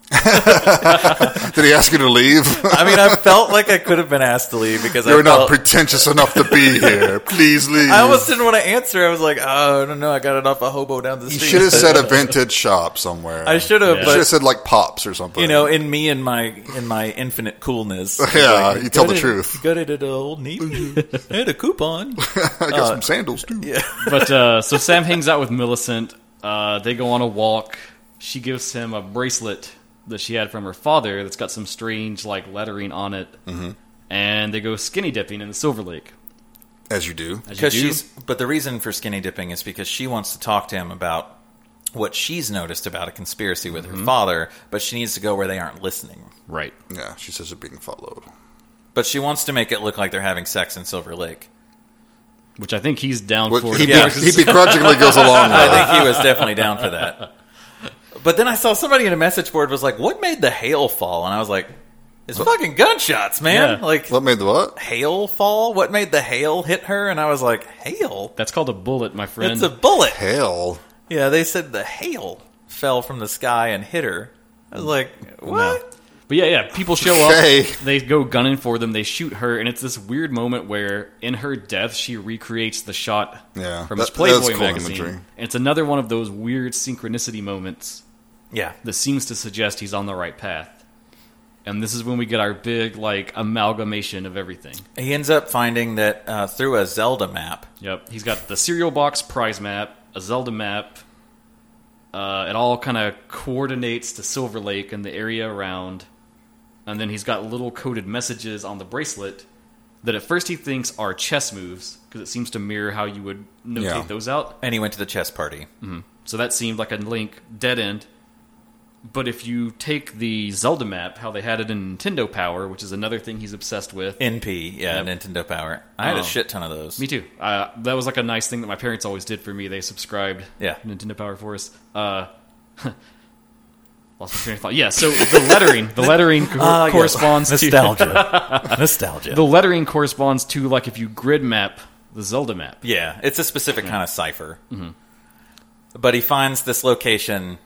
Speaker 3: did he ask you to leave?
Speaker 2: I mean, I felt like I could have been asked to leave because I
Speaker 3: You're not
Speaker 2: felt-
Speaker 3: pretentious enough to be here. Please leave.
Speaker 2: I almost didn't want to answer. I was like, oh, I don't know, I got it off a hobo down the
Speaker 3: you
Speaker 2: street.
Speaker 3: should have said a vintage shop somewhere.
Speaker 2: I should
Speaker 1: Yeah.
Speaker 2: have,
Speaker 3: You should have
Speaker 2: but
Speaker 3: said like Pops or something.
Speaker 2: you know, in me and my in my infinite coolness,
Speaker 3: Yeah, you tell
Speaker 2: got
Speaker 3: the
Speaker 2: it-
Speaker 3: truth.
Speaker 2: Got it at an old Navy. I had a coupon.
Speaker 3: I
Speaker 2: uh,
Speaker 3: got some sandals too. Yeah.
Speaker 1: But uh, so Sam hangs out with Millicent. Uh, they go on a walk. She gives him a bracelet that she had from her father that's got some strange, like, lettering on it. Mm-hmm. And they go skinny dipping in the Silver Lake.
Speaker 3: As you do.
Speaker 1: As you
Speaker 2: because
Speaker 1: do.
Speaker 2: she's but the reason for skinny dipping is because she wants to talk to him about what she's noticed about a conspiracy with
Speaker 3: Mm-hmm.
Speaker 2: her father but she needs to go where they aren't listening
Speaker 1: Right.
Speaker 3: Yeah, she says they're being followed.
Speaker 2: but she wants to make it look like they're having sex in silver lake
Speaker 1: Which I think he's down
Speaker 3: Well,
Speaker 1: for.
Speaker 3: he,
Speaker 2: Yeah.
Speaker 3: be, he begrudgingly goes along with
Speaker 2: i
Speaker 3: it.
Speaker 2: think he was definitely down for that but then i saw somebody in a message board was like what made the hail fall and i was like it's fucking gunshots man
Speaker 1: Yeah.
Speaker 2: like
Speaker 3: What made the what?
Speaker 2: hail fall what made the hail hit her and i was like hail
Speaker 1: That's called a bullet, my friend.
Speaker 2: it's a bullet
Speaker 3: Hell.
Speaker 2: yeah they said the hail fell from the sky and hit her. I was like, what?
Speaker 1: But yeah, yeah, people show
Speaker 3: Okay.
Speaker 1: up. They go gunning for them. They shoot her, and it's this weird moment where, in her death, she recreates the shot
Speaker 3: Yeah,
Speaker 1: from
Speaker 3: that-
Speaker 1: this Playboy
Speaker 3: that's cool
Speaker 1: magazine.
Speaker 3: imagery.
Speaker 1: And it's another one of those weird synchronicity moments
Speaker 2: Yeah.
Speaker 1: that seems to suggest he's on the right path. And this is when we get our big like amalgamation of everything.
Speaker 2: He ends up finding that uh, through a Zelda map.
Speaker 1: Yep, he's got the cereal box prize map, a Zelda map. Uh, it all kind of coordinates to Silver Lake and the area around, and then he's got little coded messages on the bracelet that at first he thinks are chess moves because it seems to mirror how you would notate
Speaker 3: Yeah.
Speaker 1: those out.
Speaker 2: And he went to the chess party.
Speaker 1: So that seemed like a link dead end. But if you take the Zelda map, how they had it in Nintendo Power, which is another thing he's obsessed with,
Speaker 2: NP, yeah, Nintendo Power. I had
Speaker 1: Oh.
Speaker 2: a shit ton of those.
Speaker 1: Me too. Uh, that was like a nice thing that my parents always did for me. They subscribed
Speaker 2: Yeah.
Speaker 1: Nintendo Power for us. Uh, lost my train of thought. Yeah, so the lettering, the lettering co-
Speaker 2: Ah, yeah.
Speaker 1: corresponds to
Speaker 2: nostalgia. nostalgia.
Speaker 1: the lettering corresponds to like if you grid map the Zelda map.
Speaker 2: Yeah, it's a specific kind of cipher. Mm-hmm. But he finds this location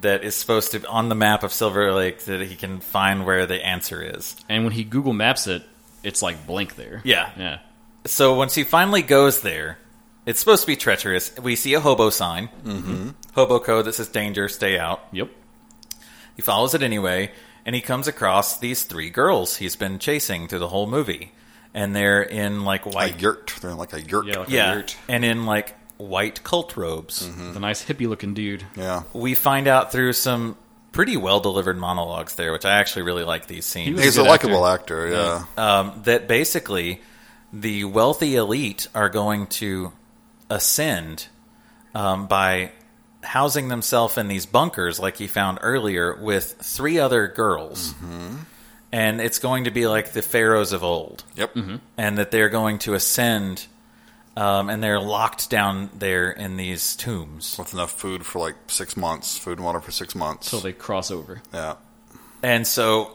Speaker 2: that is supposed to on the map of Silver Lake that he can find where the answer is.
Speaker 1: And when he Google Maps it, it's like blank there.
Speaker 2: Yeah.
Speaker 1: yeah.
Speaker 2: So once he finally goes there, it's supposed to be treacherous. We see a hobo sign, mm-hmm. hobo code that says "danger, stay out."
Speaker 1: Yep.
Speaker 2: He follows it anyway, and he comes across these three girls he's been chasing through the whole movie, and they're in like
Speaker 3: a
Speaker 2: white,
Speaker 3: yurt. They're in like a yurt.
Speaker 1: Yeah, like
Speaker 2: yeah,
Speaker 1: a yurt.
Speaker 2: and in like white cult robes.
Speaker 1: The nice hippie looking dude.
Speaker 3: Yeah.
Speaker 2: we find out through some pretty well delivered monologues there, which I actually really like these
Speaker 1: He
Speaker 2: scenes.
Speaker 1: was-
Speaker 3: He's
Speaker 1: a
Speaker 3: a
Speaker 1: good
Speaker 3: likable actor. yeah.
Speaker 2: Um, that basically the wealthy elite are going to ascend um, by housing themselves in these bunkers, like he found earlier, with three other girls.
Speaker 1: Mm-hmm.
Speaker 2: And it's going to be like the pharaohs of old
Speaker 3: Yep.
Speaker 2: and that they're going to ascend um, and they're locked down there in these tombs.
Speaker 3: With enough food for like six months, food and water for six months.
Speaker 1: So they cross over.
Speaker 3: yeah.
Speaker 2: And so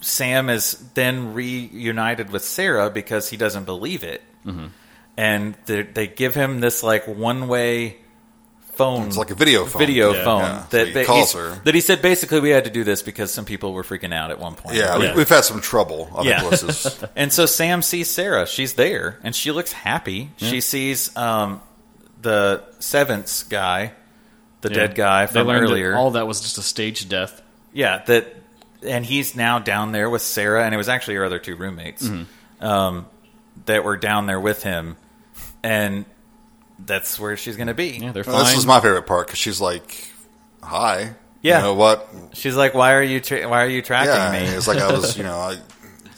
Speaker 2: Sam is then reunited with Sarah because he doesn't believe it.
Speaker 3: Mm-hmm.
Speaker 2: And they- they give him this like one way phone.
Speaker 3: It's like a video phone.
Speaker 2: Video
Speaker 1: Yeah.
Speaker 2: phone
Speaker 3: Yeah. So
Speaker 2: that,
Speaker 3: he
Speaker 2: that,
Speaker 3: calls
Speaker 2: he's-
Speaker 3: her.
Speaker 2: that he said basically we had to do this because some people were freaking out at one point.
Speaker 3: Yeah,
Speaker 1: Yeah.
Speaker 3: We, we've had some trouble other
Speaker 2: Yeah.
Speaker 3: places.
Speaker 2: And so Sam sees Sarah. She's there, and she looks happy. She sees um, the seventh guy, the
Speaker 1: Yeah.
Speaker 2: dead guy
Speaker 1: They
Speaker 2: from
Speaker 1: learned that
Speaker 2: earlier.
Speaker 1: all that was just a staged death.
Speaker 2: yeah, that, and he's now down there with Sarah, and it was actually her other two roommates
Speaker 1: Mm-hmm.
Speaker 2: um, that were down there with him, and that's where she's going to be.
Speaker 1: Yeah, they're
Speaker 3: Well,
Speaker 1: fine.
Speaker 3: Oh, this was my favorite part because she's like, "Hi,
Speaker 2: Yeah.
Speaker 3: you know what?
Speaker 2: she's like, "Why are you? Tra- why are you tracking
Speaker 3: Yeah,
Speaker 2: me?"
Speaker 3: it's like I was, you know, I,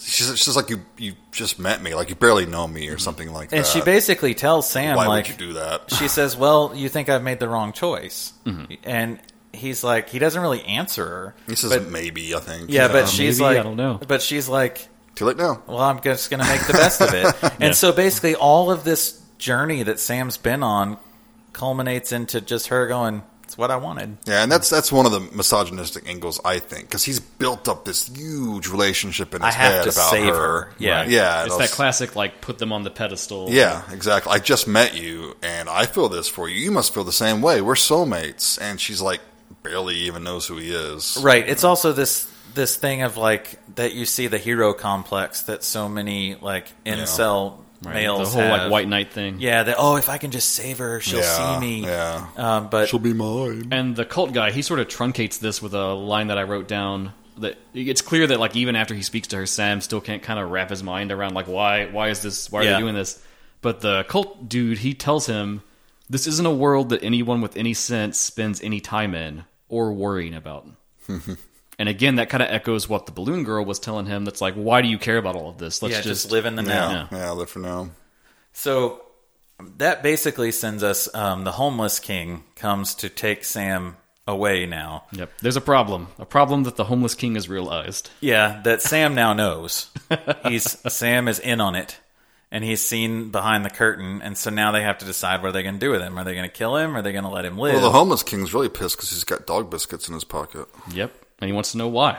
Speaker 3: she's she's like you you just met me, like you barely know me or something like
Speaker 2: and
Speaker 3: that.
Speaker 2: she basically tells Sam,
Speaker 3: uh, Why
Speaker 2: like,
Speaker 3: would you do that?
Speaker 2: she says, "Well, you think I've made the wrong choice,"
Speaker 1: Mm-hmm.
Speaker 2: and he's like, he doesn't really answer her.
Speaker 3: He says
Speaker 2: but-
Speaker 3: maybe I think.
Speaker 2: yeah,
Speaker 3: you
Speaker 2: but
Speaker 3: know.
Speaker 2: she's
Speaker 1: maybe,
Speaker 2: like,
Speaker 1: I don't know.
Speaker 2: But she's like,
Speaker 3: too late now.
Speaker 2: well, I'm just going to make the best of it. And so basically, all of this journey that Sam's been on culminates into just her going, "It's what I wanted."
Speaker 3: Yeah, and that's that's one of the misogynistic angles I think because he's built up this huge relationship in
Speaker 2: I
Speaker 3: his
Speaker 2: have
Speaker 3: head
Speaker 2: to
Speaker 3: about
Speaker 2: save
Speaker 3: her.
Speaker 2: her. Yeah.
Speaker 3: Right. yeah, and
Speaker 1: it's
Speaker 3: I
Speaker 1: that
Speaker 3: was-
Speaker 1: classic like put them on the pedestal.
Speaker 3: Yeah, exactly. I just met you, and I feel this for you. You must feel the same way. We're soulmates, and she's like barely even knows who he is.
Speaker 2: Right. It's also this this thing of like that you see the hero complex that so many like incel
Speaker 1: Right,
Speaker 2: males
Speaker 1: the whole
Speaker 2: have.
Speaker 1: like white knight thing.
Speaker 2: Yeah, that oh, if I can just save her, she'll
Speaker 3: Yeah,
Speaker 2: see me.
Speaker 3: yeah.
Speaker 2: Um, but
Speaker 3: She'll be mine.
Speaker 1: And the cult guy, he sort of truncates this with a line that I wrote down. That it's clear that like even after he speaks to her, Sam still can't kind of wrap his mind around like why why is this why are
Speaker 2: Yeah.
Speaker 1: they doing this? But the cult dude, he tells him this isn't a world that anyone with any sense spends any time in or worrying about. and again, that kind of echoes what the balloon girl was telling him. That's like, why do you care about all of this? Let's
Speaker 2: yeah, just,
Speaker 1: just
Speaker 2: live in the now.
Speaker 3: Yeah, yeah. Live for now.
Speaker 2: So that basically sends us um, the homeless king comes to take Sam away now.
Speaker 1: Yep. There's a problem. A problem that the homeless king has realized.
Speaker 2: Yeah, that Sam now knows. He's Sam is in on it. And he's seen behind the curtain, and so now they have to decide what they're going to do with him. Are they going to kill him? Are they going to let him live?
Speaker 3: Well, the homeless king's really pissed because he's got dog biscuits in his pocket.
Speaker 1: Yep. And he wants to know why.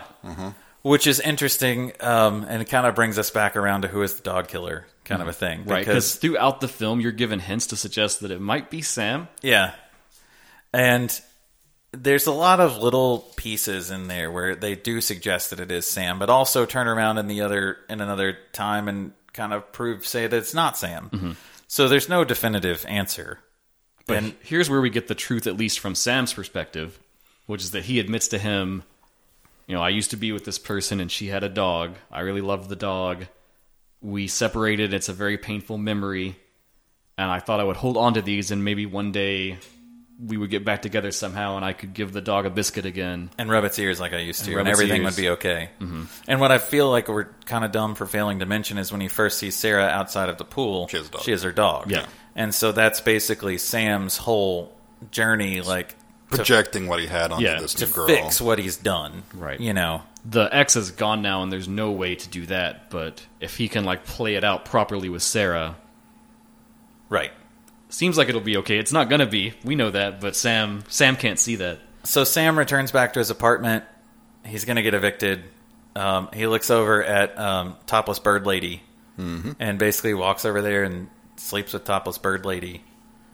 Speaker 2: Which is interesting, um, and it kind of brings us back around to who is the dog killer kind of a thing.
Speaker 1: Right, because throughout the film, you're given hints to suggest that it might be Sam.
Speaker 2: Yeah. And there's a lot of little pieces in there where they do suggest that it is Sam, but also turn around in the other in another time and kind of prove say that it's not Sam. So there's no definitive answer.
Speaker 1: But
Speaker 2: And-
Speaker 1: here's where we get the truth, at least from Sam's perspective, which is that he admits to him, you know, I used to be with this person and she had a dog. I really loved the dog. We separated. It's a very painful memory. And I thought I would hold on to these and maybe one day we would get back together somehow and I could give the dog a biscuit again.
Speaker 2: and rub its ears like I used to, and,
Speaker 1: rub its
Speaker 2: everything
Speaker 1: ears.
Speaker 2: would be okay. And what I feel like we're kind of dumb for failing to mention is when he first sees Sarah outside of the pool,
Speaker 3: She has a dog.
Speaker 2: her dog.
Speaker 1: Yeah.
Speaker 2: and so that's basically Sam's whole journey, like
Speaker 3: projecting what he had onto
Speaker 1: Yeah,
Speaker 3: this
Speaker 2: to
Speaker 3: new girl.
Speaker 2: fix what he's done.
Speaker 1: Right.
Speaker 2: you know,
Speaker 1: The ex is gone now and there's no way to do that. But if he can, like, play it out properly with Sarah,
Speaker 2: right.
Speaker 1: seems like it'll be okay. It's not going to be. We know that. But Sam, Sam can't see that.
Speaker 2: So Sam returns back to his apartment. He's going to get evicted. Um, he looks over at um, topless bird lady, and basically walks over there and sleeps with topless bird lady.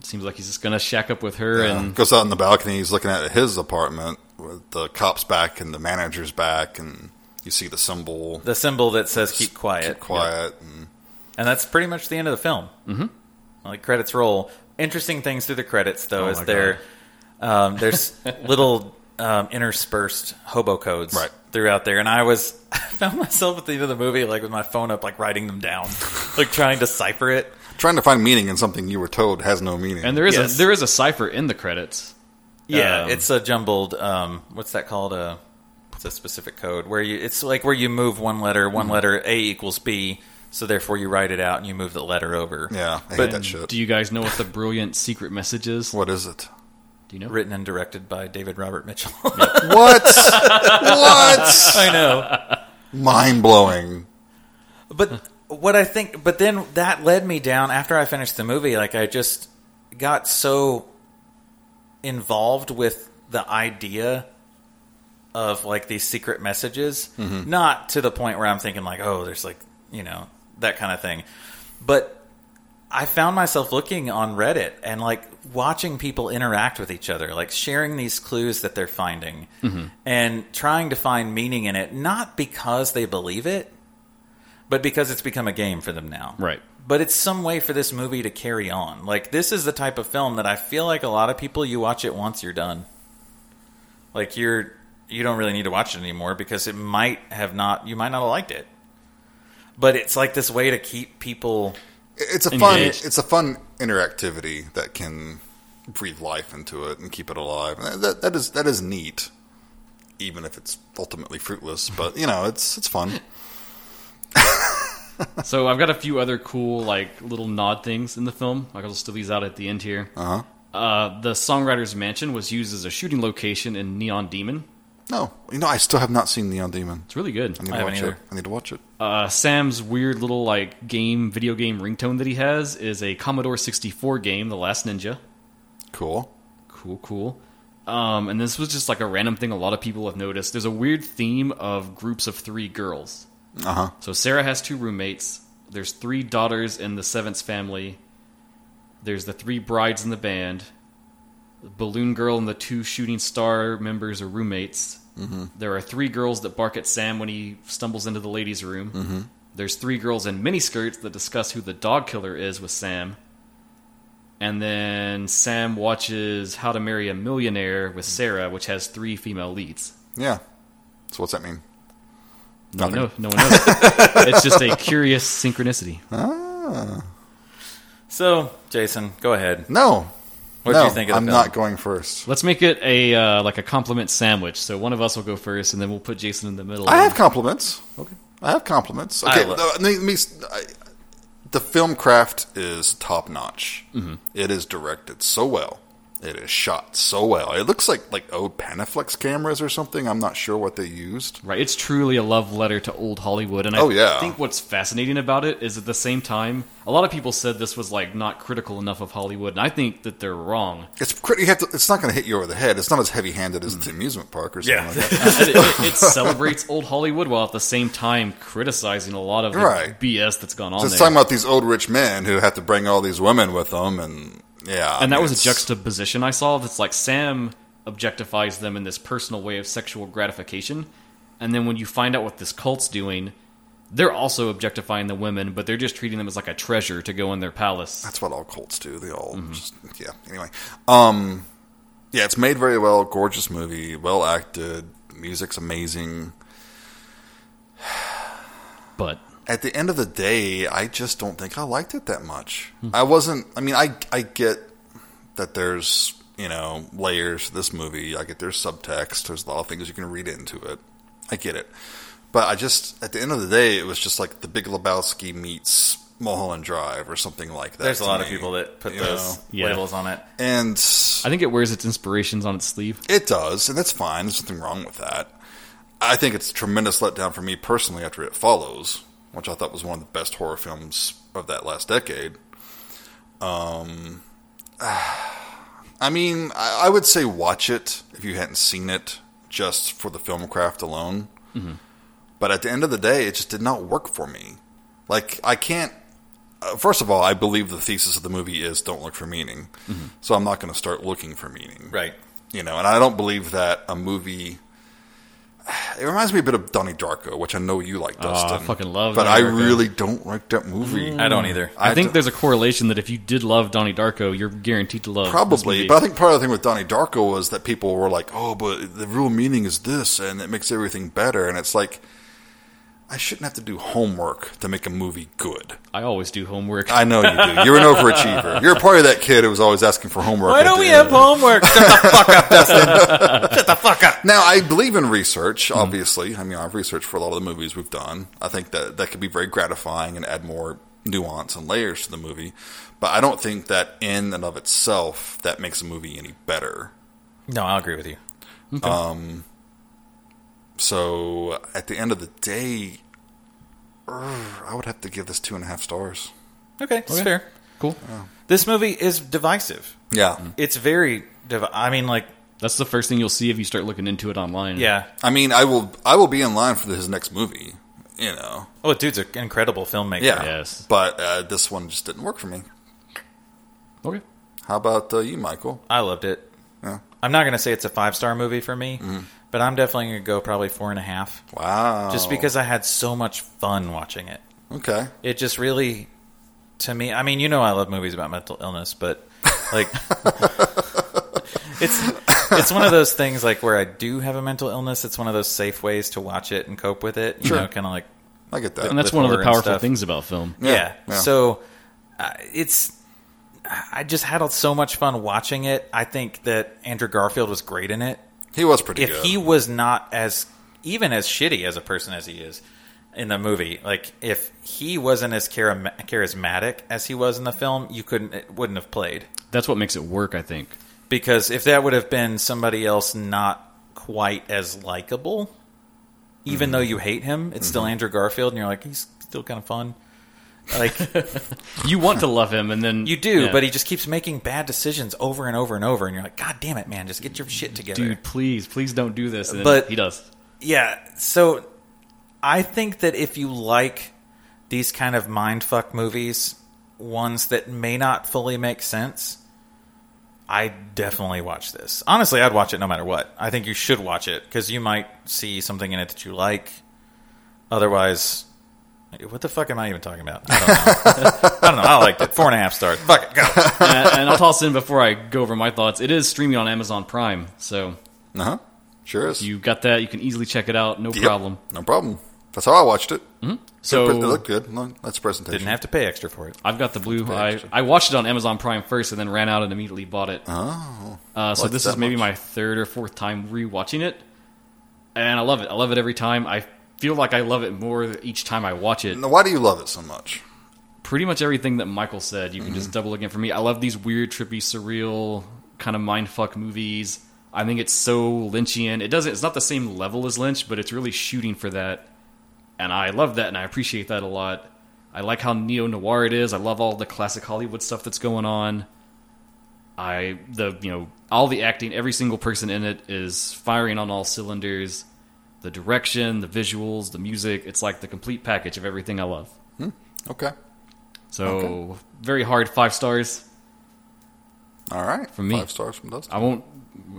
Speaker 1: Seems like he's just gonna shack up with her
Speaker 3: Yeah.
Speaker 1: and
Speaker 3: Goes out on the balcony. He's looking at his apartment with the cops back and the manager's back, and you see the symbol.
Speaker 2: The symbol that says "Keep quiet."
Speaker 3: Keep quiet. And
Speaker 2: And that's pretty much the end of the film. Mm-hmm. Like credits roll. Interesting things through the credits, though,
Speaker 1: Oh
Speaker 2: is
Speaker 1: my
Speaker 2: there um, there's little um, interspersed hobo codes
Speaker 3: Right.
Speaker 2: throughout there, and I was I found myself at the end of the movie like with my phone up, like writing them down, like trying to cipher it.
Speaker 3: trying to find meaning in something you were told has no meaning.
Speaker 1: and there is
Speaker 2: Yes.
Speaker 1: a there is a cipher in the credits.
Speaker 2: Yeah,
Speaker 1: Um,
Speaker 2: it's a jumbled. Um, what's that called? Uh, it's a specific code where you. It's like where you move one letter. One letter A equals B, so therefore you write it out and you move the letter over.
Speaker 3: yeah, I hate
Speaker 2: but
Speaker 3: that shit.
Speaker 1: Do you guys know what the brilliant secret message is?
Speaker 3: what is it?
Speaker 1: Do you know?
Speaker 2: Written and directed by David Robert Mitchell.
Speaker 3: What? what?
Speaker 2: I know.
Speaker 3: Mind blowing.
Speaker 2: But what I think, but then that led me down after I finished the movie. Like I just got so involved with the idea of like these secret messages, not to the point where I'm thinking like, oh, there's like you know that kind of thing, but. I found myself looking on Reddit and like watching people interact with each other, like sharing these clues that they're finding and trying to find meaning in it, not because they believe it, but because it's become a game for them now.
Speaker 1: Right.
Speaker 2: But it's some way for this movie to carry on. Like this is the type of film that I feel like a lot of people you watch it once you're done. Like you're you don't really need to watch it anymore because it might have not you might not have liked it. But it's like this way to keep people
Speaker 3: It's a fun.
Speaker 1: Engaged.
Speaker 3: It's a fun interactivity that can breathe life into it and keep it alive. And that that is that is neat, even if it's ultimately fruitless. But you know, it's it's fun.
Speaker 1: So I've got a few other cool like little nod things in the film. Like I'll just throw these out at the end here. Uh-huh. The songwriter's mansion was used as a shooting location in Neon Demon.
Speaker 3: No, you know, I still have not seen Neon Demon.
Speaker 1: It's really good.
Speaker 3: I
Speaker 2: I
Speaker 3: need to
Speaker 2: haven't
Speaker 3: watch it.
Speaker 2: either.
Speaker 3: I need to watch it.
Speaker 1: Uh, Sam's weird little like game, video game ringtone that he has is a Commodore 64 game, The Last Ninja.
Speaker 3: Cool.
Speaker 1: Cool, cool. Um, and this was just like a random thing a lot of people have noticed. There's a weird theme of groups of three girls.
Speaker 3: Uh huh.
Speaker 1: So Sarah has two roommates. There's three daughters in the Seventh family. There's the three brides in the band. The balloon girl and the two shooting star members are roommates.
Speaker 3: Mm-hmm.
Speaker 1: There are three girls that bark at Sam when he stumbles into the ladies' room.
Speaker 3: Mm-hmm.
Speaker 1: There's three girls in miniskirts that discuss who the dog killer is with Sam. And then Sam watches How to Marry a Millionaire with Sarah, which has three female leads.
Speaker 3: Yeah. So what's that mean?
Speaker 1: No,
Speaker 3: Nothing.
Speaker 1: no, no one knows. it's just a curious synchronicity.
Speaker 3: Ah.
Speaker 2: So, Jason, go ahead.
Speaker 3: No.
Speaker 2: What
Speaker 3: no,
Speaker 2: do you think of the
Speaker 3: I'm
Speaker 2: film?
Speaker 3: not going first.
Speaker 1: Let's make it a uh, like a compliment sandwich. So one of us will go first, and then we'll put Jason in the middle.
Speaker 3: I have compliments. Okay. I have compliments.
Speaker 2: I
Speaker 3: Okay.
Speaker 2: love-
Speaker 3: the, let me- I- the film craft is top notch. Mm-hmm. is directed so well. It is shot so well. It looks like like old Panaflex cameras or something. I'm not sure what they used.
Speaker 1: right. It's truly a love letter to old Hollywood, and I
Speaker 3: Oh, yeah.
Speaker 1: think what's fascinating about it is at the same time, a lot of people said this was like not critical enough of Hollywood, and I think that they're wrong.
Speaker 3: It's crit- you have to, It's not going to hit you over the head. It's not as heavy handed
Speaker 1: Mm.
Speaker 3: as the amusement park or something
Speaker 2: Yeah.
Speaker 3: like that.
Speaker 1: it, it- it celebrates old Hollywood while at the same time criticizing a lot of the
Speaker 3: Right.
Speaker 1: BS that's gone on
Speaker 3: It's
Speaker 1: there.
Speaker 3: talking about these old rich men who have to bring all these women with them, and Yeah, I
Speaker 1: and that
Speaker 3: mean,
Speaker 1: was a
Speaker 3: it's-
Speaker 1: juxtaposition I saw. That's like Sam objectifies them in this personal way of sexual gratification, and then when you find out what this cult's doing, they're also objectifying the women, but they're just treating them as like a treasure to go in their palace.
Speaker 3: That's what all cults do. They all
Speaker 1: Mm-hmm.
Speaker 3: just yeah. Anyway, um, yeah, it's made very well. Gorgeous movie, well acted. Music's amazing.
Speaker 1: But
Speaker 3: At the end of the day, I just don't think I liked it that much. I wasn't. I mean, I I get that there's you know layers to this movie. I get there's subtext. There's a lot of things you can read into it. I get it. But I just at the end of the day, it was just like the Big Lebowski meets Mulholland Drive or something like that.
Speaker 2: There's a
Speaker 3: to
Speaker 2: lot of
Speaker 3: me,
Speaker 2: people that put
Speaker 3: you
Speaker 2: those
Speaker 3: know?
Speaker 1: Yeah.
Speaker 2: labels on it.
Speaker 3: and
Speaker 1: I think it wears its inspirations on its sleeve.
Speaker 3: It does, and that's fine. There's nothing wrong with that. I think it's a tremendous letdown for me personally after It Follows, which I thought was one of the best horror films of that last decade. Um, I mean, I, I would say watch it if you hadn't seen it just for the film craft alone. But at the end of the day, it just did not work for me. Like, I can't. Uh, first of all, I believe the thesis of the movie is don't look for meaning. So I'm not going to start looking for meaning
Speaker 2: Right.
Speaker 3: you know, and I don't believe that a movie. It reminds me a bit of Donnie Darko, which I know you like, Dustin.
Speaker 1: Oh, I fucking love
Speaker 3: but
Speaker 1: Donnie
Speaker 3: I
Speaker 1: Darko. Mm.
Speaker 3: really don't like that movie.
Speaker 2: I don't either.
Speaker 1: I, think
Speaker 3: don't-
Speaker 1: there's a correlation that if you did love Donnie Darko, you're guaranteed to love this
Speaker 3: probably,
Speaker 1: movie.
Speaker 3: but I think part of the thing with Donnie Darko was that people were like, "Oh, but the real meaning is this, and it makes everything better." And it's like, I shouldn't have to do homework to make a movie good.
Speaker 1: I always do homework.
Speaker 3: I know you do. You're an overachiever. You're part of that kid who was always asking for homework.
Speaker 2: Why
Speaker 3: at
Speaker 2: don't
Speaker 3: the
Speaker 2: we
Speaker 3: end.
Speaker 2: have homework? Shut the fuck up, Dustin.
Speaker 3: Now, I believe in research, obviously. I mean, I've researched for a lot of the movies we've done. I think that that could be very gratifying and add more nuance and layers to the movie. But I don't think that in and of itself that makes a movie any better.
Speaker 2: No, I'll agree with you.
Speaker 3: So at the end of the day, er, I would have to give this two and a half stars.
Speaker 2: Okay, it's fair.
Speaker 1: cool.
Speaker 2: This movie is divisive.
Speaker 3: Yeah.
Speaker 2: It's very. Div- I mean, like,
Speaker 1: That's the first thing you'll see if you start looking into it online.
Speaker 2: yeah.
Speaker 3: I mean, I will I will be in line for his next movie, you know.
Speaker 2: Oh, dude's an incredible filmmaker.
Speaker 3: Yeah.
Speaker 1: Yes.
Speaker 3: But uh, this one just didn't work for me.
Speaker 1: Okay.
Speaker 3: How about uh, you, Michael?
Speaker 2: I loved it.
Speaker 3: Yeah. Mm-hmm.
Speaker 2: I'm not going to say it's a five star movie for me, but I'm definitely going to go probably four and a half,
Speaker 3: Wow.
Speaker 2: just because I had so much fun watching it.
Speaker 3: Okay.
Speaker 2: It just really, to me, I mean, you know, I love movies about mental illness, but like, it's it's one of those things like where I do have a mental illness. It's one of those safe ways to watch it and cope with it. You
Speaker 3: Sure.
Speaker 2: know, kind of like
Speaker 3: I get that.
Speaker 1: And that's
Speaker 2: With
Speaker 1: one of the
Speaker 2: horror and
Speaker 1: powerful
Speaker 2: stuff.
Speaker 1: things about film.
Speaker 3: Yeah,
Speaker 2: yeah.
Speaker 3: yeah.
Speaker 2: So uh, it's I just had so much fun watching it. I think that Andrew Garfield was great in it.
Speaker 3: He was pretty
Speaker 2: If
Speaker 3: good.
Speaker 2: he was not as even as shitty as a person as he is in the movie, like if he wasn't as chara- charismatic as he was in the film, you couldn't it wouldn't have played
Speaker 1: That's what makes it work, I think.
Speaker 2: because if that would have been somebody else not quite as likable even
Speaker 1: Mm-hmm.
Speaker 2: though you hate him it's still andrew garfield and you're like he's still kind of fun like
Speaker 1: You want to love him, and then
Speaker 2: You do,
Speaker 1: Yeah.
Speaker 2: but he just keeps making bad decisions over and over and over, and you're like, God damn it, man, just get your shit together.
Speaker 1: dude, please, please don't do this. And then
Speaker 2: But-
Speaker 1: he does.
Speaker 2: Yeah, so I think that if you like these kind of mindfuck movies, ones that may not fully make sense, I definitely watch this. Honestly, I'd watch it no matter what. I think you should watch it because you might see something in it that you like. Otherwise, what the fuck am I even talking about? I don't know. I don't know. I liked it. Four and a half stars. Fuck it. Go.
Speaker 1: and, and I'll toss in before I go over my thoughts. It is streaming on Amazon Prime, so
Speaker 3: uh huh. Sure is.
Speaker 1: you got that. You can easily check it out, no
Speaker 3: Yep.
Speaker 1: problem.
Speaker 3: No problem. That's how I watched it.
Speaker 1: So
Speaker 3: it looked good. No, that's the presentation.
Speaker 2: Didn't have to pay extra for it.
Speaker 1: I've got the blue. I,
Speaker 3: extra.
Speaker 1: I watched it on Amazon Prime first, and then ran out and immediately bought it. Oh, uh, so
Speaker 3: Liked
Speaker 1: this
Speaker 3: that
Speaker 1: is maybe
Speaker 3: much.
Speaker 1: my third or fourth time rewatching it, and I love it. I love it every time. I feel like I love it more each time I watch it.
Speaker 3: Now, why do you love it so much?
Speaker 1: Pretty much everything that Michael said, you can just double again for me. I love these weird, trippy, surreal kind of mindfuck movies. I think it's so Lynchian. It doesn't. It's not the same level as Lynch, but it's really shooting for that, and I love that, and I appreciate that a lot. I like how neo noir it is. I love all the classic Hollywood stuff that's going on. I the you know all the acting, every single person in it is firing on all cylinders. The direction, the visuals, the music. It's like the complete package of everything I love.
Speaker 3: Okay.
Speaker 1: So very hard five stars.
Speaker 3: All right.
Speaker 1: From me.
Speaker 3: Five stars from Dustin.
Speaker 1: I won't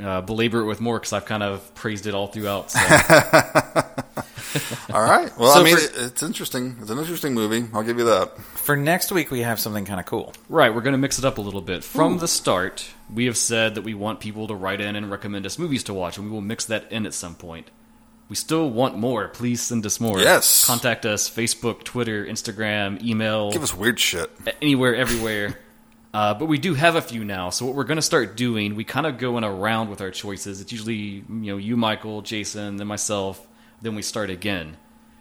Speaker 1: uh, belabor it with more because I've kind of praised it all throughout. So.
Speaker 3: All right. Well,
Speaker 2: So
Speaker 3: I mean,
Speaker 2: for-
Speaker 3: it- it's interesting. It's an interesting movie. I'll give you that.
Speaker 2: For next week, we have something kind of cool.
Speaker 1: Right, we're going to mix it up a little bit. From the start, we have said that we want people to write in and recommend us movies to watch, and we will mix that in at some point. We still want more. Please send us more.
Speaker 3: Yes.
Speaker 1: Contact us Facebook, Twitter, Instagram, email,
Speaker 3: Give us weird shit.
Speaker 1: anywhere, everywhere. uh, but we do have a few now. So what we're going to start doing, we kind of go in a round with our choices. It's usually you know you, Michael, Jason, then myself, then we start again.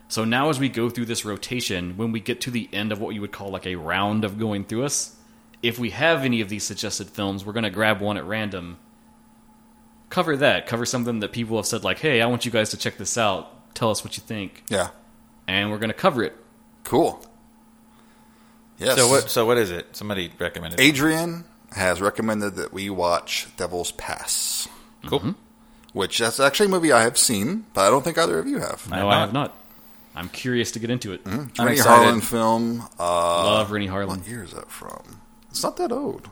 Speaker 1: So now as we go through this rotation, when we get to the end of what you would call like a round of going through us, if we have any of these suggested films, we're going to grab one at random. Cover that. Cover something that people have said like, "Hey, I want you guys to check this out. Tell us what you think."
Speaker 3: Yeah.
Speaker 1: And we're going to cover it.
Speaker 3: Cool. Yes.
Speaker 2: So what? So what is it? Somebody recommended. it.
Speaker 3: Adrian has recommended that we watch Devil's Pass,
Speaker 2: Cool.
Speaker 3: which that's actually a movie I have seen, but I don't think either of you have.
Speaker 1: No,
Speaker 2: have
Speaker 1: I have not. I'm curious to get into it.
Speaker 3: It's
Speaker 2: I'm
Speaker 3: Rennie
Speaker 2: excited.
Speaker 3: Harlan film. Uh,
Speaker 1: Love Rennie Harlan.
Speaker 3: what year is that from? It's not that old.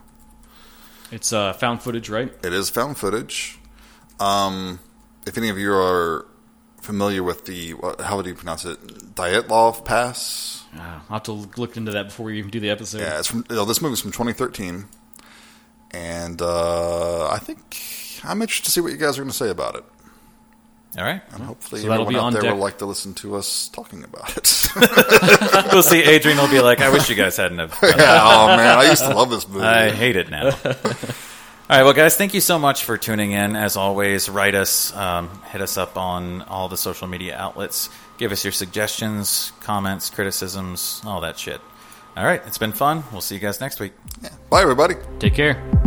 Speaker 1: It's uh, found footage, right?
Speaker 3: It is found footage. Um, if any of you are familiar with the what, how would you pronounce it, Dyatlov Pass?
Speaker 1: Uh, I'll have to look into that before we even do the episode.
Speaker 3: Yeah, it's from. You know, this movie's from 2013, and uh, I think I'm interested to see what you guys are going to say about it.
Speaker 2: All right.
Speaker 3: And hopefully,
Speaker 1: So that'll
Speaker 3: everyone
Speaker 1: be
Speaker 3: out
Speaker 1: on
Speaker 3: there
Speaker 1: deck.
Speaker 3: will like to listen to us talking about it.
Speaker 2: We'll see. Adrian will be like, "I wish you guys hadn't have. done that.
Speaker 3: yeah, oh man, I used to love this movie.
Speaker 2: I hate it now." All right, well, guys, thank you so much for tuning in. As always, write us, um, hit us up on all the social media outlets. Give us your suggestions, comments, criticisms, all that shit. All right, it's been fun. We'll see you guys next week.
Speaker 3: Bye, everybody.
Speaker 1: Take care.